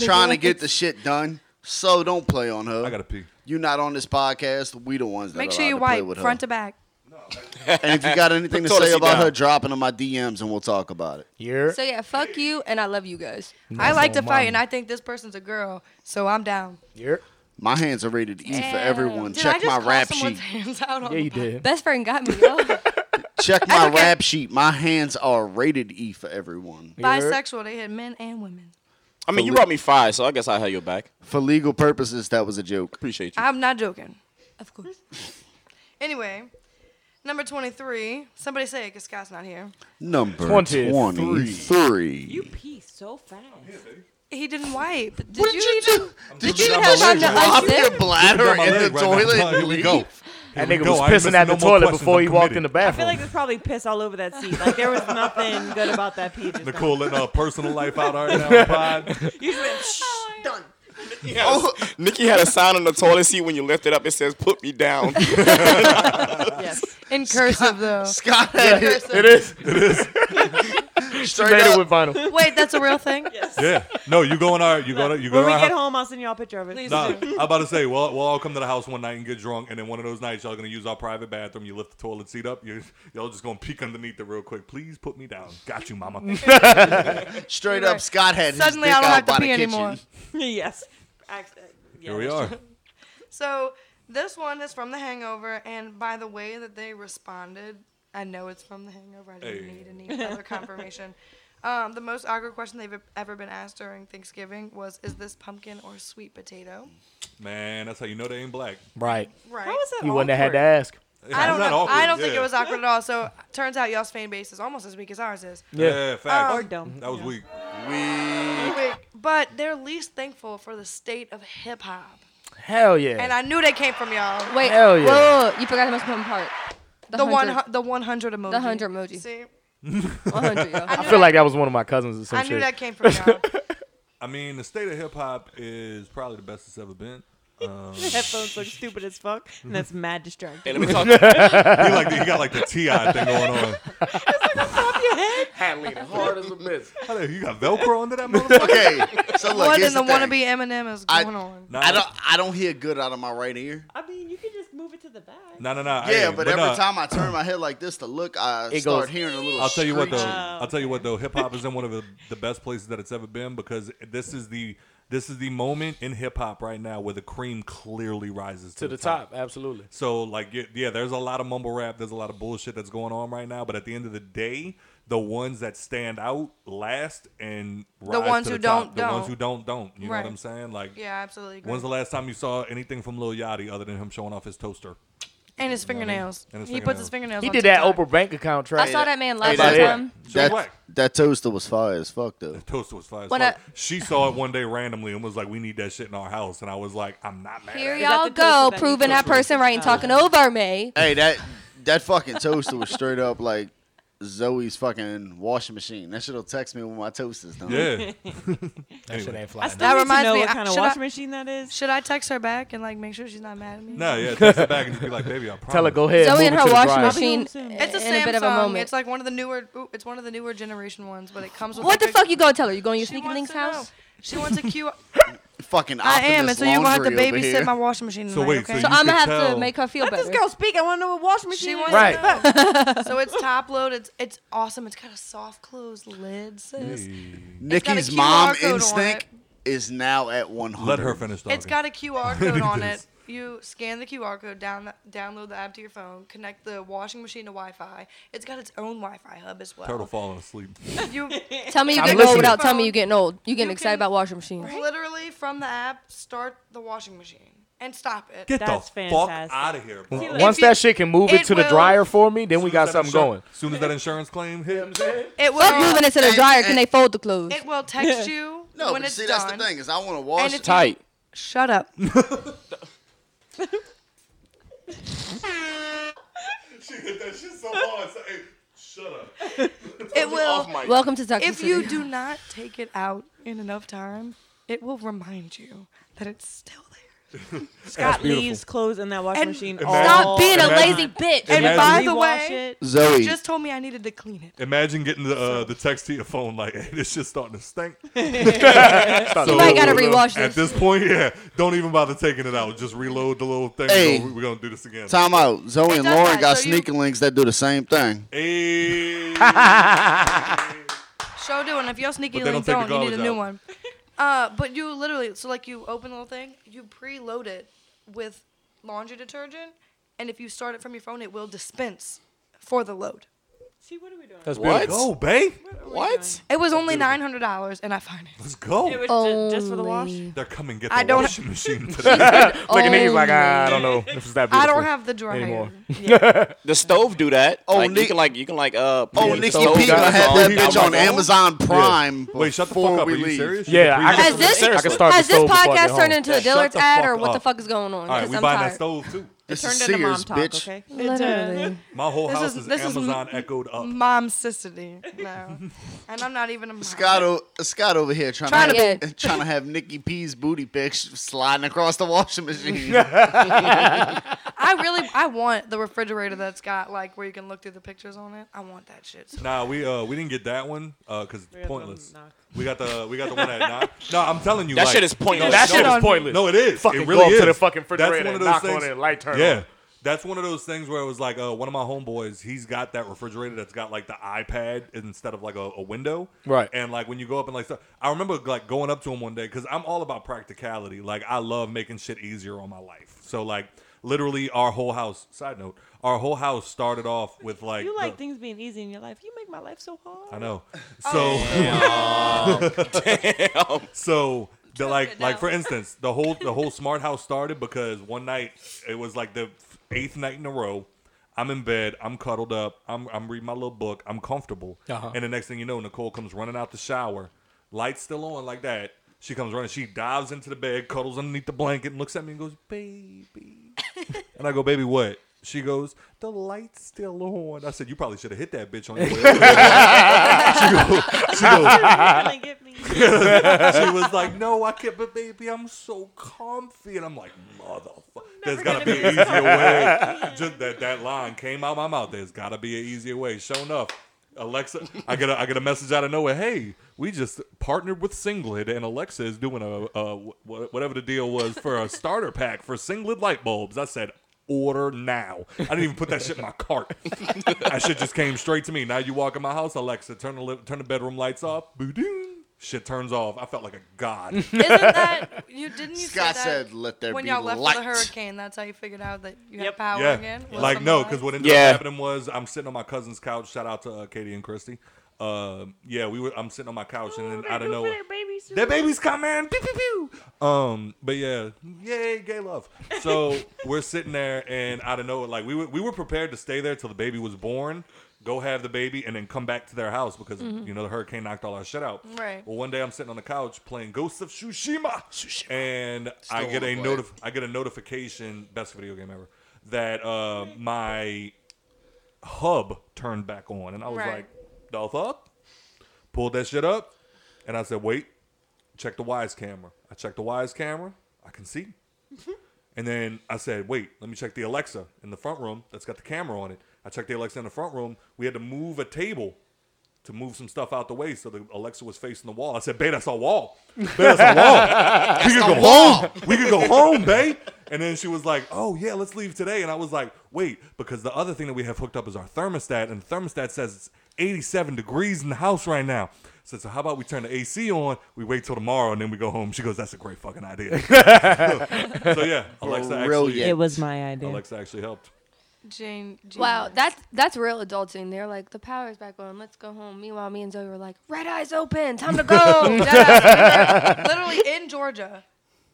Speaker 4: trying to get the shit done. So don't play on her.
Speaker 1: I gotta pee.
Speaker 4: You're not on this podcast. We the ones that
Speaker 3: Make
Speaker 4: allowed
Speaker 3: sure you
Speaker 4: to play
Speaker 3: wipe
Speaker 4: with her.
Speaker 3: front to back.
Speaker 4: and if you got anything to
Speaker 2: Put
Speaker 4: say
Speaker 2: Tulsi
Speaker 4: about
Speaker 2: down.
Speaker 4: her, drop it on my DMs and we'll talk about it.
Speaker 6: Here.
Speaker 7: So yeah, fuck you, and I love you guys.
Speaker 3: I like
Speaker 6: on
Speaker 3: to fight,
Speaker 6: mine.
Speaker 3: and I think this person's a girl, so I'm down.
Speaker 6: Here.
Speaker 4: My hands are rated E for everyone.
Speaker 3: Did I
Speaker 4: Check
Speaker 3: just
Speaker 4: my
Speaker 3: call
Speaker 4: rap
Speaker 3: someone's
Speaker 4: sheet.
Speaker 3: hands out on
Speaker 6: Yeah,
Speaker 3: the
Speaker 6: you
Speaker 3: pod-
Speaker 6: did.
Speaker 7: Best friend got me. Yo.
Speaker 4: Check my rap sheet. My hands are rated E for everyone.
Speaker 3: Bisexual, they hit men and women.
Speaker 2: I mean, you brought me five, so I guess I held you back.
Speaker 4: For legal purposes, that was a joke.
Speaker 2: Appreciate you.
Speaker 3: I'm not joking.
Speaker 7: of course.
Speaker 3: Anyway, number 23. Somebody say it because Scott's not here.
Speaker 4: Number
Speaker 6: 23.
Speaker 4: 23.
Speaker 5: you pee so fast.
Speaker 3: He didn't wipe.
Speaker 7: Did you, even?
Speaker 1: Did
Speaker 7: you have time to
Speaker 4: Drop
Speaker 7: unzip?
Speaker 4: your bladder in the toilet. and
Speaker 1: Here we
Speaker 4: leave?
Speaker 1: go.
Speaker 6: That
Speaker 1: we
Speaker 6: nigga
Speaker 1: go.
Speaker 6: was
Speaker 1: I ain't
Speaker 6: pissing
Speaker 1: missing
Speaker 6: at
Speaker 1: no
Speaker 6: the
Speaker 1: more
Speaker 6: toilet
Speaker 1: questions.
Speaker 6: before
Speaker 1: I'm
Speaker 6: he walked
Speaker 1: committed.
Speaker 6: in the
Speaker 5: I feel
Speaker 6: bathroom.
Speaker 5: like there's probably piss all over that seat. Like there was nothing good about that pee. Just
Speaker 1: Nicole letting her personal life out right now. on the pod.
Speaker 5: You just went, "Shh."
Speaker 2: Yes. Oh. Nikki had a sign on the toilet seat when you lift it up. It says, "Put me down."
Speaker 5: yes.
Speaker 3: In cursive, though.
Speaker 4: Scott had,
Speaker 6: it is.
Speaker 4: Straight
Speaker 6: made
Speaker 4: up.
Speaker 6: it with vinyl.
Speaker 3: Wait, that's a real thing?
Speaker 1: Yeah. No, you go in our you go to you go
Speaker 5: When
Speaker 1: to
Speaker 5: we
Speaker 1: our
Speaker 5: get
Speaker 1: house.
Speaker 5: home, I'll send y'all a picture of it.
Speaker 7: Please
Speaker 1: Nah, I'm about to say, well, we'll all come to the house one night and get drunk, and then one of those nights, y'all gonna use our private bathroom. You lift the toilet seat up, you y'all just gonna peek underneath it real quick. Please put me down. Got you, mama.
Speaker 4: Straight up, Scott had
Speaker 3: Suddenly
Speaker 4: his
Speaker 3: I don't
Speaker 4: dick out
Speaker 3: have to
Speaker 4: by the
Speaker 3: pee
Speaker 4: kitchen.
Speaker 3: anymore.
Speaker 5: yes. Act- uh, yeah,
Speaker 1: Here we
Speaker 5: that's
Speaker 1: are.
Speaker 5: true.
Speaker 3: So this one is from The Hangover, and by the way that they responded, I know it's from The Hangover. I didn't
Speaker 1: Hey.
Speaker 3: need any other confirmation. Um, the most awkward question they've e-, ever been asked during Thanksgiving was, "Is this pumpkin or sweet potato?"
Speaker 1: Man, that's how you know they ain't black.
Speaker 6: Right.
Speaker 3: Right.
Speaker 5: How is that?
Speaker 6: You wouldn't have had to
Speaker 5: awkward?
Speaker 6: ask.
Speaker 3: I don't
Speaker 1: Not
Speaker 3: know.
Speaker 1: awkward,
Speaker 3: I don't think
Speaker 1: yeah.
Speaker 3: it was awkward at all. So turns out y'all's fan base is almost as weak as ours is.
Speaker 1: Yeah, facts.
Speaker 5: Or dumb.
Speaker 1: that was
Speaker 5: yeah.
Speaker 1: weak.
Speaker 3: Weak. But they're least thankful for the state of hip hop.
Speaker 6: Hell yeah.
Speaker 3: And I knew they came from y'all.
Speaker 7: Wait,
Speaker 6: Hell yeah.
Speaker 7: whoa, whoa, whoa, you forgot the most important part.
Speaker 3: The, one, hu- the one hundred emoji.
Speaker 7: 100 emoji.
Speaker 3: See,
Speaker 7: One hundred. yo.
Speaker 6: I
Speaker 3: knew
Speaker 6: feel
Speaker 3: that-
Speaker 6: like that was one of my cousins or some
Speaker 3: I knew
Speaker 6: shit.
Speaker 3: that came from y'all.
Speaker 1: I mean, the state of hip hop is probably the best it's ever been. Um,
Speaker 5: The headphones look stupid as fuck, and that's mad distracting.
Speaker 2: Hey, let me talk. Let
Speaker 1: he like he got like the Ti thing going on.
Speaker 6: Hat leaning hard as a miss.
Speaker 1: How the- You got Velcro under that motherfucker?
Speaker 4: Okay, so look,
Speaker 3: what
Speaker 4: here's
Speaker 3: in the
Speaker 4: the, thing.
Speaker 3: wannabe Eminem is
Speaker 4: I-
Speaker 3: going on?
Speaker 1: Nah,
Speaker 4: I don't, I don't hear good out of my right ear.
Speaker 5: I mean, you could just move it to the back.
Speaker 1: No, no, no.
Speaker 4: Yeah,
Speaker 1: hey,
Speaker 4: but every
Speaker 1: nah,
Speaker 4: time I turn my head like this to look, I
Speaker 6: It
Speaker 4: start
Speaker 6: goes-
Speaker 4: hearing a little.
Speaker 1: I'll tell you what though.
Speaker 4: screeching.
Speaker 5: Oh,
Speaker 1: I'll tell you what though. Hip hop is in one of the, the best places that it's ever been because this is the this is the moment in hip hop right now where the cream clearly rises to,
Speaker 6: To the top, absolutely.
Speaker 1: So like yeah, yeah, there's a lot of mumble rap, there's a lot of bullshit that's going on right now, but at the end of the day, the ones that stand out last and rise
Speaker 3: ones
Speaker 1: to
Speaker 3: who
Speaker 1: top,
Speaker 3: don't,
Speaker 1: the ones
Speaker 3: don't.
Speaker 1: who don't don't. You know
Speaker 3: Right.
Speaker 1: what I'm saying? Like
Speaker 3: Yeah, I absolutely. Agree.
Speaker 1: When's the last time you saw anything from Lil Yachty other than him showing off his toaster?
Speaker 3: and his fingernails.
Speaker 1: And his
Speaker 3: he puts his fingernails.
Speaker 6: He
Speaker 3: on
Speaker 6: did that
Speaker 3: TikTok.
Speaker 6: Oprah bank account
Speaker 7: I
Speaker 6: track.
Speaker 7: saw that man
Speaker 4: Hey,
Speaker 7: last
Speaker 4: that's-
Speaker 7: time.
Speaker 1: She was
Speaker 4: That,
Speaker 1: whack.
Speaker 4: that toaster was fire as fuck though.
Speaker 1: Toaster was fire. as
Speaker 7: When
Speaker 1: fuck.
Speaker 7: I-
Speaker 1: she saw it one day randomly and was like, "We need that shit in our house." And I was like, "I'm not mad."
Speaker 7: Here
Speaker 1: at it.
Speaker 7: y'all
Speaker 5: the toaster
Speaker 7: go,
Speaker 5: that you
Speaker 7: proving that
Speaker 5: toasted?
Speaker 7: person right and talking over me.
Speaker 4: Hey, that that fucking toaster was straight up like Zoe's fucking washing machine. That shit'll text me when my toast is done.
Speaker 1: Yeah,
Speaker 6: That shit ain't
Speaker 5: I
Speaker 6: flying.
Speaker 5: still
Speaker 3: That
Speaker 5: need
Speaker 3: reminds
Speaker 5: to know
Speaker 3: me,
Speaker 5: what
Speaker 3: I-
Speaker 5: kind of
Speaker 3: should I-
Speaker 5: washing machine that is.
Speaker 3: Should I text her back and like make sure she's not mad at me?
Speaker 1: no, yeah. Text it back and just be like, "Baby, I promise."
Speaker 6: Tell her go ahead.
Speaker 7: Zoe
Speaker 6: move
Speaker 7: and
Speaker 6: it
Speaker 7: her
Speaker 6: to the
Speaker 7: washing
Speaker 6: dryer.
Speaker 7: machine.
Speaker 5: It's a
Speaker 3: It's a
Speaker 7: in a bit of a
Speaker 3: Samsung.
Speaker 7: moment.
Speaker 3: It's like one of the newer. Ooh, it's one of the newer generation ones, but it comes with.
Speaker 7: what the
Speaker 3: like a-
Speaker 7: fuck you gonna tell her? You going to your
Speaker 3: She
Speaker 7: sneaky
Speaker 3: wants
Speaker 7: link's
Speaker 3: to know.
Speaker 7: house?
Speaker 3: She wants a Q.
Speaker 4: Fucking
Speaker 3: I
Speaker 4: Optimus
Speaker 3: am, and so you're gonna have to
Speaker 4: laundry over here.
Speaker 3: babysit my washing machine
Speaker 1: So
Speaker 3: tonight.
Speaker 1: wait, so
Speaker 3: okay?
Speaker 7: So
Speaker 1: You
Speaker 7: I'm gonna
Speaker 1: could
Speaker 7: have
Speaker 1: tell.
Speaker 7: to make her feel
Speaker 5: Let this
Speaker 7: better.
Speaker 5: girl speak. I want to know what washing machine
Speaker 3: she
Speaker 5: is.
Speaker 3: wants
Speaker 6: Right.
Speaker 3: to know. so it's top loaded. It's, it's awesome. It's got a soft closed lid, sis. got a
Speaker 4: Nikki's
Speaker 3: QR
Speaker 4: mom
Speaker 3: code on
Speaker 4: instinct is now at 100.
Speaker 1: Let her finish talking.
Speaker 3: It's got a QR code
Speaker 1: did
Speaker 3: on
Speaker 1: this.
Speaker 3: it. You scan the QR code, down, download the app to your phone, connect the washing machine to Wi-Fi. It's got its own Wi-Fi hub as well.
Speaker 1: turtle falling asleep.
Speaker 3: You
Speaker 7: Tell me you
Speaker 6: I'm
Speaker 7: getting old
Speaker 6: listening.
Speaker 7: without telling me you're getting old. You getting
Speaker 3: You
Speaker 7: excited
Speaker 3: can-
Speaker 7: about washing machines.
Speaker 3: literally from the app start the washing machine and stop it.
Speaker 1: Get
Speaker 5: That's
Speaker 1: the fuck
Speaker 5: fantastic.
Speaker 1: out of here, bro.
Speaker 5: look-
Speaker 6: Once
Speaker 3: If you-
Speaker 6: that shit can move it,
Speaker 3: it
Speaker 6: to the
Speaker 3: will-
Speaker 6: dryer for me, then
Speaker 1: Soon
Speaker 6: we
Speaker 1: as
Speaker 6: got
Speaker 1: that
Speaker 6: something
Speaker 1: insur-
Speaker 6: going.
Speaker 1: Soon as that insurance claim hit,
Speaker 3: It
Speaker 7: Fuck moving
Speaker 3: will.
Speaker 7: it to the dryer. Can they fold the clothes?
Speaker 3: It will text you
Speaker 4: No,
Speaker 3: when
Speaker 4: but
Speaker 3: it's
Speaker 4: see,
Speaker 3: done.
Speaker 4: that's the thing is I want to wash.
Speaker 3: And if-
Speaker 6: Tight.
Speaker 3: Shut up.
Speaker 1: she hit that shit so hard. So, hey, shut up.
Speaker 3: It will.
Speaker 7: Welcome to Texas.
Speaker 3: If you do not take it out in enough time, it will remind you that it's still there.
Speaker 5: Scott leaves clothes in that washing
Speaker 3: And
Speaker 5: machine.
Speaker 1: Imagine-
Speaker 7: Stop
Speaker 5: all
Speaker 7: being a
Speaker 1: Imagine-
Speaker 7: lazy bitch.
Speaker 1: Imagine-
Speaker 3: And by the
Speaker 5: Rewash
Speaker 3: way,
Speaker 5: it.
Speaker 4: Zoe,
Speaker 3: just told me I needed to clean it.
Speaker 1: Imagine getting the uh, the text to your phone like, "Hey, this shit's starting to stink." so, uh,
Speaker 7: Somebody gotta rewash
Speaker 1: At this
Speaker 7: this.
Speaker 1: point, yeah, don't even bother taking it out. Just reload the little thing.
Speaker 4: Hey.
Speaker 1: We're, gonna do this again.
Speaker 4: time out. Zoe and
Speaker 3: does
Speaker 4: Lauren
Speaker 3: that,
Speaker 4: got
Speaker 3: so you-
Speaker 4: sneaker links that do the same thing.
Speaker 1: Hey.
Speaker 3: Show doing. If your sneaky
Speaker 1: But they
Speaker 3: link
Speaker 1: don't take
Speaker 3: don't,
Speaker 1: the
Speaker 3: you need
Speaker 1: garbage
Speaker 3: a new
Speaker 1: out.
Speaker 3: one. Uh, but you literally, so like you open the little thing, you preload it with laundry detergent, and if you start it from your phone, it will dispense for the load.
Speaker 5: See, what are we doing?
Speaker 6: That's
Speaker 1: Let's go,
Speaker 6: beautiful.
Speaker 1: babe.
Speaker 5: What?
Speaker 3: It was only nine hundred dollars, and I financed.
Speaker 1: Let's go.
Speaker 5: It was
Speaker 7: Oh,
Speaker 5: ju- just for the wash.
Speaker 1: They're coming get the
Speaker 3: I don't-
Speaker 1: washing machine today.
Speaker 6: Look at niggas like, ah, I don't know if it's that beautiful.
Speaker 3: I don't have the dryer.
Speaker 6: anymore.
Speaker 2: the stove do that. Oh,
Speaker 4: Oh,
Speaker 2: like,
Speaker 4: Nick-
Speaker 2: you can like you can like uh. put it
Speaker 4: Oh,
Speaker 2: in the
Speaker 4: Nikki
Speaker 2: stove,
Speaker 4: P
Speaker 2: got
Speaker 4: gonna
Speaker 2: it
Speaker 4: have that
Speaker 2: all.
Speaker 4: bitch
Speaker 2: I'm
Speaker 4: on
Speaker 2: like, oh.
Speaker 4: Amazon Prime.
Speaker 1: Wait, shut the
Speaker 4: before
Speaker 1: fuck up. Are
Speaker 4: we
Speaker 1: you
Speaker 4: leave.
Speaker 1: serious? You
Speaker 6: Yeah,
Speaker 1: can
Speaker 6: I
Speaker 1: breathe
Speaker 6: can,
Speaker 7: Has this-
Speaker 6: I can start
Speaker 7: Has
Speaker 6: the stove
Speaker 7: this
Speaker 6: before I get
Speaker 7: podcast
Speaker 6: home.
Speaker 7: turned into a
Speaker 1: Shut
Speaker 7: Dillard's
Speaker 1: the
Speaker 7: ad,
Speaker 1: fuck
Speaker 7: or what the
Speaker 1: up.
Speaker 7: fuck is going on?
Speaker 1: All right,
Speaker 7: Because
Speaker 1: we
Speaker 7: I'm
Speaker 1: buying that
Speaker 7: tired.
Speaker 1: stove too.
Speaker 4: This is
Speaker 5: Turned into mom
Speaker 4: Sears,
Speaker 5: talk,
Speaker 4: bitch.
Speaker 5: okay?
Speaker 7: Literally.
Speaker 1: My whole
Speaker 3: This
Speaker 1: house
Speaker 3: is-
Speaker 1: is,
Speaker 3: this is m-
Speaker 1: Amazon echoed up.
Speaker 3: Mom city. No. and I'm not even a mom.
Speaker 4: Scott, o- Scott over here trying,
Speaker 3: Trying
Speaker 4: to,
Speaker 7: to
Speaker 4: have,
Speaker 7: be-
Speaker 4: trying to have Nikki P's booty pics sliding across the washing machine.
Speaker 3: I really I want the refrigerator that's got like where you can look through the pictures on it. I want that shit. So
Speaker 1: Nah, we uh we didn't get that one uh because it's
Speaker 5: We had the one
Speaker 1: pointless.
Speaker 5: knock.
Speaker 1: We got the we got the one at nine. No, I'm telling you,
Speaker 2: That
Speaker 1: like-
Speaker 2: shit is pointless.
Speaker 1: No,
Speaker 8: that
Speaker 1: no,
Speaker 8: shit
Speaker 3: on
Speaker 8: is
Speaker 3: me.
Speaker 8: pointless.
Speaker 1: No, it is.
Speaker 8: Fucking
Speaker 1: it
Speaker 8: go
Speaker 1: really
Speaker 8: up
Speaker 1: is.
Speaker 8: to the fucking refrigerator
Speaker 1: That's
Speaker 8: and
Speaker 1: one of those
Speaker 8: knock
Speaker 1: things,
Speaker 8: on it, light turn
Speaker 1: Yeah.
Speaker 8: on.
Speaker 1: That's one of those things where it was like, uh, one of my homeboys, he's got that refrigerator that's got like the iPad instead of like a, a window.
Speaker 6: Right.
Speaker 1: And like when you go up and like, stuff, I remember like going up to him one day because I'm all about practicality. Like I love making shit easier on my life. So like literally our whole house, side note, our whole house started off with like.
Speaker 5: You like
Speaker 1: the-
Speaker 5: things being easy in your life. You make my life so hard.
Speaker 1: I know. So, so the like
Speaker 7: Oh.
Speaker 1: like
Speaker 7: it down.
Speaker 1: for instance, the whole the whole smart house started because one night it was like the eighth night in a row. I'm in bed. I'm cuddled up. I'm I'm reading my little book. I'm comfortable.
Speaker 6: Uh-huh.
Speaker 1: And the next thing you know, Nicole comes running out the shower. Lights still on like that. She comes running. She dives into the bed, cuddles underneath the blanket, and looks at me and goes, "Baby." and I go, "Baby, what?" She goes, "The lights still on." I said, "You probably should have hit that bitch on your way." over there." she goes, she goes,
Speaker 5: Really get me.
Speaker 1: she was like, "No, I can't." But baby, I'm so comfy, and I'm like, "Motherfucker, there's gotta
Speaker 5: gonna
Speaker 1: be an
Speaker 5: be
Speaker 1: easier way." Just that that line came out my mouth. There's gotta be an easier way. Show enough, Alexa, I get a, I get a message out of nowhere. Hey, we just partnered with Singlet, and Alexa is doing a, a wh- whatever the deal was for a starter pack for Singlet light bulbs. I said. Order now. I didn't even put that shit in my cart. that shit just came straight to me. Now you walk in my house, Alexa, turn the li- turn the bedroom lights off. Boo-doo shit turns off. I felt like a god.
Speaker 3: isn't that you didn't you
Speaker 4: Scott
Speaker 3: say that
Speaker 4: said, "Let there
Speaker 3: when
Speaker 4: be
Speaker 3: y'all left
Speaker 4: light."
Speaker 3: for the hurricane, that's how you figured out that you had
Speaker 5: Yep.
Speaker 3: power
Speaker 1: yeah,
Speaker 3: again? Was
Speaker 1: like
Speaker 3: some
Speaker 1: no,
Speaker 3: light?
Speaker 1: because what ended
Speaker 2: Yeah.
Speaker 1: up happening was I'm sitting on my cousin's couch. Shout out to uh, Katie and Christy. Uh, yeah, we were. I'm sitting on my couch, and then
Speaker 3: Oh,
Speaker 1: out of nowhere, their babies come in. Pew, pew, pew. Um, but yeah, yay, gay love. So we're sitting there, and out of nowhere, like we were, we were prepared to stay there till the baby was born, go have the baby, and then come back to their house because you know the hurricane knocked all our shit out.
Speaker 3: Right.
Speaker 1: Well, one day I'm sitting on the couch playing Ghosts of Tsushima, and I get a
Speaker 4: wanna play it.
Speaker 1: notif- I get a notification, best video game ever, that uh, my hub turned back on, and I was
Speaker 3: Right.
Speaker 1: like, "Dolph up." Pulled that shit up, and I said, "Wait, check the wise camera." I checked the wise camera. I can see. and then I said, "Wait, let me check the Alexa in the front room that's got the camera on it." I checked the Alexa in the front room. We had to move a table to move some stuff out the way so the Alexa was facing the wall. I said, "Babe, that's our wall. Babe, that's our wall. we could go home. We could go home, babe." And then she was like, "Oh yeah, let's leave today." And I was like, "Wait, because the other thing that we have hooked up is our thermostat, and the thermostat says it's 87 degrees in the house right now." I said, "So how about we turn the AC on? We wait till tomorrow, and then we go home." She goes, "That's a great fucking idea." so yeah, Alexa actually,
Speaker 4: Brilliant.
Speaker 5: It was my idea.
Speaker 1: Alexa actually helped.
Speaker 3: Jane,
Speaker 7: Wow,
Speaker 3: genius.
Speaker 7: that's that's real adulting. They're like, the power's back on. Let's go home. Meanwhile, me and Zoe were like, red eyes open. Time to go.
Speaker 3: Dead ass. We were literally in Georgia,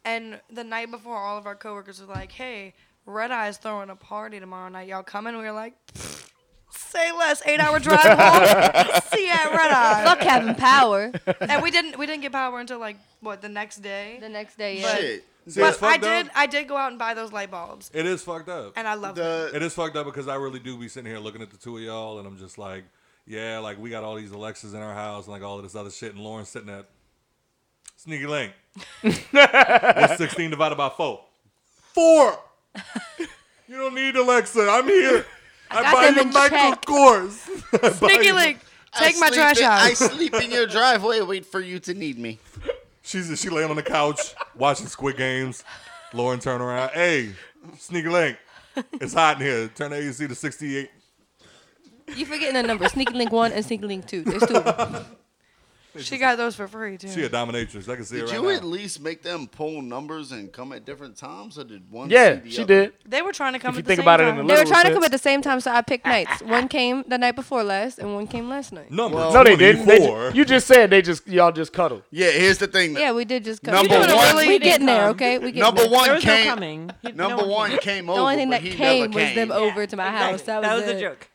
Speaker 3: and the night before, all of our coworkers were like, "Hey, Red Eye's throwing a party tomorrow night. Y'all coming?" We were like, "Say less. Eight hour drive home. See you at Red Eye."
Speaker 7: Fuck having power.
Speaker 3: And we didn't we didn't get power until like what the next day.
Speaker 7: The next day, yeah.
Speaker 4: Shit.
Speaker 1: See, it's
Speaker 3: But I
Speaker 1: fucked up.
Speaker 3: did uh, I did go out and buy those light bulbs,
Speaker 1: It is fucked up.
Speaker 3: and I love them.
Speaker 4: The
Speaker 1: It is fucked up because I really do be sitting here looking at the two of y'all, and I'm just like, yeah, like we got all these Alexas in our house and like all of this other shit, and Lauren's sitting at sneaky link. What's 16 divided by four? Four. you don't need Alexa. I'm here. I,
Speaker 7: got
Speaker 1: buy
Speaker 7: them
Speaker 1: you
Speaker 7: in
Speaker 1: Michael
Speaker 7: check.
Speaker 1: Kors. I buy
Speaker 3: Sneaky
Speaker 1: you-
Speaker 3: Link,
Speaker 4: I
Speaker 3: take my
Speaker 4: sleep
Speaker 3: trash
Speaker 4: in-
Speaker 3: out.
Speaker 4: I sleep in your driveway. Wait for you to need me.
Speaker 1: She's she laying on the couch watching Squid Games. Lauren turn around. Hey, sneaky link. It's hot in here. Turn the AC to 68.
Speaker 7: You forgetting a number. Sneaky Link 1 and Sneaky Link 2. There's two of them.
Speaker 3: she got those for free too.
Speaker 1: She a dominatrix. I can see it
Speaker 4: Did
Speaker 1: right
Speaker 4: you
Speaker 1: now.
Speaker 4: at least make them pull numbers and come at different times, or did one?
Speaker 8: Yeah,
Speaker 4: see the
Speaker 8: she
Speaker 4: other?
Speaker 8: did.
Speaker 3: they were trying to come.
Speaker 8: If
Speaker 3: at
Speaker 8: you
Speaker 3: the
Speaker 8: think
Speaker 3: same
Speaker 8: about it in
Speaker 3: time.
Speaker 8: a
Speaker 7: They were
Speaker 8: Little
Speaker 7: trying to
Speaker 8: sense.
Speaker 7: come at the same time, so I picked nights. One came the night before last, and one came last night.
Speaker 1: Number
Speaker 8: No, they didn't. They
Speaker 1: 24.
Speaker 8: ju- you just said they just y'all just cuddled.
Speaker 4: Yeah, here's the thing.
Speaker 7: Yeah, we did just come.
Speaker 4: Number
Speaker 7: we doing a
Speaker 4: one-
Speaker 7: really- we getting there,
Speaker 5: Come.
Speaker 7: okay? We getting
Speaker 4: number
Speaker 7: there.
Speaker 5: there
Speaker 4: one
Speaker 5: was no
Speaker 4: came.
Speaker 5: coming. He- no
Speaker 4: number one
Speaker 5: came.
Speaker 4: came
Speaker 7: The
Speaker 4: over.
Speaker 7: only thing
Speaker 4: but
Speaker 7: that
Speaker 4: he
Speaker 7: came
Speaker 4: never
Speaker 7: was
Speaker 4: came.
Speaker 7: them over to my house. That was,
Speaker 5: a
Speaker 7: it.
Speaker 5: joke.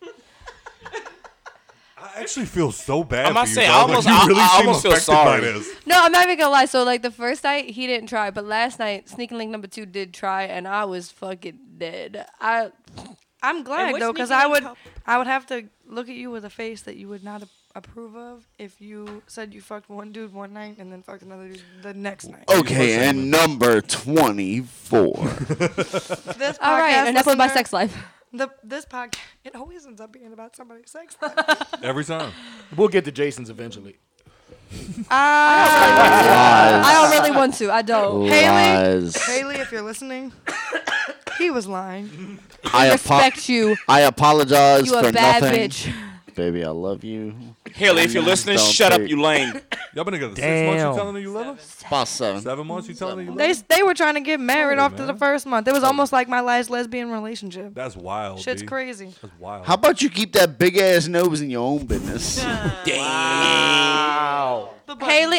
Speaker 1: I actually feel so bad.
Speaker 2: I'm about
Speaker 1: for
Speaker 2: to
Speaker 1: you,
Speaker 2: say,
Speaker 1: bro.
Speaker 2: I almost-
Speaker 1: like,
Speaker 2: I-
Speaker 1: you really
Speaker 2: I
Speaker 1: seem
Speaker 2: almost feel
Speaker 1: affected
Speaker 2: sorry.
Speaker 1: By this.
Speaker 7: No, I'm not even gonna lie. So like the first night he didn't try, but last night Sneaking Link number two did try, and I was fucking dead. I
Speaker 3: I'm glad
Speaker 5: which
Speaker 3: though, because
Speaker 5: sneaky
Speaker 3: I would,
Speaker 5: link help?
Speaker 3: I would have to look at you with a face that you would not approve of if you said you fucked one dude one night and then fucked another dude the next night.
Speaker 4: Okay, and number
Speaker 3: This
Speaker 4: 24.
Speaker 7: All right,
Speaker 3: podcast
Speaker 7: enough with my
Speaker 3: listener-
Speaker 7: sex life.
Speaker 3: The, this podcast, it always ends up being about somebody's sex life.
Speaker 1: Every time.
Speaker 6: We'll get to Jason's eventually.
Speaker 7: I don't really want to. I don't.
Speaker 3: Haley,
Speaker 4: Lies.
Speaker 3: Haley, if you're listening, he was lying.
Speaker 4: I,
Speaker 7: Respect you.
Speaker 4: I apologize
Speaker 7: You a
Speaker 4: for
Speaker 7: bad
Speaker 4: nothing.
Speaker 7: bitch.
Speaker 4: Baby, I love you.
Speaker 2: Haley, if you're listening,
Speaker 4: Don't
Speaker 2: shut
Speaker 4: pick.
Speaker 2: up, you lame.
Speaker 1: Y'all been together six months. You
Speaker 6: Damn.
Speaker 1: telling her you love her?
Speaker 4: About seven.
Speaker 1: Seven months. You telling her you love her?
Speaker 3: They s- they were trying to get married
Speaker 1: Oh,
Speaker 3: after
Speaker 1: man.
Speaker 3: the first month. It was almost like my last lesbian relationship.
Speaker 1: That's wild.
Speaker 3: Shit's
Speaker 1: B.
Speaker 3: crazy.
Speaker 1: That's wild.
Speaker 4: How about you keep that big ass nose in your own business?
Speaker 7: Haley,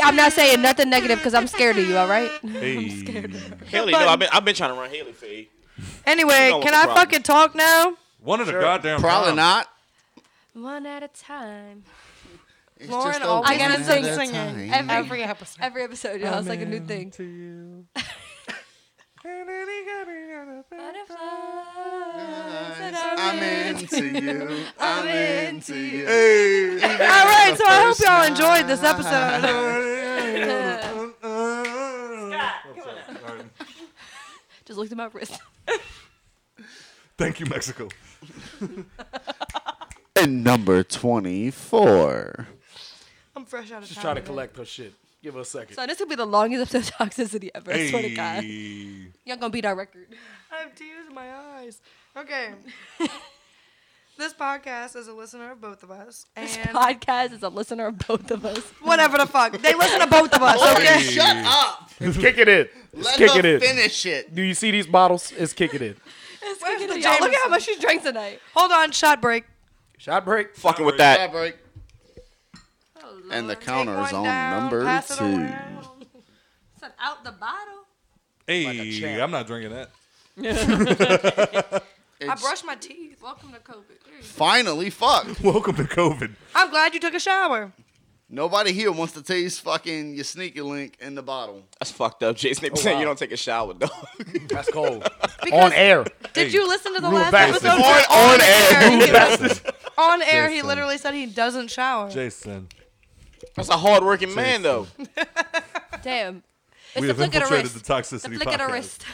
Speaker 7: I'm not saying nothing negative because I'm scared of you. All right.
Speaker 1: hey.
Speaker 2: Haley, no, I've been, I've been trying to run Haley fade.
Speaker 3: Anyway,
Speaker 2: You know what
Speaker 3: can
Speaker 2: the
Speaker 3: I
Speaker 2: problem-
Speaker 3: fucking talk now?
Speaker 1: One of the goddamn
Speaker 4: Probably
Speaker 1: times.
Speaker 4: not.
Speaker 7: One at a time.
Speaker 4: It's
Speaker 3: Lauren
Speaker 4: just
Speaker 3: always
Speaker 4: open
Speaker 7: I gotta
Speaker 4: at
Speaker 7: sing
Speaker 4: a
Speaker 3: singing.
Speaker 4: time.
Speaker 7: Every
Speaker 3: episode.
Speaker 7: every episode, y'all, it's like a new thing.
Speaker 4: I'm into you. I'm into you.
Speaker 3: All right, so I hope y'all enjoyed this episode.
Speaker 7: Just looked at my wrist.
Speaker 1: Thank you, Mexico.
Speaker 4: And number 24.
Speaker 3: I'm fresh out of
Speaker 6: Just trying to
Speaker 3: town.
Speaker 6: collect her shit. Give her a second.
Speaker 7: So this could be the longest episode of toxicity ever. I swear to God,
Speaker 1: Hey.
Speaker 7: y'all gonna beat our record.
Speaker 3: I have tears in my eyes. Okay. this podcast is a listener of both of us.
Speaker 7: This
Speaker 3: And
Speaker 7: podcast is a listener of both of us.
Speaker 3: whatever the fuck. They listen to both of us, okay?
Speaker 4: Shut up.
Speaker 8: It's kicking in. It's
Speaker 4: Let
Speaker 8: kicking
Speaker 4: her
Speaker 8: in.
Speaker 4: finish it.
Speaker 8: Do you see these bottles? It's kicking in.
Speaker 3: Where's the
Speaker 7: Y'all, look at how
Speaker 3: Jameson?
Speaker 7: much she drank tonight.
Speaker 3: Hold on, shot break.
Speaker 8: Shot break.
Speaker 2: Fucking with that.
Speaker 4: break. And the counter
Speaker 3: Take
Speaker 4: is
Speaker 3: one
Speaker 4: on
Speaker 3: down,
Speaker 4: number
Speaker 3: pass it
Speaker 4: two.
Speaker 3: around.
Speaker 7: Said out the bottle.
Speaker 1: Hey, I'm not drinking that.
Speaker 3: I
Speaker 4: It's
Speaker 3: brushed my teeth.
Speaker 7: Welcome to COVID.
Speaker 4: finally fuck.
Speaker 1: Welcome to COVID.
Speaker 3: I'm glad you took a shower.
Speaker 4: Nobody here wants to taste fucking your sneaky link in the bottle.
Speaker 2: That's fucked up, Jason.
Speaker 4: Oh,
Speaker 2: They be saying you
Speaker 6: wow.
Speaker 2: don't take a shower, dog.
Speaker 6: That's cold.
Speaker 3: Because
Speaker 8: On air.
Speaker 7: Did
Speaker 1: Hey,
Speaker 7: you listen to the
Speaker 6: Rule
Speaker 7: last
Speaker 6: Baxter.
Speaker 7: episode?
Speaker 2: on, on air.
Speaker 3: on air, he
Speaker 1: Jason.
Speaker 3: literally said he doesn't shower.
Speaker 1: Jason.
Speaker 2: That's a hardworking man, though.
Speaker 7: Damn. It's
Speaker 1: we have
Speaker 7: the flick of the
Speaker 1: infiltrated
Speaker 7: wrist.
Speaker 1: the
Speaker 7: the
Speaker 1: toxicity
Speaker 7: flick of the
Speaker 1: podcast.
Speaker 7: wrist.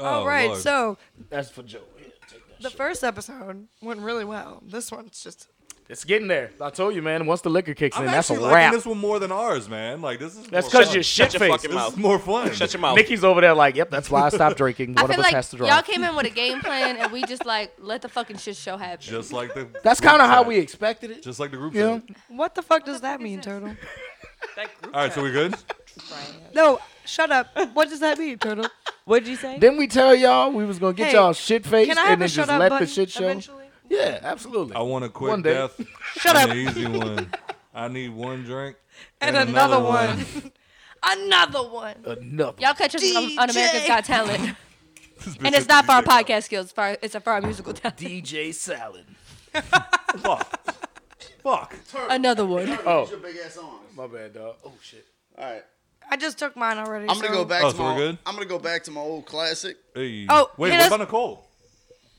Speaker 1: Oh,
Speaker 3: All right,
Speaker 1: Lord.
Speaker 3: so
Speaker 6: That's for Joe. Yeah, take that.
Speaker 3: the first episode went really well. This one's just
Speaker 8: It's getting there. I told you, man. Once the liquor kicks
Speaker 1: I'm
Speaker 8: in, that's
Speaker 1: actually
Speaker 8: a
Speaker 1: liking
Speaker 8: wrap.
Speaker 1: this one more than ours, man. Like this is
Speaker 8: That's because
Speaker 1: more
Speaker 6: Oh,
Speaker 1: fun.
Speaker 8: you're shit
Speaker 2: Shut your
Speaker 8: faced.
Speaker 2: fucking
Speaker 1: This is
Speaker 2: mouth.
Speaker 1: more fun.
Speaker 2: Shut your mouth.
Speaker 8: Nikki's over there like, yep, that's why I stopped drinking.
Speaker 7: I
Speaker 8: One of
Speaker 7: feel
Speaker 8: us has to
Speaker 7: like y'all
Speaker 8: drive.
Speaker 7: came in with a game plan and we just like let the fucking shit show happen.
Speaker 1: Just like the.
Speaker 6: That's
Speaker 1: group
Speaker 6: kind of how
Speaker 1: chat.
Speaker 6: we expected it.
Speaker 1: Just like the group.
Speaker 6: You know?
Speaker 1: chat.
Speaker 3: what the fuck does that mean, Turtle?
Speaker 5: That group
Speaker 1: All right, so we good?
Speaker 3: No, shut up. What does that mean, Turtle?
Speaker 5: What'd you say?
Speaker 6: Didn't we tell y'all we was gonna get
Speaker 3: Hey,
Speaker 6: y'all shit faced
Speaker 3: Can I have
Speaker 6: and
Speaker 3: a
Speaker 6: then
Speaker 3: shut
Speaker 6: just
Speaker 3: up
Speaker 6: let
Speaker 3: button
Speaker 6: the shit show?
Speaker 3: eventually?
Speaker 6: Yeah, absolutely.
Speaker 1: I want a quick
Speaker 6: One day.
Speaker 1: death.
Speaker 3: Shut
Speaker 1: and
Speaker 3: up.
Speaker 1: An easy one. I need one drink
Speaker 3: And another one. another one.
Speaker 6: Enough.
Speaker 7: Y'all catch us on, on America's
Speaker 3: DJ.
Speaker 7: Got Talent.
Speaker 1: This bitch
Speaker 7: and it's
Speaker 1: said
Speaker 7: not for our
Speaker 1: DJ got
Speaker 7: podcast skills. It's for our, it's for our musical talent.
Speaker 6: DJ Salad.
Speaker 1: Fuck. Fuck.
Speaker 7: Another one.
Speaker 4: Oh. Your big ass arms.
Speaker 6: My bad, dog. Oh shit.
Speaker 4: All right.
Speaker 3: I just took mine already.
Speaker 4: I'm gonna
Speaker 3: so-
Speaker 4: go back
Speaker 1: Oh,
Speaker 4: to
Speaker 1: so
Speaker 4: my
Speaker 1: we're good?
Speaker 4: I'm gonna go back to my old classic.
Speaker 1: Hey.
Speaker 3: Oh,
Speaker 1: wait.
Speaker 3: hit
Speaker 1: What
Speaker 3: us-
Speaker 1: about Nicole?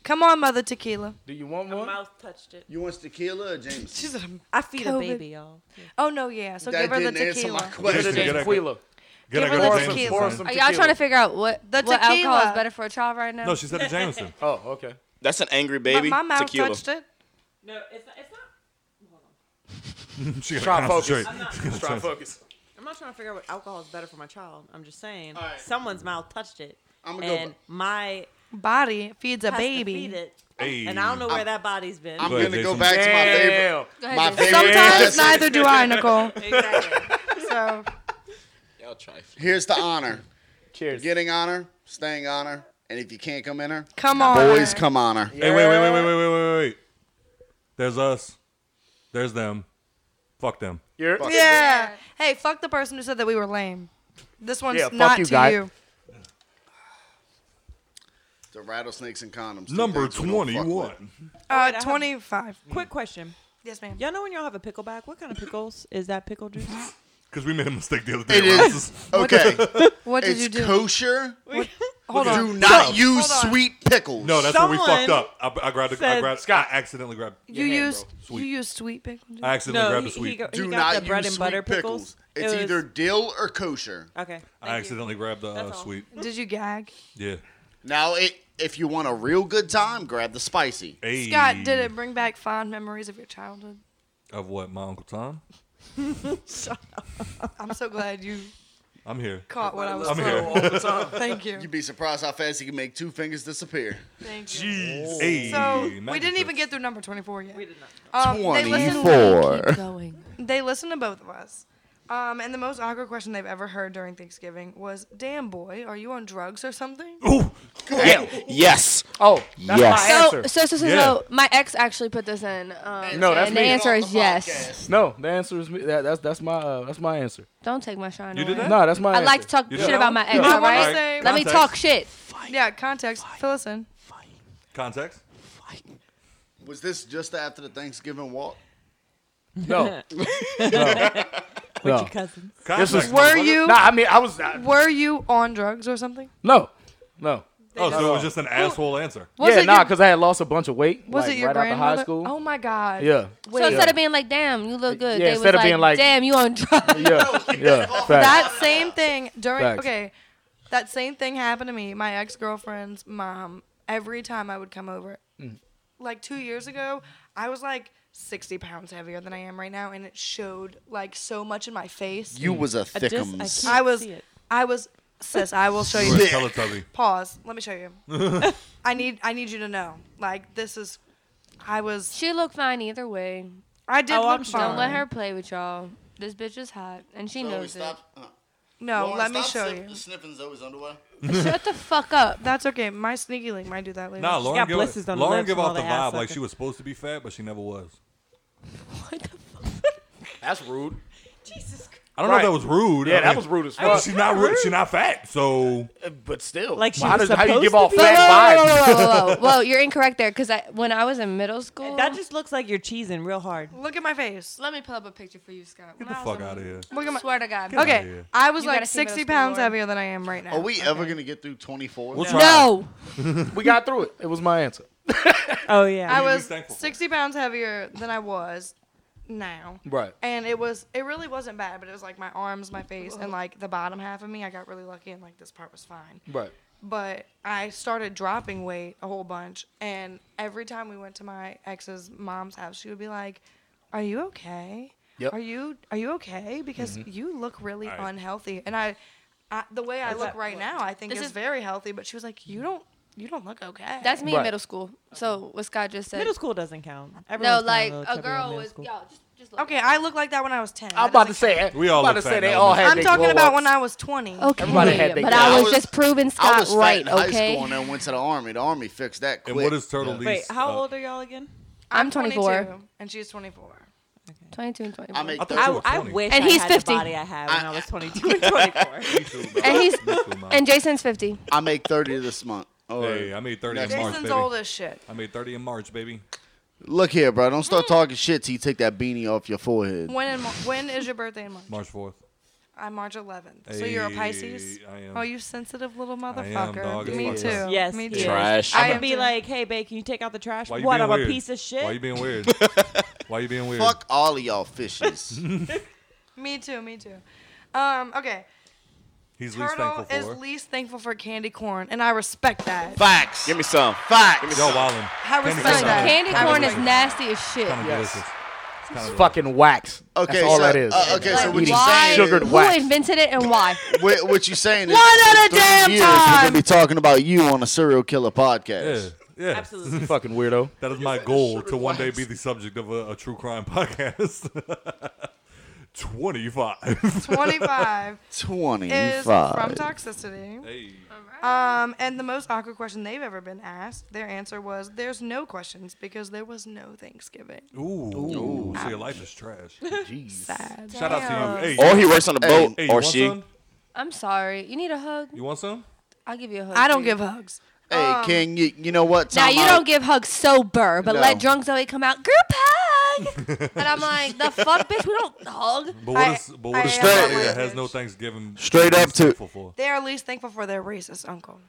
Speaker 3: Come on, mother tequila.
Speaker 6: Do you want
Speaker 5: My
Speaker 6: one?
Speaker 5: mouth touched it.
Speaker 4: You want tequila or James?
Speaker 3: She's a
Speaker 5: I feed
Speaker 3: COVID.
Speaker 5: a baby, y'all.
Speaker 3: Oh no, yeah. So
Speaker 4: that
Speaker 3: give her the
Speaker 4: didn't answer my
Speaker 3: tequila.
Speaker 1: Jason,
Speaker 4: question.
Speaker 1: get that-
Speaker 6: Tequila.
Speaker 1: get that
Speaker 3: her the
Speaker 1: girl a
Speaker 3: Pour some-
Speaker 1: Jameson,
Speaker 3: pour
Speaker 1: son.
Speaker 7: Are y'all trying to figure out what
Speaker 3: The
Speaker 7: what alcohol
Speaker 3: tequila.
Speaker 7: is better for a child right now?
Speaker 1: No, she said a Jameson.
Speaker 6: Oh, okay.
Speaker 2: That's an angry
Speaker 3: But
Speaker 2: baby.
Speaker 3: my mouth
Speaker 2: Tequila.
Speaker 3: touched it.
Speaker 5: No, it's not, it's not.
Speaker 1: she
Speaker 6: Try
Speaker 1: got to
Speaker 6: and focus.
Speaker 1: concentrate.
Speaker 6: Try and focus.
Speaker 5: I'm not trying to figure out what alcohol is better for my child. I'm just saying someone's mouth touched it,
Speaker 4: I'ma go
Speaker 5: and
Speaker 4: bu-
Speaker 5: my
Speaker 3: Body feeds a
Speaker 5: has to feed
Speaker 3: baby.
Speaker 5: it.
Speaker 1: Hey.
Speaker 5: And I don't know where that body's been.
Speaker 4: I'm
Speaker 1: Go ahead,
Speaker 4: gonna go
Speaker 1: Jason.
Speaker 4: back to my favorite.
Speaker 6: Damn.
Speaker 7: Go ahead,
Speaker 4: My
Speaker 7: Jason.
Speaker 4: favorite.
Speaker 3: Sometimes
Speaker 4: classic.
Speaker 3: neither do I, Nicole.
Speaker 5: exactly.
Speaker 3: So
Speaker 2: Y'all try.
Speaker 4: Here's the honor:
Speaker 6: Cheers.
Speaker 4: getting honor, staying honor, and if you can't come in her,
Speaker 3: come on.
Speaker 4: boys come honor.
Speaker 1: Hey, wait, wait, wait, wait, wait, wait, wait, wait. There's us. There's them. Fuck them.
Speaker 6: You're-
Speaker 3: Yeah. Hey, fuck the person who said that we were lame. This one's
Speaker 6: Yeah, fuck
Speaker 3: not
Speaker 6: you,
Speaker 3: to
Speaker 5: Oh,
Speaker 6: guy.
Speaker 3: you.
Speaker 4: The rattlesnakes and condoms. two
Speaker 1: Number
Speaker 4: things we don't fuck with.
Speaker 1: 21.
Speaker 3: Uh,
Speaker 5: I have-
Speaker 3: 25.
Speaker 5: Quick question.
Speaker 3: Yes, ma'am.
Speaker 5: Y'all know when y'all have a pickle back, what kind of pickles is that pickle juice?
Speaker 1: Because we made a mistake the other day.
Speaker 4: It is okay.
Speaker 3: What did
Speaker 4: it's
Speaker 3: you do?
Speaker 4: kosher.
Speaker 3: Hold on.
Speaker 4: Do not use
Speaker 3: Hold on.
Speaker 4: sweet pickles.
Speaker 1: No, that's where we
Speaker 5: Someone
Speaker 1: fucked up. I, I grabbed. The, I
Speaker 5: said-
Speaker 1: grabbed. Scott I accidentally grabbed.
Speaker 3: You
Speaker 1: your hand,
Speaker 3: used
Speaker 1: bro.
Speaker 3: you
Speaker 1: sweet.
Speaker 3: used sweet pickle juice.
Speaker 1: I accidentally
Speaker 5: No,
Speaker 1: grabbed
Speaker 5: he,
Speaker 1: the sweet.
Speaker 5: he, go- he
Speaker 4: Do
Speaker 5: got
Speaker 4: not
Speaker 5: the bread
Speaker 4: use
Speaker 5: and butter
Speaker 4: sweet pickles.
Speaker 5: pickles. It
Speaker 4: It's
Speaker 5: was-
Speaker 4: either dill or kosher.
Speaker 5: okay.
Speaker 1: I
Speaker 5: thank you.
Speaker 1: accidentally grabbed the uh,
Speaker 5: That's all.
Speaker 1: sweet.
Speaker 3: Did you gag?
Speaker 1: Yeah.
Speaker 4: Now, it, if you want a real good time, grab the spicy.
Speaker 3: Scott,
Speaker 1: Ayy.
Speaker 3: did it bring back fond memories of your childhood?
Speaker 1: Of what? My uncle Tom.
Speaker 3: I'm so glad you
Speaker 1: I'm here.
Speaker 3: caught what I was
Speaker 1: I'm
Speaker 3: saying.
Speaker 1: here.
Speaker 3: Thank you.
Speaker 4: You'd be surprised how fast you can make two fingers disappear.
Speaker 3: Thank you.
Speaker 1: Jeez. Ayy,
Speaker 3: So we
Speaker 1: magic
Speaker 3: didn't even
Speaker 1: tricks.
Speaker 3: get through number 24 yet.
Speaker 5: We did not.
Speaker 3: Um, they listened-
Speaker 7: going.
Speaker 3: They listened to both of us. Um, and the most awkward question they've ever heard during Thanksgiving was, "Damn boy, are you on drugs or something?"
Speaker 2: Yes.
Speaker 8: Oh, that's
Speaker 6: Yes.
Speaker 8: my
Speaker 7: So,
Speaker 8: answer.
Speaker 7: so, so, so,
Speaker 1: Yeah.
Speaker 7: my ex actually put this in. Um,
Speaker 8: No, that's
Speaker 7: and the
Speaker 8: me.
Speaker 7: answer
Speaker 4: On
Speaker 7: is
Speaker 4: the
Speaker 7: yes.
Speaker 4: podcast.
Speaker 8: No, the answer is me. That, that's that's my uh, that's my answer.
Speaker 7: Don't take my shine
Speaker 1: You
Speaker 7: away.
Speaker 1: did that?
Speaker 8: No, that's my
Speaker 7: I
Speaker 8: answer.
Speaker 7: like to talk
Speaker 1: You
Speaker 7: shit
Speaker 1: did
Speaker 7: about my
Speaker 1: that?
Speaker 7: ex,
Speaker 3: I
Speaker 7: all
Speaker 3: wanna
Speaker 7: right?
Speaker 3: say-
Speaker 7: Let me
Speaker 1: Context.
Speaker 7: talk shit.
Speaker 3: Yeah, context. Fill us in.
Speaker 1: Context.
Speaker 4: Was this just after the Thanksgiving walk?
Speaker 8: No,
Speaker 5: With
Speaker 8: No.
Speaker 5: your cousins.
Speaker 1: Context.
Speaker 8: was-
Speaker 3: Were
Speaker 1: motherfucker.
Speaker 3: you
Speaker 8: nah. I mean, I was I,
Speaker 3: were you on drugs or something?
Speaker 8: no, no.
Speaker 1: Oh, so it was just an asshole answer.
Speaker 3: Was
Speaker 8: yeah,
Speaker 3: it
Speaker 8: nah,
Speaker 3: your-
Speaker 8: because I had lost a bunch of weight.
Speaker 3: Was
Speaker 8: like,
Speaker 3: it your
Speaker 8: right out of
Speaker 3: grandmother?
Speaker 8: high school?
Speaker 3: Oh my god.
Speaker 8: yeah,
Speaker 7: So
Speaker 3: Wait.
Speaker 7: instead of being like, damn, you look good,
Speaker 8: Yeah,
Speaker 7: they
Speaker 8: instead
Speaker 7: was
Speaker 8: of being like-
Speaker 7: like, damn, you on drugs.
Speaker 8: yeah, yeah. Fact.
Speaker 3: that same thing during
Speaker 8: Facts.
Speaker 3: okay that same thing happened to me my ex-girlfriend's mom every time i would come over
Speaker 1: Mm.
Speaker 3: like two years ago i was like 60 pounds heavier than i am right now and it showed like so much in my face
Speaker 4: You
Speaker 1: Mm.
Speaker 4: was a
Speaker 5: I just, I,
Speaker 4: thickums.
Speaker 5: can't
Speaker 3: i was
Speaker 5: See it.
Speaker 3: i was sis i will show
Speaker 1: You were
Speaker 3: you
Speaker 1: a Teletubby.
Speaker 3: pause let me show you i need i need you to know like this is i was
Speaker 7: she looked fine either way.
Speaker 3: i did
Speaker 5: Oh,
Speaker 3: look
Speaker 5: I'm
Speaker 3: fine.
Speaker 5: sure.
Speaker 7: Don't let her play with y'all. This bitch is hot, and she
Speaker 4: uh,
Speaker 7: knows it.
Speaker 3: no
Speaker 5: Oh,
Speaker 3: let me show you
Speaker 4: Sniffing Zoe's underwear.
Speaker 7: Shut the fuck up.
Speaker 3: that's okay my sneaky link might do that later
Speaker 1: Nah, Lauren
Speaker 5: got
Speaker 1: give,
Speaker 5: blisters on the
Speaker 1: Lauren
Speaker 5: lips
Speaker 1: give
Speaker 5: from
Speaker 1: off
Speaker 5: all
Speaker 1: the
Speaker 5: the ass
Speaker 1: vibe like
Speaker 5: sucking.
Speaker 1: she was supposed to be fat, but she never was.
Speaker 8: That's rude.
Speaker 1: I don't
Speaker 8: Right.
Speaker 1: know if that was rude.
Speaker 8: Yeah,
Speaker 1: I
Speaker 8: that
Speaker 1: mean,
Speaker 8: was rude as
Speaker 1: but
Speaker 8: fuck.
Speaker 1: She's not rude. She's not fat, so
Speaker 8: But still,
Speaker 5: Like she
Speaker 8: how,
Speaker 5: was
Speaker 8: does, how you
Speaker 5: supposed
Speaker 8: give
Speaker 5: to
Speaker 8: off
Speaker 5: be?
Speaker 7: Whoa,
Speaker 8: fat vibes?
Speaker 7: whoa, whoa, whoa, whoa, whoa! You're incorrect there, because I, when I was in middle school,
Speaker 5: That just looks like you're cheesing real hard.
Speaker 7: Oh,
Speaker 3: look at my face
Speaker 7: let me pull up a picture for you, Scott.
Speaker 1: get the fuck out of here.
Speaker 3: look at my
Speaker 7: Swear to God.
Speaker 1: outta
Speaker 3: Okay,
Speaker 1: here.
Speaker 3: I was
Speaker 7: You
Speaker 3: like
Speaker 7: gotta see middle
Speaker 3: 60
Speaker 7: school
Speaker 3: pounds
Speaker 7: Lauren.
Speaker 3: heavier than I am right now.
Speaker 4: Are we ever gonna get through 24?
Speaker 1: We'll try.
Speaker 7: No.
Speaker 8: We got through it. It was my answer.
Speaker 5: Oh yeah.
Speaker 3: I
Speaker 1: you be
Speaker 3: was
Speaker 1: thankful for?
Speaker 3: 60 pounds heavier than I was now.
Speaker 8: Right.
Speaker 3: And it was, it really wasn't bad, but it was like my arms, my face, and like the bottom half of me. I got really lucky and like this part was fine.
Speaker 8: Right.
Speaker 3: But I started dropping weight a whole bunch. And every time we went to my ex's mom's house, she would be like, Are you okay?
Speaker 8: Yep.
Speaker 3: Are you are you okay? Because you look really
Speaker 1: All right.
Speaker 3: unhealthy, and I, I, the way I look right now, I think
Speaker 7: This
Speaker 3: is,
Speaker 7: is-
Speaker 3: very healthy. But she was like, "You don't, you don't look okay."
Speaker 7: That's me in
Speaker 8: Right.
Speaker 7: middle school. So what Scott just said.
Speaker 5: Middle school doesn't count.
Speaker 7: no,
Speaker 5: Everyone's kinda
Speaker 7: like
Speaker 5: little
Speaker 7: a
Speaker 5: chubby in
Speaker 7: girl
Speaker 5: middle
Speaker 7: was.
Speaker 5: school.
Speaker 7: Y'all just, just look.
Speaker 3: Okay, I look like that when I was 10.
Speaker 8: I'm
Speaker 3: That
Speaker 8: about to
Speaker 3: doesn't
Speaker 8: say.
Speaker 1: We
Speaker 8: We
Speaker 1: all
Speaker 8: all about to
Speaker 1: look
Speaker 8: say
Speaker 1: fat
Speaker 8: they
Speaker 1: now,
Speaker 8: all
Speaker 1: don't we?
Speaker 8: had.
Speaker 3: count.
Speaker 8: their
Speaker 3: I'm talking
Speaker 8: glow-ups.
Speaker 3: about when I was 20.
Speaker 7: Okay.
Speaker 8: Everybody had their
Speaker 7: but
Speaker 8: gap.
Speaker 7: I
Speaker 4: I
Speaker 7: was,
Speaker 4: was-
Speaker 7: just proving
Speaker 4: I
Speaker 7: Scott
Speaker 4: was fat
Speaker 7: right.
Speaker 4: in high
Speaker 7: okay.
Speaker 4: school and then went to the army. The army fixed that quick.
Speaker 1: And what is Turtle Lee's?
Speaker 5: Wait, how
Speaker 1: uh,
Speaker 5: old are y'all again?
Speaker 7: I'm 24.
Speaker 3: 22, and she's 24.
Speaker 7: 22 and 24.
Speaker 4: I
Speaker 1: I
Speaker 4: make
Speaker 1: thought
Speaker 4: thirty.
Speaker 1: you were
Speaker 5: I
Speaker 1: 20.
Speaker 5: wish
Speaker 7: And
Speaker 5: I
Speaker 7: he's
Speaker 5: had
Speaker 7: 50.
Speaker 5: the body I had when I, was 22 and 24.
Speaker 1: Me too, bro.
Speaker 7: and he's
Speaker 1: Me too,
Speaker 4: Uh-huh.
Speaker 1: man.
Speaker 7: and Jason's 50.
Speaker 4: I make thirty this month. Or-
Speaker 1: Hey, I made 30 in
Speaker 4: Next
Speaker 1: March,
Speaker 3: Jason's
Speaker 1: baby.
Speaker 3: old as shit.
Speaker 1: I made 30 in March, baby.
Speaker 4: Look here, bro. Don't
Speaker 7: Mm.
Speaker 4: start talking shit till you take that beanie off your forehead.
Speaker 3: When in, Mar- when is your birthday in March?
Speaker 1: March 4th.
Speaker 3: I'm March 11th. so you're a Pisces.
Speaker 1: Hey, I am.
Speaker 3: Oh, you sensitive little motherfucker.
Speaker 1: dog, as
Speaker 3: Me
Speaker 1: fuck.
Speaker 3: too.
Speaker 5: Yes,
Speaker 3: Me
Speaker 5: he
Speaker 3: too.
Speaker 5: is.
Speaker 2: Trash.
Speaker 5: I
Speaker 3: I
Speaker 5: would
Speaker 3: am
Speaker 5: be
Speaker 3: too.
Speaker 5: like, hey, babe, can you take out the trash?
Speaker 1: Why you
Speaker 5: What?
Speaker 1: being
Speaker 5: I'm
Speaker 1: weird?
Speaker 5: a piece of shit.
Speaker 1: Why you being weird? Why you being weird?
Speaker 4: Fuck all of y'all fishes.
Speaker 3: Me too. Me too. Um, okay.
Speaker 1: He's least
Speaker 3: Turtle
Speaker 1: thankful
Speaker 3: is
Speaker 1: for.
Speaker 3: least thankful for candy corn, and I respect that.
Speaker 4: Facts.
Speaker 2: Give me some.
Speaker 4: Facts.
Speaker 1: Yo, wildin'.
Speaker 3: I
Speaker 1: Candy
Speaker 3: respect
Speaker 1: corn.
Speaker 3: that.
Speaker 7: Candy corn
Speaker 3: Yes.
Speaker 7: is nasty as shit.
Speaker 1: Kind of
Speaker 8: Yes.
Speaker 1: delicious. It's kinda
Speaker 8: It's
Speaker 1: delicious.
Speaker 8: fucking wax.
Speaker 4: Okay,
Speaker 8: That's all
Speaker 4: so-
Speaker 8: that is.
Speaker 4: uh, okay,
Speaker 7: Like,
Speaker 4: so what you
Speaker 7: why?
Speaker 4: saying?
Speaker 8: Sugared
Speaker 7: Who
Speaker 8: wax.
Speaker 7: invented it and why?
Speaker 4: What, what you saying is,
Speaker 7: One
Speaker 4: in
Speaker 7: at a
Speaker 4: three
Speaker 7: damn
Speaker 4: years, we're
Speaker 7: time.
Speaker 4: gonna be talking about you on a serial killer podcast.
Speaker 1: Yeah, yeah.
Speaker 5: Absolutely.
Speaker 8: Fucking weirdo.
Speaker 1: That is my goal to one day be the subject of a, a true crime podcast. 25.
Speaker 3: 25 is from
Speaker 4: Twenty-five.
Speaker 3: toxicity.
Speaker 1: hey.
Speaker 3: Um, and the most awkward question they've ever been asked, their answer was, "There's no questions because there was no Thanksgiving."
Speaker 1: Ooh. Ooh. So your life is trash.
Speaker 8: Jeez.
Speaker 3: Sad.
Speaker 1: Shout out to you. Hey,
Speaker 2: Or he works on a
Speaker 4: Hey,
Speaker 2: boat,
Speaker 1: hey, you
Speaker 2: or
Speaker 1: want
Speaker 2: she.
Speaker 1: some?
Speaker 7: I'm sorry. You need a hug?
Speaker 1: You want some?
Speaker 7: I'll give you a hug.
Speaker 3: I don't
Speaker 7: too.
Speaker 3: give hugs.
Speaker 4: Hey, King, you, you know what?
Speaker 7: Now
Speaker 4: Time
Speaker 7: you
Speaker 4: out.
Speaker 7: don't give hugs sober, but let
Speaker 4: No.
Speaker 7: drunk Zoe come out. Group hug. and I'm like, the fuck, bitch. We don't hug.
Speaker 1: But what
Speaker 3: I-
Speaker 1: is but what
Speaker 3: I
Speaker 1: is
Speaker 3: am
Speaker 1: somebody
Speaker 3: that
Speaker 1: that has
Speaker 3: bitch.
Speaker 1: no Thanksgiving?
Speaker 4: Straight up
Speaker 1: he's
Speaker 4: to-
Speaker 1: thankful for?
Speaker 3: They are least thankful for their racist uncle.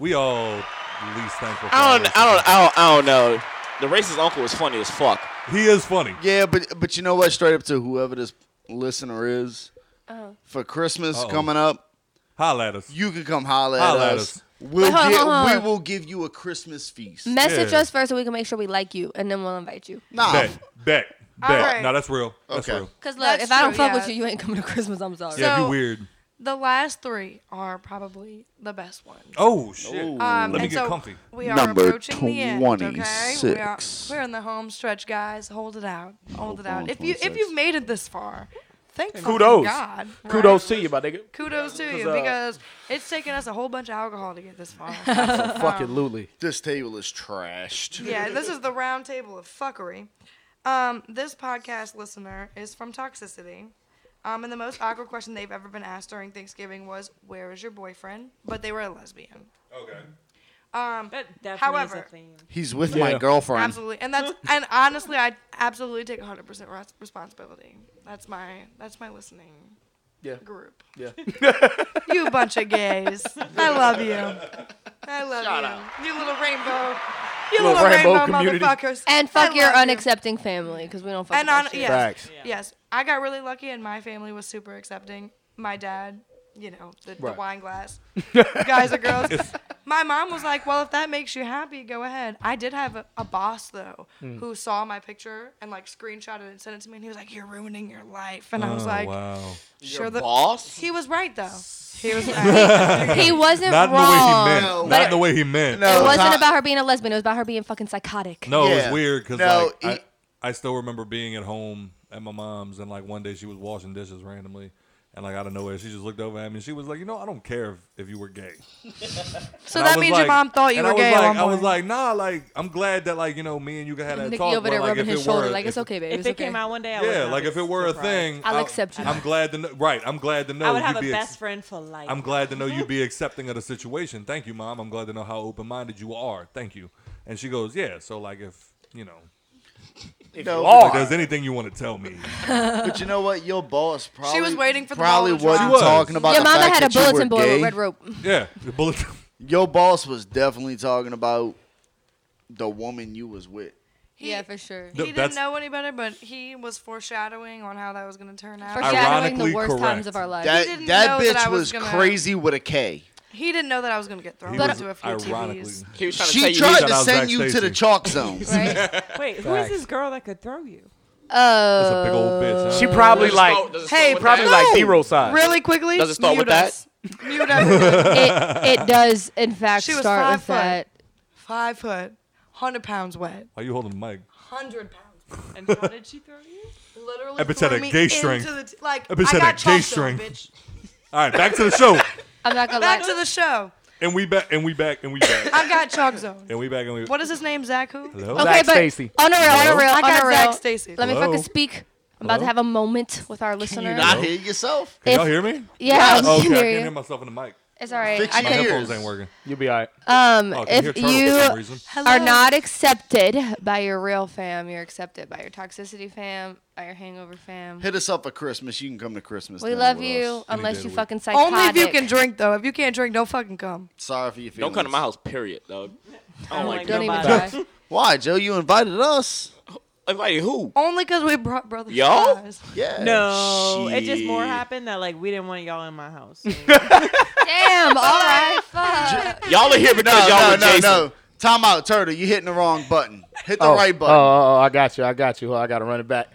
Speaker 1: We all least thankful. For
Speaker 2: I
Speaker 1: our
Speaker 2: don't,
Speaker 1: racism.
Speaker 2: I don't, I don't, I don't know. The racist uncle is funny as fuck.
Speaker 1: He is funny.
Speaker 4: Yeah, but but you know what? Straight up to whoever this listener is,
Speaker 7: Uh-huh.
Speaker 4: for Christmas
Speaker 1: Uh-oh.
Speaker 4: coming up,
Speaker 1: Holla at us.
Speaker 4: you can come holler,
Speaker 1: Holla
Speaker 4: at
Speaker 1: at
Speaker 4: us.
Speaker 1: us.
Speaker 4: We'll
Speaker 7: Hold on,
Speaker 4: get,
Speaker 7: hold on, hold
Speaker 4: we
Speaker 7: on.
Speaker 4: will give you a Christmas feast.
Speaker 7: Message
Speaker 1: Yeah.
Speaker 7: us first so we can make sure we like you, and then we'll invite you.
Speaker 4: nah,
Speaker 1: Bet, bet, bet.
Speaker 3: Alright.
Speaker 1: No, that's real. That's
Speaker 4: Okay.
Speaker 1: real.
Speaker 7: Cause look,
Speaker 3: That's
Speaker 7: if I don't
Speaker 3: true,
Speaker 7: fuck
Speaker 3: yeah.
Speaker 7: with you, you ain't coming to Christmas. I'm sorry.
Speaker 1: Yeah, you
Speaker 3: So-
Speaker 1: weird.
Speaker 3: The last three are probably the best ones.
Speaker 1: Oh shit.
Speaker 3: Um,
Speaker 1: Let me
Speaker 3: and
Speaker 1: get
Speaker 3: so
Speaker 1: comfy.
Speaker 3: We are
Speaker 4: Number
Speaker 3: approaching the end. Okay, we are,
Speaker 4: 26.
Speaker 3: we're in the home stretch, guys. Hold it out. Hold it out.
Speaker 4: on,
Speaker 3: If you if
Speaker 4: 26.
Speaker 3: you've made it this far, thank fucking
Speaker 8: Kudos.
Speaker 3: God. right?
Speaker 8: Kudos to you, my nigga.
Speaker 3: Kudos to you
Speaker 8: uh,
Speaker 3: because it's taken us a whole bunch of alcohol to get this far.
Speaker 8: Fucking Luli.
Speaker 4: this table is trashed.
Speaker 3: yeah, this is the round table of fuckery. Um, this podcast listener is from Toxicity. Um, and the most awkward question they've ever been asked during Thanksgiving was, "Where is your boyfriend?" But they were a lesbian.
Speaker 1: Okay.
Speaker 3: Um,
Speaker 5: That definitely is
Speaker 3: However,
Speaker 5: a theme.
Speaker 4: He's with my
Speaker 8: Yeah.
Speaker 4: girlfriend.
Speaker 3: Absolutely, and that's and honestly, I absolutely take 100 percent responsibility. That's my that's my listening
Speaker 8: Yeah.
Speaker 3: group.
Speaker 8: Yeah.
Speaker 3: You bunch of gays, I love you. I love you, you little rainbow, you
Speaker 8: Little
Speaker 3: little,
Speaker 8: rainbow
Speaker 3: rainbow,
Speaker 8: community.
Speaker 3: motherfuckers.
Speaker 7: And
Speaker 3: I
Speaker 7: fuck your
Speaker 3: love you.
Speaker 7: unaccepting family, cause we don't fuck.
Speaker 3: And
Speaker 7: with that
Speaker 3: on
Speaker 7: shit.
Speaker 3: yes,
Speaker 8: Facts.
Speaker 3: yes, I got really lucky, and my family was super accepting. My dad, you know, the, the
Speaker 8: Right.
Speaker 3: wine glass, guys or girls. My mom was like, "Well, if that makes you happy, go ahead." I did have a, a boss though,
Speaker 1: Hmm.
Speaker 3: who saw my picture and like screenshotted it and sent it to me, and he was like, "You're ruining your life," and I was like,
Speaker 1: Oh, wow.
Speaker 3: "Sure." The
Speaker 2: Boss?
Speaker 3: he was right though. He was right.
Speaker 7: He wasn't
Speaker 1: Not in the way
Speaker 7: wrong.
Speaker 1: he meant.
Speaker 4: No.
Speaker 1: Not in the way he meant.
Speaker 4: No.
Speaker 7: It wasn't
Speaker 4: Not-
Speaker 7: about her being a lesbian. It was about her being fucking psychotic.
Speaker 1: No, it
Speaker 4: Yeah.
Speaker 1: was weird because
Speaker 4: No, e
Speaker 1: like,
Speaker 4: he-
Speaker 1: I, I still remember being at home at my mom's and like one day she was washing dishes randomly and like out of nowhere she just looked over at me and she was like, you know, I don't care if, if you were gay.
Speaker 3: so
Speaker 1: And I
Speaker 3: that
Speaker 1: was
Speaker 3: means
Speaker 1: like-
Speaker 3: your mom thought you
Speaker 1: and
Speaker 3: were
Speaker 1: I was
Speaker 3: gay.
Speaker 1: Like,
Speaker 3: at one
Speaker 1: I was
Speaker 3: point.
Speaker 1: like, nah, like I'm glad that like you know me and you had that
Speaker 7: Nikki
Speaker 1: talk.
Speaker 7: over there
Speaker 1: but, like,
Speaker 7: rubbing
Speaker 1: if
Speaker 7: his
Speaker 1: it
Speaker 7: shoulder,
Speaker 1: were-
Speaker 7: like it's
Speaker 1: if-
Speaker 7: okay, baby.
Speaker 5: If
Speaker 7: it's
Speaker 5: it
Speaker 7: okay.
Speaker 5: came out one day, I would
Speaker 1: Yeah,
Speaker 5: not
Speaker 1: like
Speaker 5: be
Speaker 1: if it were a
Speaker 5: surprised.
Speaker 1: thing,
Speaker 7: I'll accept you.
Speaker 1: I'm glad to know. Right, I'm glad to know.
Speaker 5: I would have
Speaker 1: you'd
Speaker 5: a
Speaker 1: be ex-
Speaker 5: best friend for life.
Speaker 1: I'm glad to know you'd be accepting of the situation. Thank you, mom. I'm glad to know how open minded you are. Thank you. And she goes, yeah. So like if you know,
Speaker 4: No,
Speaker 1: if
Speaker 8: Lord.
Speaker 1: there's anything you want to tell me,
Speaker 4: but you know what? Your boss probably
Speaker 3: was waiting for the
Speaker 4: probably
Speaker 3: ball to drop.
Speaker 4: wasn't
Speaker 1: She was.
Speaker 4: talking about
Speaker 7: Your
Speaker 4: the
Speaker 7: mama
Speaker 4: fact
Speaker 7: had a
Speaker 4: that you were
Speaker 7: bulletin board with
Speaker 4: gay.
Speaker 7: red rope.
Speaker 1: yeah, the bullet.
Speaker 4: Your boss was definitely talking about the woman you was with.
Speaker 3: He-
Speaker 7: yeah, for sure.
Speaker 3: he
Speaker 1: Th-
Speaker 3: didn't
Speaker 1: that's-
Speaker 3: know any better, but he was foreshadowing on how that was going to turn out.
Speaker 7: Foreshadowing
Speaker 1: Ironically
Speaker 7: the worst
Speaker 1: correct.
Speaker 7: times of our lives.
Speaker 4: That
Speaker 3: didn't
Speaker 4: that
Speaker 3: know
Speaker 4: bitch
Speaker 3: that I
Speaker 4: was,
Speaker 3: was gonna-
Speaker 4: crazy with a K.
Speaker 3: He didn't know that I was gonna get thrown
Speaker 1: He
Speaker 3: but,
Speaker 1: was
Speaker 3: into a few
Speaker 1: ironically.
Speaker 3: TVs.
Speaker 2: He was trying to tell
Speaker 4: She
Speaker 2: you.
Speaker 4: tried
Speaker 1: that
Speaker 4: to
Speaker 1: I was
Speaker 4: send
Speaker 1: Zach
Speaker 4: you to the
Speaker 1: Stacy.
Speaker 4: chalk zone.
Speaker 7: right?
Speaker 5: Wait, who is this girl that could throw you?
Speaker 1: That's a
Speaker 7: Oh.
Speaker 1: big old bitch. Huh?
Speaker 8: She
Speaker 3: Uh,
Speaker 8: probably like,
Speaker 3: Hey,
Speaker 8: probably
Speaker 3: No!
Speaker 8: like zero size.
Speaker 3: Really quickly.
Speaker 2: Does it start
Speaker 3: mute
Speaker 2: with that?
Speaker 3: us. Mute us.
Speaker 7: it, it does, in fact,
Speaker 3: She was
Speaker 7: start
Speaker 3: five
Speaker 7: with
Speaker 3: foot.
Speaker 7: that.
Speaker 3: Five foot, hundred pounds wet,
Speaker 1: Why you holding the mic?
Speaker 3: hundred pounds.
Speaker 5: And how did she throw you?
Speaker 3: Literally.
Speaker 1: Epithetic
Speaker 3: threw me
Speaker 1: gay
Speaker 3: into
Speaker 1: strength.
Speaker 3: the t- like I
Speaker 1: Epithetic
Speaker 3: got
Speaker 1: gay
Speaker 3: gay
Speaker 1: strength.
Speaker 3: Bitch.
Speaker 1: All right, back to the show.
Speaker 7: I'm not gonna
Speaker 3: Back
Speaker 7: lie.
Speaker 3: to the show.
Speaker 1: and we back. And we back. And we back.
Speaker 3: I got chalk zone.
Speaker 1: and we back. And we.
Speaker 3: What is his name? Zach who?
Speaker 1: Hello?
Speaker 7: okay,
Speaker 8: Zach
Speaker 7: but
Speaker 8: Stacy.
Speaker 7: on a real, on a real,
Speaker 3: I
Speaker 7: on
Speaker 3: got
Speaker 7: a real.
Speaker 3: Zach Stacy.
Speaker 7: Let me
Speaker 1: Hello?
Speaker 7: fucking speak. I'm about
Speaker 1: Hello?
Speaker 7: to have a moment with our listener.
Speaker 4: Not hear yourself.
Speaker 1: Can y'all
Speaker 7: if-
Speaker 1: hear me?
Speaker 7: yeah,
Speaker 1: Oh,
Speaker 7: I
Speaker 1: okay,
Speaker 7: can
Speaker 1: I can't
Speaker 7: hear
Speaker 1: hear
Speaker 7: you.
Speaker 1: myself in the mic.
Speaker 7: It's all right.
Speaker 4: Fix
Speaker 7: I
Speaker 4: your
Speaker 1: My
Speaker 7: can,
Speaker 1: headphones
Speaker 4: Ears.
Speaker 1: ain't working.
Speaker 8: You'll be all right.
Speaker 7: um,
Speaker 1: Oh, I can hear
Speaker 7: if
Speaker 1: turtle for some
Speaker 7: you
Speaker 1: reason.
Speaker 7: are not accepted by your real fam, you're accepted by your toxicity fam, by your hangover fam.
Speaker 4: Hit us up for Christmas. You can come to Christmas.
Speaker 7: We
Speaker 4: dinner
Speaker 7: love
Speaker 4: with
Speaker 7: you,
Speaker 4: us.
Speaker 1: day of
Speaker 7: unless you
Speaker 1: the week.
Speaker 7: fucking psychotic.
Speaker 3: Only if you can drink though. If you can't drink, don't fucking come.
Speaker 4: Sorry for your
Speaker 2: Don't
Speaker 4: feelings.
Speaker 2: come to my house, period, though. I
Speaker 1: Oh
Speaker 2: don't like
Speaker 7: Don't
Speaker 2: nobody.
Speaker 7: even try.
Speaker 4: Why, Joe? You invited us.
Speaker 2: Like who?
Speaker 3: Only because we brought brothers.
Speaker 2: Y'all?
Speaker 3: Guys.
Speaker 4: Yeah.
Speaker 5: No, it just more
Speaker 2: Shit.
Speaker 5: happened that like we didn't want y'all in my house.
Speaker 7: Damn. All right. Fuck.
Speaker 2: Y'all are here
Speaker 4: No,
Speaker 2: because y'all
Speaker 4: no,
Speaker 2: with
Speaker 4: no,
Speaker 2: Jason.
Speaker 4: no. Time out, turtle. You hitting the wrong button. Hit the
Speaker 8: oh,
Speaker 4: right
Speaker 8: Oh,
Speaker 4: button.
Speaker 8: oh, oh, I got you. I got you. Hold on, I got to run it back.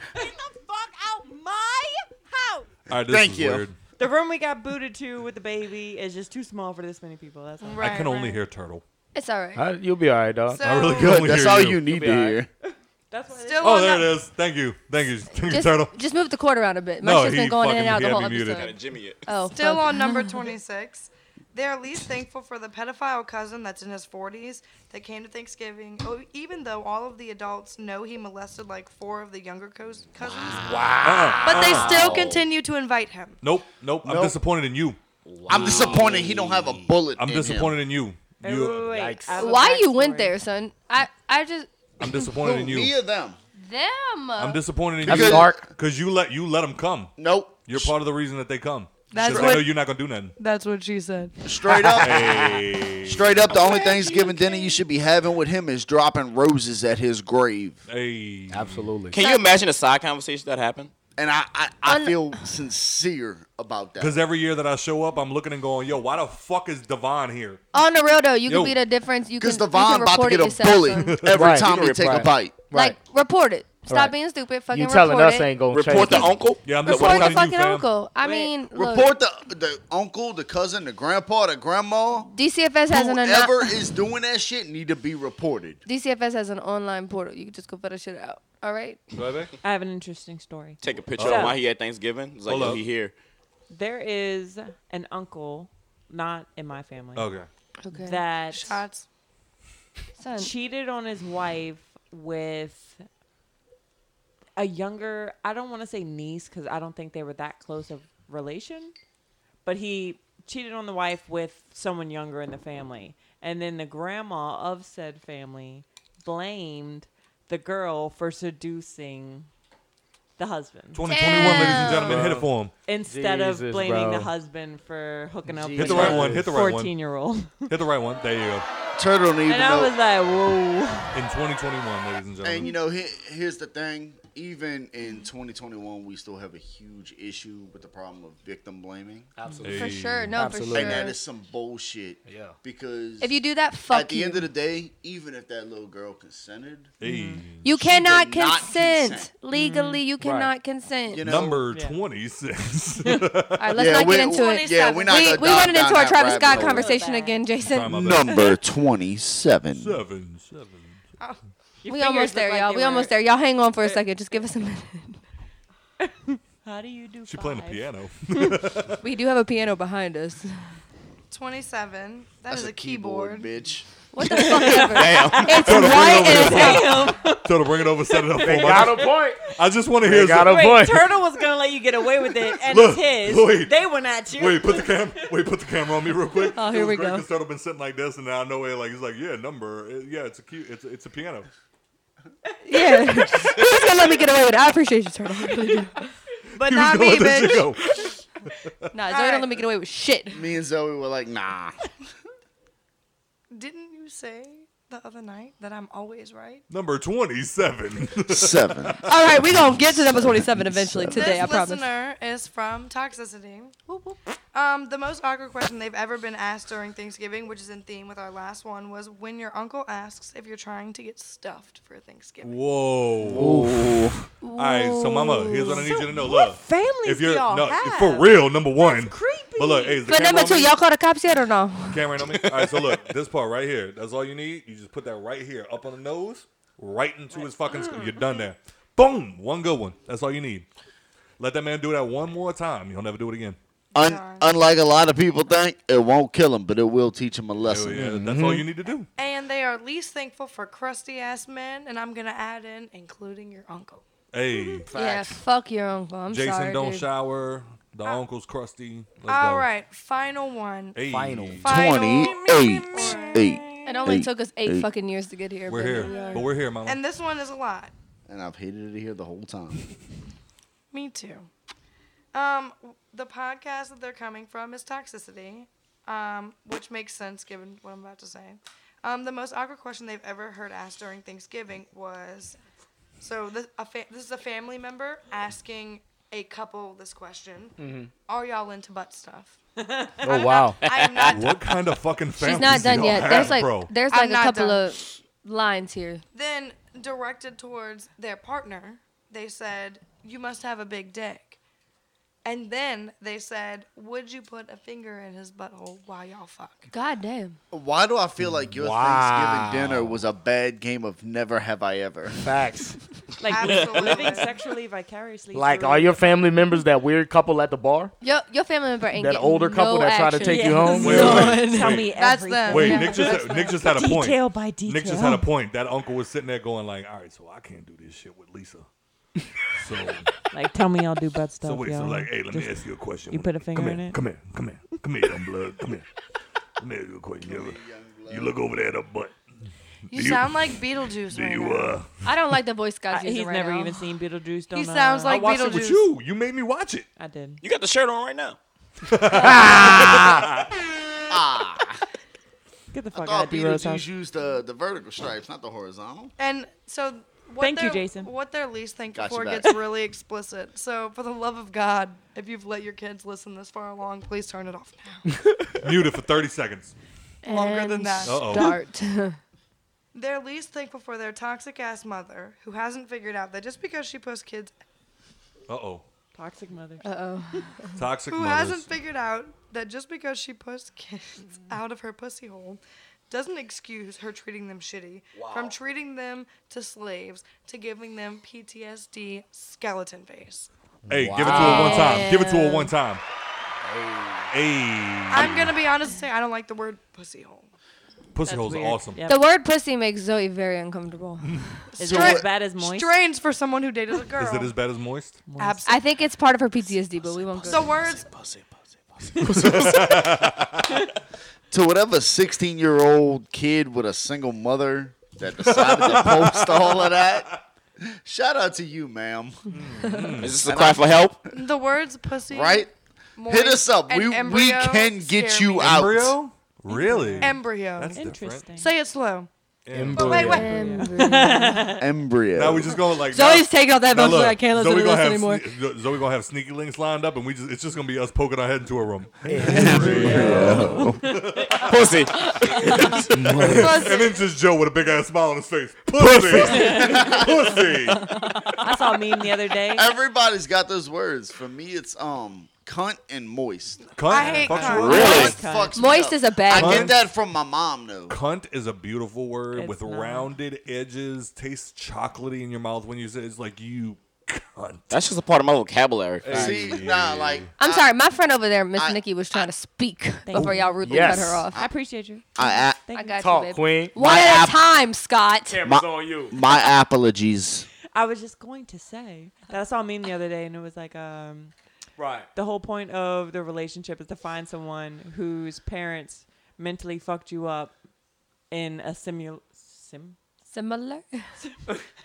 Speaker 1: All right, this
Speaker 4: Thank
Speaker 1: is
Speaker 4: you.
Speaker 1: weird.
Speaker 5: the room we got booted to with the baby is just too small for this many people. That's all.
Speaker 3: Right,
Speaker 1: I can only
Speaker 3: right.
Speaker 1: hear turtle.
Speaker 7: It's all right.
Speaker 8: All right, you'll be all right, dog.
Speaker 3: So,
Speaker 1: I really can
Speaker 4: Good.
Speaker 1: only
Speaker 4: That's
Speaker 1: hear
Speaker 4: all
Speaker 1: you.
Speaker 4: you, need to
Speaker 8: You'll be all
Speaker 4: hear.
Speaker 5: That's why.
Speaker 3: Still
Speaker 1: Oh,
Speaker 3: on
Speaker 1: there
Speaker 3: that-
Speaker 1: it is. Thank you. Thank you. Thank you,
Speaker 7: Just,
Speaker 1: turtle.
Speaker 7: just move the cord around a bit. My
Speaker 1: No,
Speaker 7: shit's been
Speaker 1: he
Speaker 7: going in and
Speaker 1: fucking-
Speaker 7: out
Speaker 1: he
Speaker 7: the
Speaker 1: had
Speaker 7: whole
Speaker 1: me muted.
Speaker 7: episode.
Speaker 2: Kinda Jimmy it.
Speaker 7: Oh,
Speaker 3: Still
Speaker 7: fuck.
Speaker 3: on number 26. They are least thankful for the pedophile cousin that's in his 40s that came to Thanksgiving, oh, even though all of the adults know he molested like four of the younger cous- cousins.
Speaker 1: Uh-uh.
Speaker 3: But they still continue to invite him.
Speaker 1: Nope. Nope. I'm
Speaker 4: Nope.
Speaker 1: disappointed in you.
Speaker 4: I'm disappointed he don't have a bullet.
Speaker 1: I'm
Speaker 4: in
Speaker 1: disappointed
Speaker 4: Him.
Speaker 1: in you.
Speaker 5: Wait, wait,
Speaker 1: You.
Speaker 5: wait.
Speaker 8: Yikes.
Speaker 5: I have a
Speaker 7: Why you went
Speaker 5: backstory.
Speaker 7: there, son? I, I just
Speaker 1: I'm disappointed in
Speaker 4: Me
Speaker 1: you.
Speaker 4: or them?
Speaker 7: them.
Speaker 1: I'm disappointed in
Speaker 8: That's
Speaker 1: you.
Speaker 8: dark.
Speaker 1: Cause you let you let them come.
Speaker 4: Nope.
Speaker 1: You're part of the reason that they come.
Speaker 3: That's
Speaker 1: Because I know
Speaker 3: what
Speaker 1: you're not gonna do nothing.
Speaker 3: that's what she said.
Speaker 4: Straight up,
Speaker 1: Hey,
Speaker 4: straight up. The only Thanksgiving dinner you should be having with him is dropping roses at his grave.
Speaker 1: hey.
Speaker 6: Absolutely.
Speaker 2: Can you imagine a side conversation that happened?
Speaker 4: And I, I, I
Speaker 7: Un-
Speaker 4: feel sincere about
Speaker 1: Because
Speaker 4: that.
Speaker 1: every year that I show up, I'm looking and going, "Yo, why the fuck is Devon here?"
Speaker 7: On the real though, you
Speaker 1: Yo.
Speaker 7: can be the difference. You can.
Speaker 4: Because
Speaker 7: you can
Speaker 4: Devon about to
Speaker 7: report
Speaker 4: get
Speaker 7: it
Speaker 4: a
Speaker 7: yourself,
Speaker 4: bully
Speaker 7: son.
Speaker 4: every
Speaker 8: Right.
Speaker 4: time
Speaker 2: You
Speaker 4: we
Speaker 2: can
Speaker 4: take a
Speaker 2: reply.
Speaker 4: bite.
Speaker 8: Right.
Speaker 7: Like report it. Stop
Speaker 8: Right.
Speaker 7: being stupid. Fucking
Speaker 8: you telling
Speaker 7: report
Speaker 8: us
Speaker 7: it.
Speaker 8: ain't gonna
Speaker 2: Report
Speaker 8: change
Speaker 2: the
Speaker 8: it.
Speaker 2: uncle?
Speaker 1: Yeah, I'm just
Speaker 7: Report the
Speaker 1: watching you,
Speaker 7: fucking
Speaker 1: fam.
Speaker 7: uncle. I mean, look,
Speaker 4: Report the the uncle, the cousin, the grandpa, the grandma.
Speaker 7: DCFS has an
Speaker 4: Whoever
Speaker 7: ano-
Speaker 4: is doing that shit need to be reported.
Speaker 7: DCFS has an online portal. You can just go put that shit out. All right.
Speaker 1: Baby.
Speaker 5: I have an interesting story.
Speaker 2: Take a picture
Speaker 5: Oh.
Speaker 2: of why he at Thanksgiving. It's like,
Speaker 1: Hold
Speaker 2: yo,
Speaker 1: up.
Speaker 2: he here.
Speaker 5: There is an uncle, not in my family,
Speaker 1: Okay.
Speaker 7: Okay.
Speaker 5: that
Speaker 3: Shots.
Speaker 7: Son,
Speaker 5: cheated on his wife with a younger i don't want to say niece because i don't think they were that close of relation but he cheated on the wife with someone younger in the family and then the grandma of said family blamed the girl for seducing the husband
Speaker 1: 2021, ladies and gentlemen, hit it for him.
Speaker 5: instead of
Speaker 8: Jesus,
Speaker 5: blaming
Speaker 8: bro.
Speaker 5: the husband for hooking up
Speaker 1: Hit
Speaker 5: with
Speaker 1: the right one. Hit the right one.
Speaker 5: 14 year old
Speaker 1: Hit the right one. There you go.
Speaker 4: Turtle don't even
Speaker 5: and i
Speaker 4: know.
Speaker 5: was like whoa
Speaker 1: In 2021, ladies and gentlemen.
Speaker 4: and you know, he, here's the thing. Even in 2021, we still have a huge issue with the problem of victim blaming,
Speaker 6: Absolutely.
Speaker 7: for
Speaker 1: Hey.
Speaker 7: sure. No,
Speaker 6: Absolutely.
Speaker 7: for
Speaker 4: and that
Speaker 7: sure.
Speaker 4: is some bullshit.
Speaker 6: Yeah.
Speaker 4: Because
Speaker 7: If you do that,
Speaker 4: at
Speaker 7: fuck
Speaker 4: the
Speaker 7: you.
Speaker 4: end of the day, even if that little girl consented,
Speaker 1: Hey.
Speaker 7: you
Speaker 4: she did
Speaker 7: cannot
Speaker 4: not
Speaker 7: consent.
Speaker 4: consent.
Speaker 7: legally. You cannot consent.
Speaker 4: you know,
Speaker 1: Number
Speaker 5: Yeah.
Speaker 1: 26.
Speaker 7: All right, let's
Speaker 4: Yeah,
Speaker 7: not
Speaker 4: we-
Speaker 7: get into it.
Speaker 4: yeah, we're not
Speaker 7: we
Speaker 4: gonna
Speaker 7: we
Speaker 4: dive
Speaker 7: went into
Speaker 4: down
Speaker 7: our
Speaker 4: that
Speaker 7: Travis
Speaker 4: rabbit
Speaker 7: Scott
Speaker 4: hole.
Speaker 7: conversation again, Jason.
Speaker 1: My bad.
Speaker 4: number 27.
Speaker 1: Seven, seven.
Speaker 5: Your
Speaker 7: We
Speaker 5: fingers
Speaker 7: almost
Speaker 5: look
Speaker 7: there,
Speaker 5: like
Speaker 7: y'all.
Speaker 5: they
Speaker 7: We
Speaker 5: were-
Speaker 7: almost there. Y'all hang on for a second. Just give us a minute.
Speaker 5: how do you do
Speaker 1: She playing the
Speaker 5: five?
Speaker 1: piano.
Speaker 7: We do have a piano behind us.
Speaker 3: Twenty-seven.
Speaker 4: That's
Speaker 3: That's
Speaker 4: a keyboard, bitch.
Speaker 7: What the fuck ever?
Speaker 2: Damn.
Speaker 7: It's white and it's
Speaker 1: Turtle, bring it over, set it up for
Speaker 8: They
Speaker 1: him.
Speaker 8: got a
Speaker 1: I just,
Speaker 8: point.
Speaker 1: I just want to
Speaker 8: They
Speaker 1: hear
Speaker 8: got
Speaker 1: some.
Speaker 8: a
Speaker 5: Wait,
Speaker 8: point.
Speaker 5: Turtle was gonna let you get away with it, and
Speaker 1: Look,
Speaker 5: it's his.
Speaker 1: wait.
Speaker 5: They went at you.
Speaker 1: Wait, put the cam. Wait, put the camera on me real quick.
Speaker 7: Oh,
Speaker 1: It
Speaker 7: here
Speaker 1: was
Speaker 7: we
Speaker 1: great
Speaker 7: go.
Speaker 1: 'cause Turtle been sitting like this, and now I know it. Like he's like, yeah, number. It- yeah, it's a cute. It's a, it's a piano.
Speaker 7: Yeah. Who's gonna let me get away with it? I appreciate you, Turtle. I really do.
Speaker 5: but
Speaker 1: He was
Speaker 5: not
Speaker 1: gonna let
Speaker 5: me,
Speaker 1: that shit
Speaker 5: bitch.
Speaker 1: go.
Speaker 7: Nah, Zoe
Speaker 3: All right.
Speaker 7: don't let me get away with shit.
Speaker 4: Me and Zoe were like, nah.
Speaker 3: Didn't you say the other night that I'm always right?
Speaker 1: Number twenty-seven.
Speaker 4: Seven.
Speaker 7: All right, we gonna get to number 27 eventually today,
Speaker 3: this
Speaker 7: I promise.
Speaker 3: listener is from Toxicity. Um, the most awkward question they've ever been asked during Thanksgiving, which is in theme with our last one, was when your uncle asks if you're trying to get stuffed for Thanksgiving.
Speaker 1: Whoa. All right, so mama, here's what I need you to know. Look,
Speaker 5: Families,
Speaker 1: if you're
Speaker 5: y'all
Speaker 1: no,
Speaker 5: have.
Speaker 1: for real, number one.
Speaker 5: creepy.
Speaker 1: But look, hey, is the
Speaker 7: But
Speaker 1: camera
Speaker 7: number
Speaker 1: on
Speaker 7: two,
Speaker 1: me?
Speaker 7: y'all call the cops yet or no?
Speaker 1: Camera on me. All right, so look, this part right here. That's all you need. You just put that right here, up on the nose, right into his fucking. Sc- you're done there. Boom, one good one. That's all you need. Let that man do that one more time. He'll never do it again.
Speaker 4: Un- unlike a lot of people think, it won't kill him, but it will teach him a
Speaker 1: So,
Speaker 4: lesson.
Speaker 1: yeah, that's all you need to do.
Speaker 3: And they are least thankful for crusty ass men, and I'm gonna add in including your uncle.
Speaker 1: Hey,
Speaker 7: Yeah, fuck your uncle. I'm
Speaker 1: Jason,
Speaker 7: sorry.
Speaker 1: don't
Speaker 7: dude.
Speaker 1: shower. The uncle's crusty. Let's
Speaker 3: All
Speaker 1: go.
Speaker 3: right, final one.
Speaker 1: Hey,
Speaker 6: Final.
Speaker 3: Final.
Speaker 4: 28. Eight.
Speaker 7: It only
Speaker 4: Eight.
Speaker 7: took us eight,
Speaker 4: Eight.
Speaker 7: fucking years to get here.
Speaker 1: We're
Speaker 7: but
Speaker 1: here,
Speaker 7: we
Speaker 1: but
Speaker 7: are.
Speaker 1: we're here, mama.
Speaker 3: And this one is a lot.
Speaker 4: And I've hated it here the whole time.
Speaker 3: Me too. Um, the podcast that they're coming from is Toxicity, um, which makes sense given what I'm about to say. Um, the most awkward question they've ever heard asked during Thanksgiving was, so this, a fa- this is a family member asking a couple this question: Are y'all into butt stuff?
Speaker 8: Oh wow.
Speaker 3: I am not.
Speaker 1: what kind of fucking family?
Speaker 7: She's not done yet. There's like
Speaker 1: bro.
Speaker 7: there's
Speaker 3: I'm
Speaker 7: like a
Speaker 3: not
Speaker 7: couple
Speaker 3: done.
Speaker 7: of lines here.
Speaker 3: then directed towards their partner, they said, "You must have a big dick." And then they said, "Would you put a finger in his butthole while y'all fuck?"
Speaker 7: God damn.
Speaker 4: Why do I feel like your
Speaker 6: Wow.
Speaker 4: Thanksgiving dinner was a bad game of never have I ever?
Speaker 8: Facts.
Speaker 5: like
Speaker 3: Absolutely.
Speaker 5: living sexually vicariously.
Speaker 8: Like
Speaker 5: through-
Speaker 8: are your family members that weird couple at the bar?
Speaker 7: Your your family member ain't
Speaker 8: That
Speaker 7: getting
Speaker 8: older couple
Speaker 7: no
Speaker 8: that tried
Speaker 7: action.
Speaker 8: to take you home?
Speaker 1: Wait, wait, wait.
Speaker 5: Tell
Speaker 1: Wait.
Speaker 5: me
Speaker 3: That's
Speaker 5: everything.
Speaker 3: them.
Speaker 1: Wait,
Speaker 3: Yeah.
Speaker 1: Nick just Nick just had a point.
Speaker 5: Detail by detail.
Speaker 1: Nick just had a point. That uncle was sitting there going like, "All right, so I can't do this shit with Lisa." So,
Speaker 5: Like, tell me y'all do butt stuff,
Speaker 1: so wait, so
Speaker 5: y'all.
Speaker 1: like, hey, let me ask you a question.
Speaker 5: you put a finger
Speaker 1: come
Speaker 5: in
Speaker 1: here,
Speaker 5: it?
Speaker 1: Come here, come here, come here, young blood. Come here. Let me ask you a question. You, ever- you look over there at her butt.
Speaker 3: You
Speaker 1: Do you-
Speaker 3: sound like Beetlejuice
Speaker 1: Do
Speaker 3: right
Speaker 1: you
Speaker 3: now.
Speaker 1: uh?
Speaker 7: I don't like the Boy Scouts.
Speaker 5: I,
Speaker 7: using
Speaker 5: he's
Speaker 7: right
Speaker 5: never
Speaker 7: now.
Speaker 5: even seen Beetlejuice. Don't
Speaker 3: He
Speaker 5: know.
Speaker 3: sounds
Speaker 1: I
Speaker 3: like
Speaker 1: watched it
Speaker 3: Beetlejuice.
Speaker 1: with you. You made me watch it.
Speaker 5: I did.
Speaker 2: You got the shirt on right now.
Speaker 5: Get the fuck out
Speaker 4: Oh,
Speaker 5: of D Rose
Speaker 4: Beetlejuice
Speaker 5: house.
Speaker 4: used the, the vertical stripes, not the horizontal.
Speaker 3: And so what
Speaker 5: Thank you,
Speaker 3: they're,
Speaker 5: Jason.
Speaker 3: What they're least thankful
Speaker 4: Got you
Speaker 3: for
Speaker 4: back.
Speaker 3: gets really explicit. So for the love of God, if you've let your kids listen this far along, please turn it off now.
Speaker 1: Mute it for 30 seconds.
Speaker 3: Longer than that.
Speaker 1: Uh-oh.
Speaker 7: Start.
Speaker 3: They're least thankful for their toxic ass mother who hasn't figured out that just because she posts kids
Speaker 1: Uh oh.
Speaker 5: Toxic mother.
Speaker 7: Uh,
Speaker 1: Toxic
Speaker 3: who hasn't
Speaker 1: mothers.
Speaker 3: figured out that just because she puts kids
Speaker 4: Mm.
Speaker 3: out of her pussy hole doesn't excuse her treating them shitty from treating them to slaves to giving them PTSD skeleton face.
Speaker 1: Hey, give it to her one time. Give it to her one time. Hey.
Speaker 3: I'm gonna be honest and say I don't like the word pussy hole.
Speaker 1: Pussy
Speaker 5: That's
Speaker 1: holes are
Speaker 5: weird.
Speaker 1: awesome.
Speaker 5: Yep.
Speaker 7: the word pussy makes Zoe very uncomfortable.
Speaker 5: Is
Speaker 4: So
Speaker 5: it as
Speaker 4: what-
Speaker 5: bad as moist?
Speaker 3: Strains for someone who dated a girl.
Speaker 1: Is it as bad as moist?
Speaker 3: Absolutely.
Speaker 7: I think it's part of her PTSD, but we won't go.
Speaker 3: So words
Speaker 4: To whatever 16 year old kid with a single mother that decided to post all of that, shout out to you, ma'am.
Speaker 2: Mm-hmm. Is this a cry for help?
Speaker 3: the words pussy
Speaker 4: Right?
Speaker 3: moist,
Speaker 4: Hit us up.
Speaker 3: and
Speaker 4: We, we
Speaker 3: embryo
Speaker 4: can get
Speaker 3: scare
Speaker 4: you
Speaker 3: me.
Speaker 4: out.
Speaker 1: Embryo? Really?
Speaker 3: embryo.
Speaker 1: That's
Speaker 5: Interesting.
Speaker 1: different.
Speaker 3: Say it slow.
Speaker 1: Embryo.
Speaker 3: Wait, wait.
Speaker 4: Embryo.
Speaker 1: Now we just going like.
Speaker 7: Zoe's taking off that
Speaker 1: now
Speaker 7: buckle.
Speaker 1: look,
Speaker 7: I can't listen
Speaker 1: Zoe
Speaker 7: to this
Speaker 1: gonna have
Speaker 7: anymore.
Speaker 1: sne- Zoe gonna have sneaky links lined up, and we just—it's just gonna be us poking our head into a room,
Speaker 2: Pussy.
Speaker 1: and then just Joe with a big ass smile on his face. Pussy, pussy.
Speaker 5: I saw a meme the other day.
Speaker 4: Everybody's got those words. For me, it's um cunt and moist.
Speaker 1: Cunt.
Speaker 3: I hate
Speaker 1: Fuck
Speaker 3: cunt.
Speaker 1: you.
Speaker 2: Really?
Speaker 4: Cunt
Speaker 5: Cunt.
Speaker 4: fucks me
Speaker 7: Moist
Speaker 4: up.
Speaker 7: is a
Speaker 4: I
Speaker 7: bad
Speaker 1: Cunt?
Speaker 4: get that from my mom though.
Speaker 1: Cunt is a beautiful word
Speaker 5: It's
Speaker 1: with
Speaker 5: not.
Speaker 1: rounded edges. Tastes chocolatey in your mouth when you say it. it's like you cunt.
Speaker 2: That's just a part of my vocabulary.
Speaker 4: See, nah, like
Speaker 7: I'm sorry, my friend over there, Miss
Speaker 4: I-
Speaker 7: Nikki, was trying to speak
Speaker 5: Thank
Speaker 7: before y'all rudely
Speaker 8: Yes.
Speaker 7: cut her off.
Speaker 5: I appreciate you.
Speaker 4: I,
Speaker 5: Thank
Speaker 7: I
Speaker 5: you.
Speaker 7: got
Speaker 8: Talk,
Speaker 7: you, babe.
Speaker 8: Queen.
Speaker 7: One
Speaker 4: My
Speaker 7: at
Speaker 4: app-
Speaker 7: a time, Scott.
Speaker 6: Camera's
Speaker 4: My-
Speaker 6: on you.
Speaker 4: my apologies.
Speaker 5: I was just going to say that I saw a meme the other day, and it was like, um,
Speaker 6: Right.
Speaker 5: the whole point of the relationship is to find someone whose parents mentally fucked you up in a simul sim.
Speaker 7: Similar.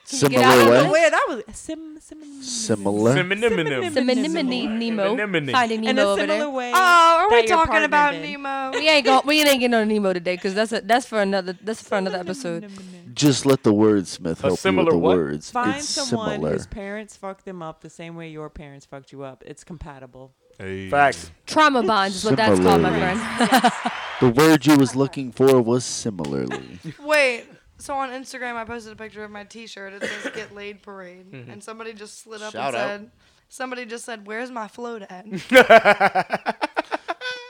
Speaker 4: Similar
Speaker 7: out of the
Speaker 4: way.
Speaker 7: way.
Speaker 5: Wait, that was sim sim.
Speaker 4: Similar.
Speaker 6: Seminiminem.
Speaker 7: Similar. Nemo.
Speaker 6: Similar.
Speaker 7: Finding
Speaker 5: In
Speaker 7: Nemo
Speaker 5: a
Speaker 7: over
Speaker 5: similar
Speaker 7: there.
Speaker 5: way.
Speaker 3: Oh, are we
Speaker 5: that your
Speaker 3: talking
Speaker 5: partner
Speaker 3: about
Speaker 5: did.
Speaker 3: Nemo?
Speaker 7: We ain't going we ain't getting on Nemo today because that's a, that's for another that's for another episode.
Speaker 4: Just let the wordsmith help you
Speaker 6: similar
Speaker 4: with the
Speaker 6: what?
Speaker 4: words.
Speaker 5: Find
Speaker 4: it's
Speaker 5: someone
Speaker 4: similar.
Speaker 5: whose parents fucked them up the same way your parents fucked you up. It's compatible.
Speaker 1: Hey.
Speaker 6: Facts.
Speaker 7: Trauma bonds is what that's called, my
Speaker 4: Similar.
Speaker 7: friend.
Speaker 4: The word you was looking for was similarly.
Speaker 3: Wait. So on Instagram, I posted a picture of my T-shirt. It says "Get Laid Parade," and somebody just slid up
Speaker 4: Shout
Speaker 3: and
Speaker 4: out.
Speaker 3: said, "Somebody just said, where's my float at?"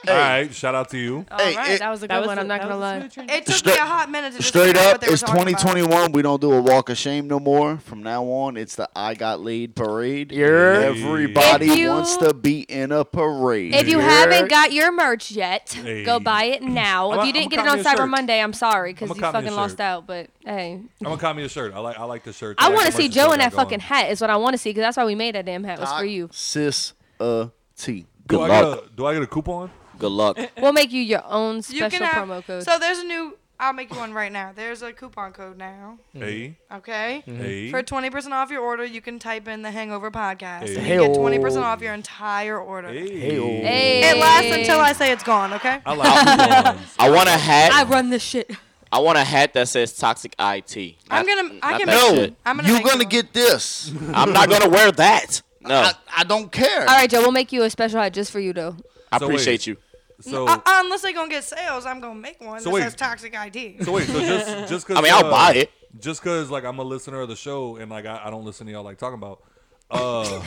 Speaker 1: All right. Shout out to you.
Speaker 4: hey,
Speaker 7: Right,
Speaker 4: it-
Speaker 7: that was a good
Speaker 5: That was
Speaker 7: one.
Speaker 5: i
Speaker 7: I'm not gonna lie.
Speaker 3: It took
Speaker 4: Straight-
Speaker 3: me a hot minute to just
Speaker 4: Straight
Speaker 3: figure out
Speaker 4: up,
Speaker 3: what they were
Speaker 4: it's
Speaker 3: talking about.
Speaker 4: 2021. We don't do a walk of shame no more. From now on, it's the I Got Laid parade.
Speaker 6: You're-
Speaker 4: Everybody
Speaker 7: If you-
Speaker 4: wants to be in a parade.
Speaker 7: If you haven't got your merch yet,
Speaker 1: Hey.
Speaker 7: go buy it now.
Speaker 1: I'ma-
Speaker 7: if you didn't
Speaker 1: I'ma
Speaker 7: get it on
Speaker 1: cop me a
Speaker 7: Cyber
Speaker 1: shirt.
Speaker 7: Monday, I'm sorry because
Speaker 1: I'ma
Speaker 7: you
Speaker 1: cop me a
Speaker 7: fucking lost
Speaker 1: shirt.
Speaker 7: out. But hey,
Speaker 1: I'm gonna copy your shirt. I like. I like the shirt.
Speaker 7: I
Speaker 1: like
Speaker 7: want
Speaker 1: the
Speaker 7: to see
Speaker 1: merch
Speaker 7: Joe
Speaker 1: y'all
Speaker 7: in that
Speaker 1: got
Speaker 7: fucking
Speaker 1: going.
Speaker 7: hat. Is what I want to see because that's why we made that damn hat was for you.
Speaker 4: sis a T.
Speaker 1: Do
Speaker 4: Good
Speaker 1: I
Speaker 4: luck.
Speaker 1: get a Do I get a coupon?
Speaker 2: Good luck.
Speaker 7: We'll make you your own special
Speaker 3: You can have,
Speaker 7: promo code.
Speaker 3: So there's a new. I'll make you one right now. There's a coupon code now.
Speaker 1: Hey.
Speaker 3: Okay.
Speaker 1: Hey.
Speaker 3: For 20% off your order, you can type in the Hangover Podcast and
Speaker 1: Hey.
Speaker 3: you get 20% off your entire order.
Speaker 1: Hey.
Speaker 7: hey,
Speaker 3: It lasts until I say it's gone, okay?
Speaker 1: I like coupons.
Speaker 2: I want a hat.
Speaker 7: I run this shit.
Speaker 2: I want a hat that says toxic IT.
Speaker 3: I'm
Speaker 2: Not-
Speaker 3: gonna. I
Speaker 2: not
Speaker 3: can
Speaker 2: that
Speaker 3: make
Speaker 2: shit.
Speaker 3: it. I'm gonna.
Speaker 4: You're
Speaker 3: make you
Speaker 4: gonna
Speaker 3: one.
Speaker 4: get this.
Speaker 2: I'm not gonna wear that. No,
Speaker 4: I, I don't care.
Speaker 7: All right, Joe, we'll make you a special hat just for you though.
Speaker 2: I
Speaker 1: So
Speaker 2: appreciate
Speaker 1: wait.
Speaker 2: you.
Speaker 1: So.
Speaker 3: Uh, unless they gonna get sales, I'm gonna make one
Speaker 1: So
Speaker 3: that
Speaker 1: wait.
Speaker 3: says Toxic ID.
Speaker 1: So wait, so just just because
Speaker 2: I mean, I'll buy it.
Speaker 1: Just because like I'm a listener of the show and like I, I don't listen to y'all like talking about. Uh,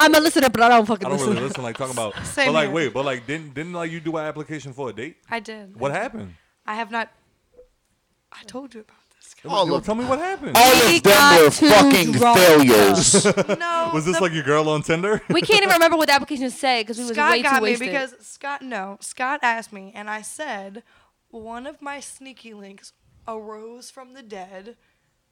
Speaker 7: I'm a listener, but I don't fucking
Speaker 1: I don't
Speaker 7: listen.
Speaker 1: really listen like talking about.
Speaker 3: Same
Speaker 1: but like,
Speaker 3: here.
Speaker 1: wait, but like, didn't didn't like you do an application for a date?
Speaker 3: I did.
Speaker 1: What happened?
Speaker 3: I have not. I told you about this. guy.
Speaker 4: All
Speaker 1: Yo,
Speaker 4: of,
Speaker 1: tell me what happened.
Speaker 4: all
Speaker 7: He
Speaker 4: of
Speaker 7: got
Speaker 4: them were
Speaker 7: too
Speaker 4: fucking
Speaker 7: drunk.
Speaker 4: failures.
Speaker 3: No.
Speaker 1: Was this
Speaker 3: the-
Speaker 1: like your girl on Tinder?
Speaker 7: We can't even remember what the application said because we was
Speaker 3: Scott
Speaker 7: way
Speaker 3: got
Speaker 7: too wasted.
Speaker 3: me because Scott no Scott asked me and I said one of my sneaky links arose from the dead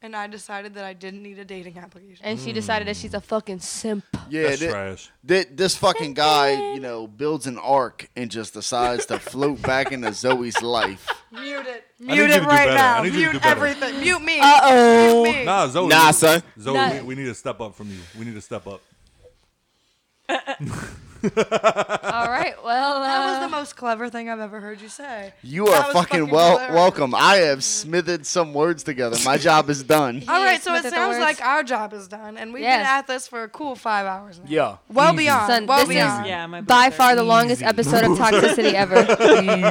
Speaker 3: and I decided that I didn't need a dating application.
Speaker 7: and she decided that she's a fucking simp.
Speaker 4: yeah,
Speaker 1: That's
Speaker 4: thi-
Speaker 1: trash.
Speaker 4: thi- this fucking guy, you know, builds an arc and just decides to float back into Zoe's life.
Speaker 3: Mute it.
Speaker 1: need
Speaker 3: Mute
Speaker 1: you to
Speaker 3: it
Speaker 1: do
Speaker 3: right
Speaker 1: better. I
Speaker 3: now.
Speaker 1: need you to
Speaker 3: Mute
Speaker 1: do better.
Speaker 3: everything. Mute me. Uh oh. Mute me.
Speaker 1: Nah, Zoe.
Speaker 2: Nah,
Speaker 1: we-
Speaker 2: son.
Speaker 1: Zoe,
Speaker 7: Nah.
Speaker 1: We, we need a step up from you. We need a step up.
Speaker 7: All right. Well,
Speaker 3: That was
Speaker 7: uh,
Speaker 3: the most clever thing I've ever heard you say.
Speaker 4: You
Speaker 3: That
Speaker 4: are
Speaker 3: was
Speaker 4: fucking, well
Speaker 3: hilarious.
Speaker 4: welcome. I have smithered some words together. My job is done.
Speaker 3: All
Speaker 7: He
Speaker 3: right, so it
Speaker 7: smothered the
Speaker 3: sounds
Speaker 7: words.
Speaker 3: like our job is done, and we've been
Speaker 7: Yes.
Speaker 3: at this for a cool five hours now.
Speaker 8: Yeah.
Speaker 3: Well
Speaker 8: Easy.
Speaker 3: beyond.
Speaker 7: Son,
Speaker 3: well
Speaker 7: this is-
Speaker 3: beyond.
Speaker 5: Yeah, my
Speaker 7: by
Speaker 5: booster.
Speaker 7: far the longest episode of toxicity ever.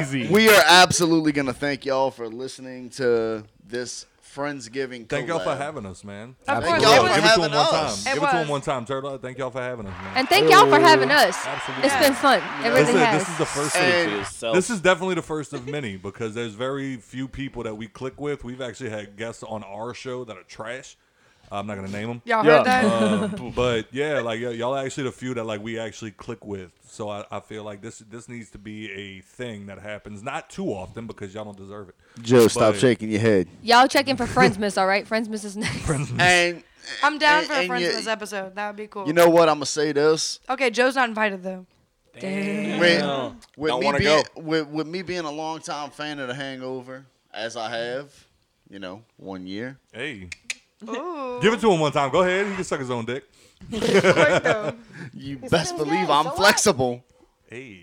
Speaker 8: Easy.
Speaker 4: We are absolutely going to thank y'all for listening to this Friendsgiving
Speaker 1: Thank y'all for
Speaker 4: collab.
Speaker 1: having us, man.
Speaker 3: Of
Speaker 4: Thank
Speaker 3: course,
Speaker 4: y'all
Speaker 3: it
Speaker 1: Give
Speaker 4: for
Speaker 3: was,
Speaker 1: it to
Speaker 4: having
Speaker 1: him one time.
Speaker 4: us.
Speaker 3: It
Speaker 1: Give it to him
Speaker 3: was.
Speaker 1: one time, Turtle. Thank y'all for having us, man.
Speaker 7: And thank y'all for having us.
Speaker 1: Oh, Absolutely.
Speaker 7: It's been fun. It really
Speaker 1: Listen,
Speaker 7: has.
Speaker 1: this is the first.
Speaker 4: And-
Speaker 1: This is definitely the first of many because there's very few people that we click with. We've actually had guests on our show that are trash. I'm not gonna name them.
Speaker 3: Y'all
Speaker 8: Yeah.
Speaker 3: heard that?
Speaker 1: Um, but yeah, like y- y'all are actually the few that like we actually click with. So I, I feel like this this needs to be a thing that happens not too often because y'all don't deserve it.
Speaker 4: Joe, stop
Speaker 1: But-
Speaker 4: shaking your head.
Speaker 7: Y'all check in for Friends Miss, all right? Friends Miss is next.
Speaker 4: And
Speaker 3: I'm down
Speaker 4: and-
Speaker 3: for a
Speaker 4: and
Speaker 3: friends
Speaker 4: you-
Speaker 3: this episode. That would be cool.
Speaker 4: you know what? I'm going to say this.
Speaker 3: okay, Joe's not invited though.
Speaker 4: With, with
Speaker 2: Don't
Speaker 4: me
Speaker 2: wanna
Speaker 4: being, With, with me being a longtime fan of The Hangover, as I have, you know, one year.
Speaker 1: Hey,
Speaker 3: Ooh.
Speaker 1: give it to him one time. Go ahead. He can suck his own dick.
Speaker 4: You best believe I'm flexible.
Speaker 1: Hey,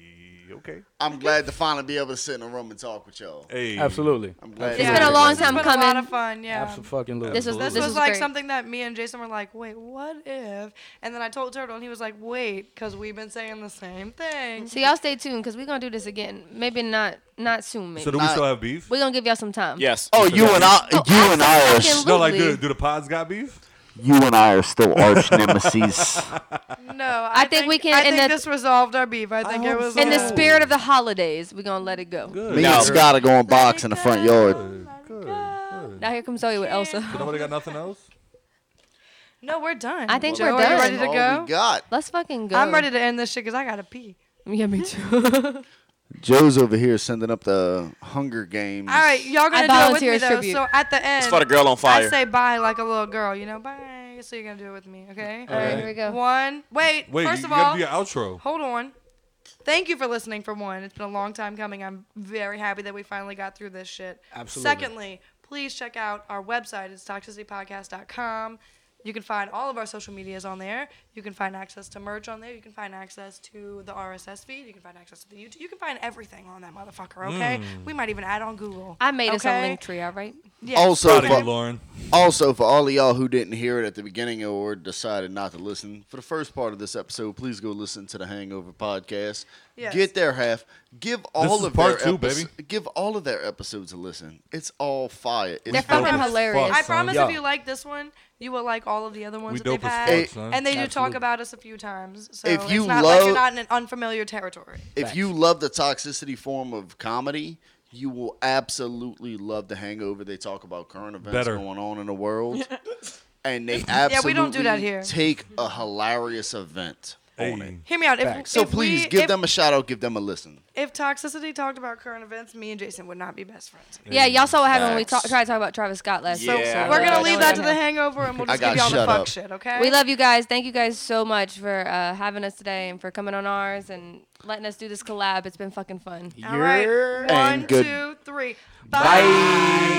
Speaker 1: okay.
Speaker 4: I'm glad to finally be able to sit in a room and talk with y'all.
Speaker 1: Hey,
Speaker 8: Absolutely.
Speaker 4: I'm glad.
Speaker 7: It's
Speaker 4: to-
Speaker 7: been a long time
Speaker 3: It's been a lot
Speaker 7: coming.
Speaker 3: of fun. Yeah.
Speaker 8: Absolutely.
Speaker 7: This was
Speaker 3: This,
Speaker 7: this,
Speaker 3: was,
Speaker 7: was
Speaker 3: like
Speaker 7: great.
Speaker 3: something that me and Jason were like, wait, what if? And then I told Turtle, and he was like, wait, because we've been saying the same thing.
Speaker 7: So y'all stay tuned because we're gonna do this again. Maybe not not soon. Maybe
Speaker 1: So do we
Speaker 4: Not-
Speaker 1: still have beef?
Speaker 7: we're gonna give y'all some time.
Speaker 2: Yes.
Speaker 4: Oh, you and I,
Speaker 7: Oh,
Speaker 4: you and I are,
Speaker 7: absolutely.
Speaker 1: No, like do, do the pods got beef?
Speaker 4: you and I are still arch nemesis.
Speaker 3: No, I,
Speaker 7: I think we can-
Speaker 3: I
Speaker 7: in
Speaker 3: think
Speaker 7: the-
Speaker 3: this resolved our beef. I think it was
Speaker 7: In the
Speaker 3: uh,
Speaker 7: spirit of the holidays, we're gonna let it go.
Speaker 1: Good.
Speaker 4: Me and Scott are going box in the front yard.
Speaker 1: Good. Good. good.
Speaker 7: Now here comes Zoe with Elsa.
Speaker 1: Nobody got nothing else?
Speaker 3: No, we're done.
Speaker 7: I think
Speaker 3: Joe,
Speaker 7: we're
Speaker 3: Are
Speaker 7: done.
Speaker 3: you ready to
Speaker 4: All
Speaker 3: go?
Speaker 4: we got.
Speaker 7: Let's fucking go.
Speaker 3: I'm ready to end this shit because I gotta pee.
Speaker 7: Yeah, me too.
Speaker 4: Joe's over here sending up the Hunger Games.
Speaker 3: All right, y'all
Speaker 7: I
Speaker 3: gonna do it with
Speaker 7: volunteer
Speaker 3: me
Speaker 7: as
Speaker 3: though.
Speaker 7: tribute.
Speaker 3: So at the end,
Speaker 2: Start a girl on fire.
Speaker 3: I say bye like a little girl. You know, bye. So you're gonna do it with me, okay?
Speaker 7: All right, here we go.
Speaker 3: One. Wait.
Speaker 1: Wait,
Speaker 3: first
Speaker 1: you,
Speaker 3: of
Speaker 1: you gotta
Speaker 3: all,
Speaker 1: do your outro.
Speaker 3: hold on. Thank you for listening for one. It's been a long time coming. I'm very happy that we finally got through this shit.
Speaker 6: Absolutely.
Speaker 3: Secondly, please check out our website. It's toxicitypodcast.com. You can find all of our social medias on there. You can find access to merch on there. You can find access to the RSS feed. You can find access to the YouTube. You can find everything on that motherfucker, okay? We might even add on Google.
Speaker 7: I made us
Speaker 3: okay?
Speaker 7: on Linktree, all right?
Speaker 3: Yeah.
Speaker 4: Also,
Speaker 1: Proud of you,
Speaker 4: for,
Speaker 1: Lauren.
Speaker 4: also for all of y'all who didn't hear it at the beginning or decided not to listen, for the first part of this episode, please go listen to the Hangover podcast.
Speaker 3: Yes.
Speaker 4: Get their half. Give all
Speaker 1: is
Speaker 4: of
Speaker 1: part
Speaker 4: their
Speaker 1: two,
Speaker 4: epis-
Speaker 1: baby.
Speaker 4: Give all of their episodes a listen. It's all fire. It's
Speaker 7: They're
Speaker 4: dope.
Speaker 7: fucking
Speaker 1: as
Speaker 7: hilarious.
Speaker 1: fuck,
Speaker 3: I
Speaker 1: son.
Speaker 3: promise
Speaker 8: Yeah.
Speaker 3: if you like this one, you will like all of the other ones
Speaker 1: We
Speaker 3: that
Speaker 1: dope
Speaker 3: they've
Speaker 1: as
Speaker 3: had.
Speaker 1: fuck, son.
Speaker 3: And they do talk
Speaker 8: Absolutely.
Speaker 3: about us a few times. So
Speaker 4: If you
Speaker 3: it's not like
Speaker 4: love-
Speaker 3: you're not in an unfamiliar territory.
Speaker 4: If you love the toxicity form of comedy, you will absolutely love The Hangover. They talk about current events
Speaker 1: Better.
Speaker 4: going on in the world, and they absolutely
Speaker 3: we don't do that here.
Speaker 4: Take a hilarious event on
Speaker 1: Hey.
Speaker 4: it.
Speaker 3: Hear me out. If,
Speaker 4: So
Speaker 3: if
Speaker 4: please
Speaker 3: we-
Speaker 4: give
Speaker 3: if-
Speaker 4: them a shout out. Give them a listen.
Speaker 3: If toxicity talked about current events, me and Jason would not be best friends.
Speaker 7: Yeah, y'all saw what happened when we
Speaker 2: Facts.
Speaker 7: ta- tried to talk about Travis Scott last
Speaker 2: Yeah,
Speaker 7: week.
Speaker 2: I
Speaker 3: We're
Speaker 2: heard
Speaker 3: gonna
Speaker 2: that.
Speaker 3: leave that to the hangover, and we'll
Speaker 4: I
Speaker 3: just
Speaker 4: got
Speaker 3: give y'all the
Speaker 4: shut
Speaker 3: fuck
Speaker 4: up.
Speaker 3: shit. Okay.
Speaker 7: We love you guys. Thank you guys so much for uh, having us today and for coming on ours and letting us do this collab. It's been fucking fun.
Speaker 3: All right. One,
Speaker 4: And good-
Speaker 3: two, three. Bye.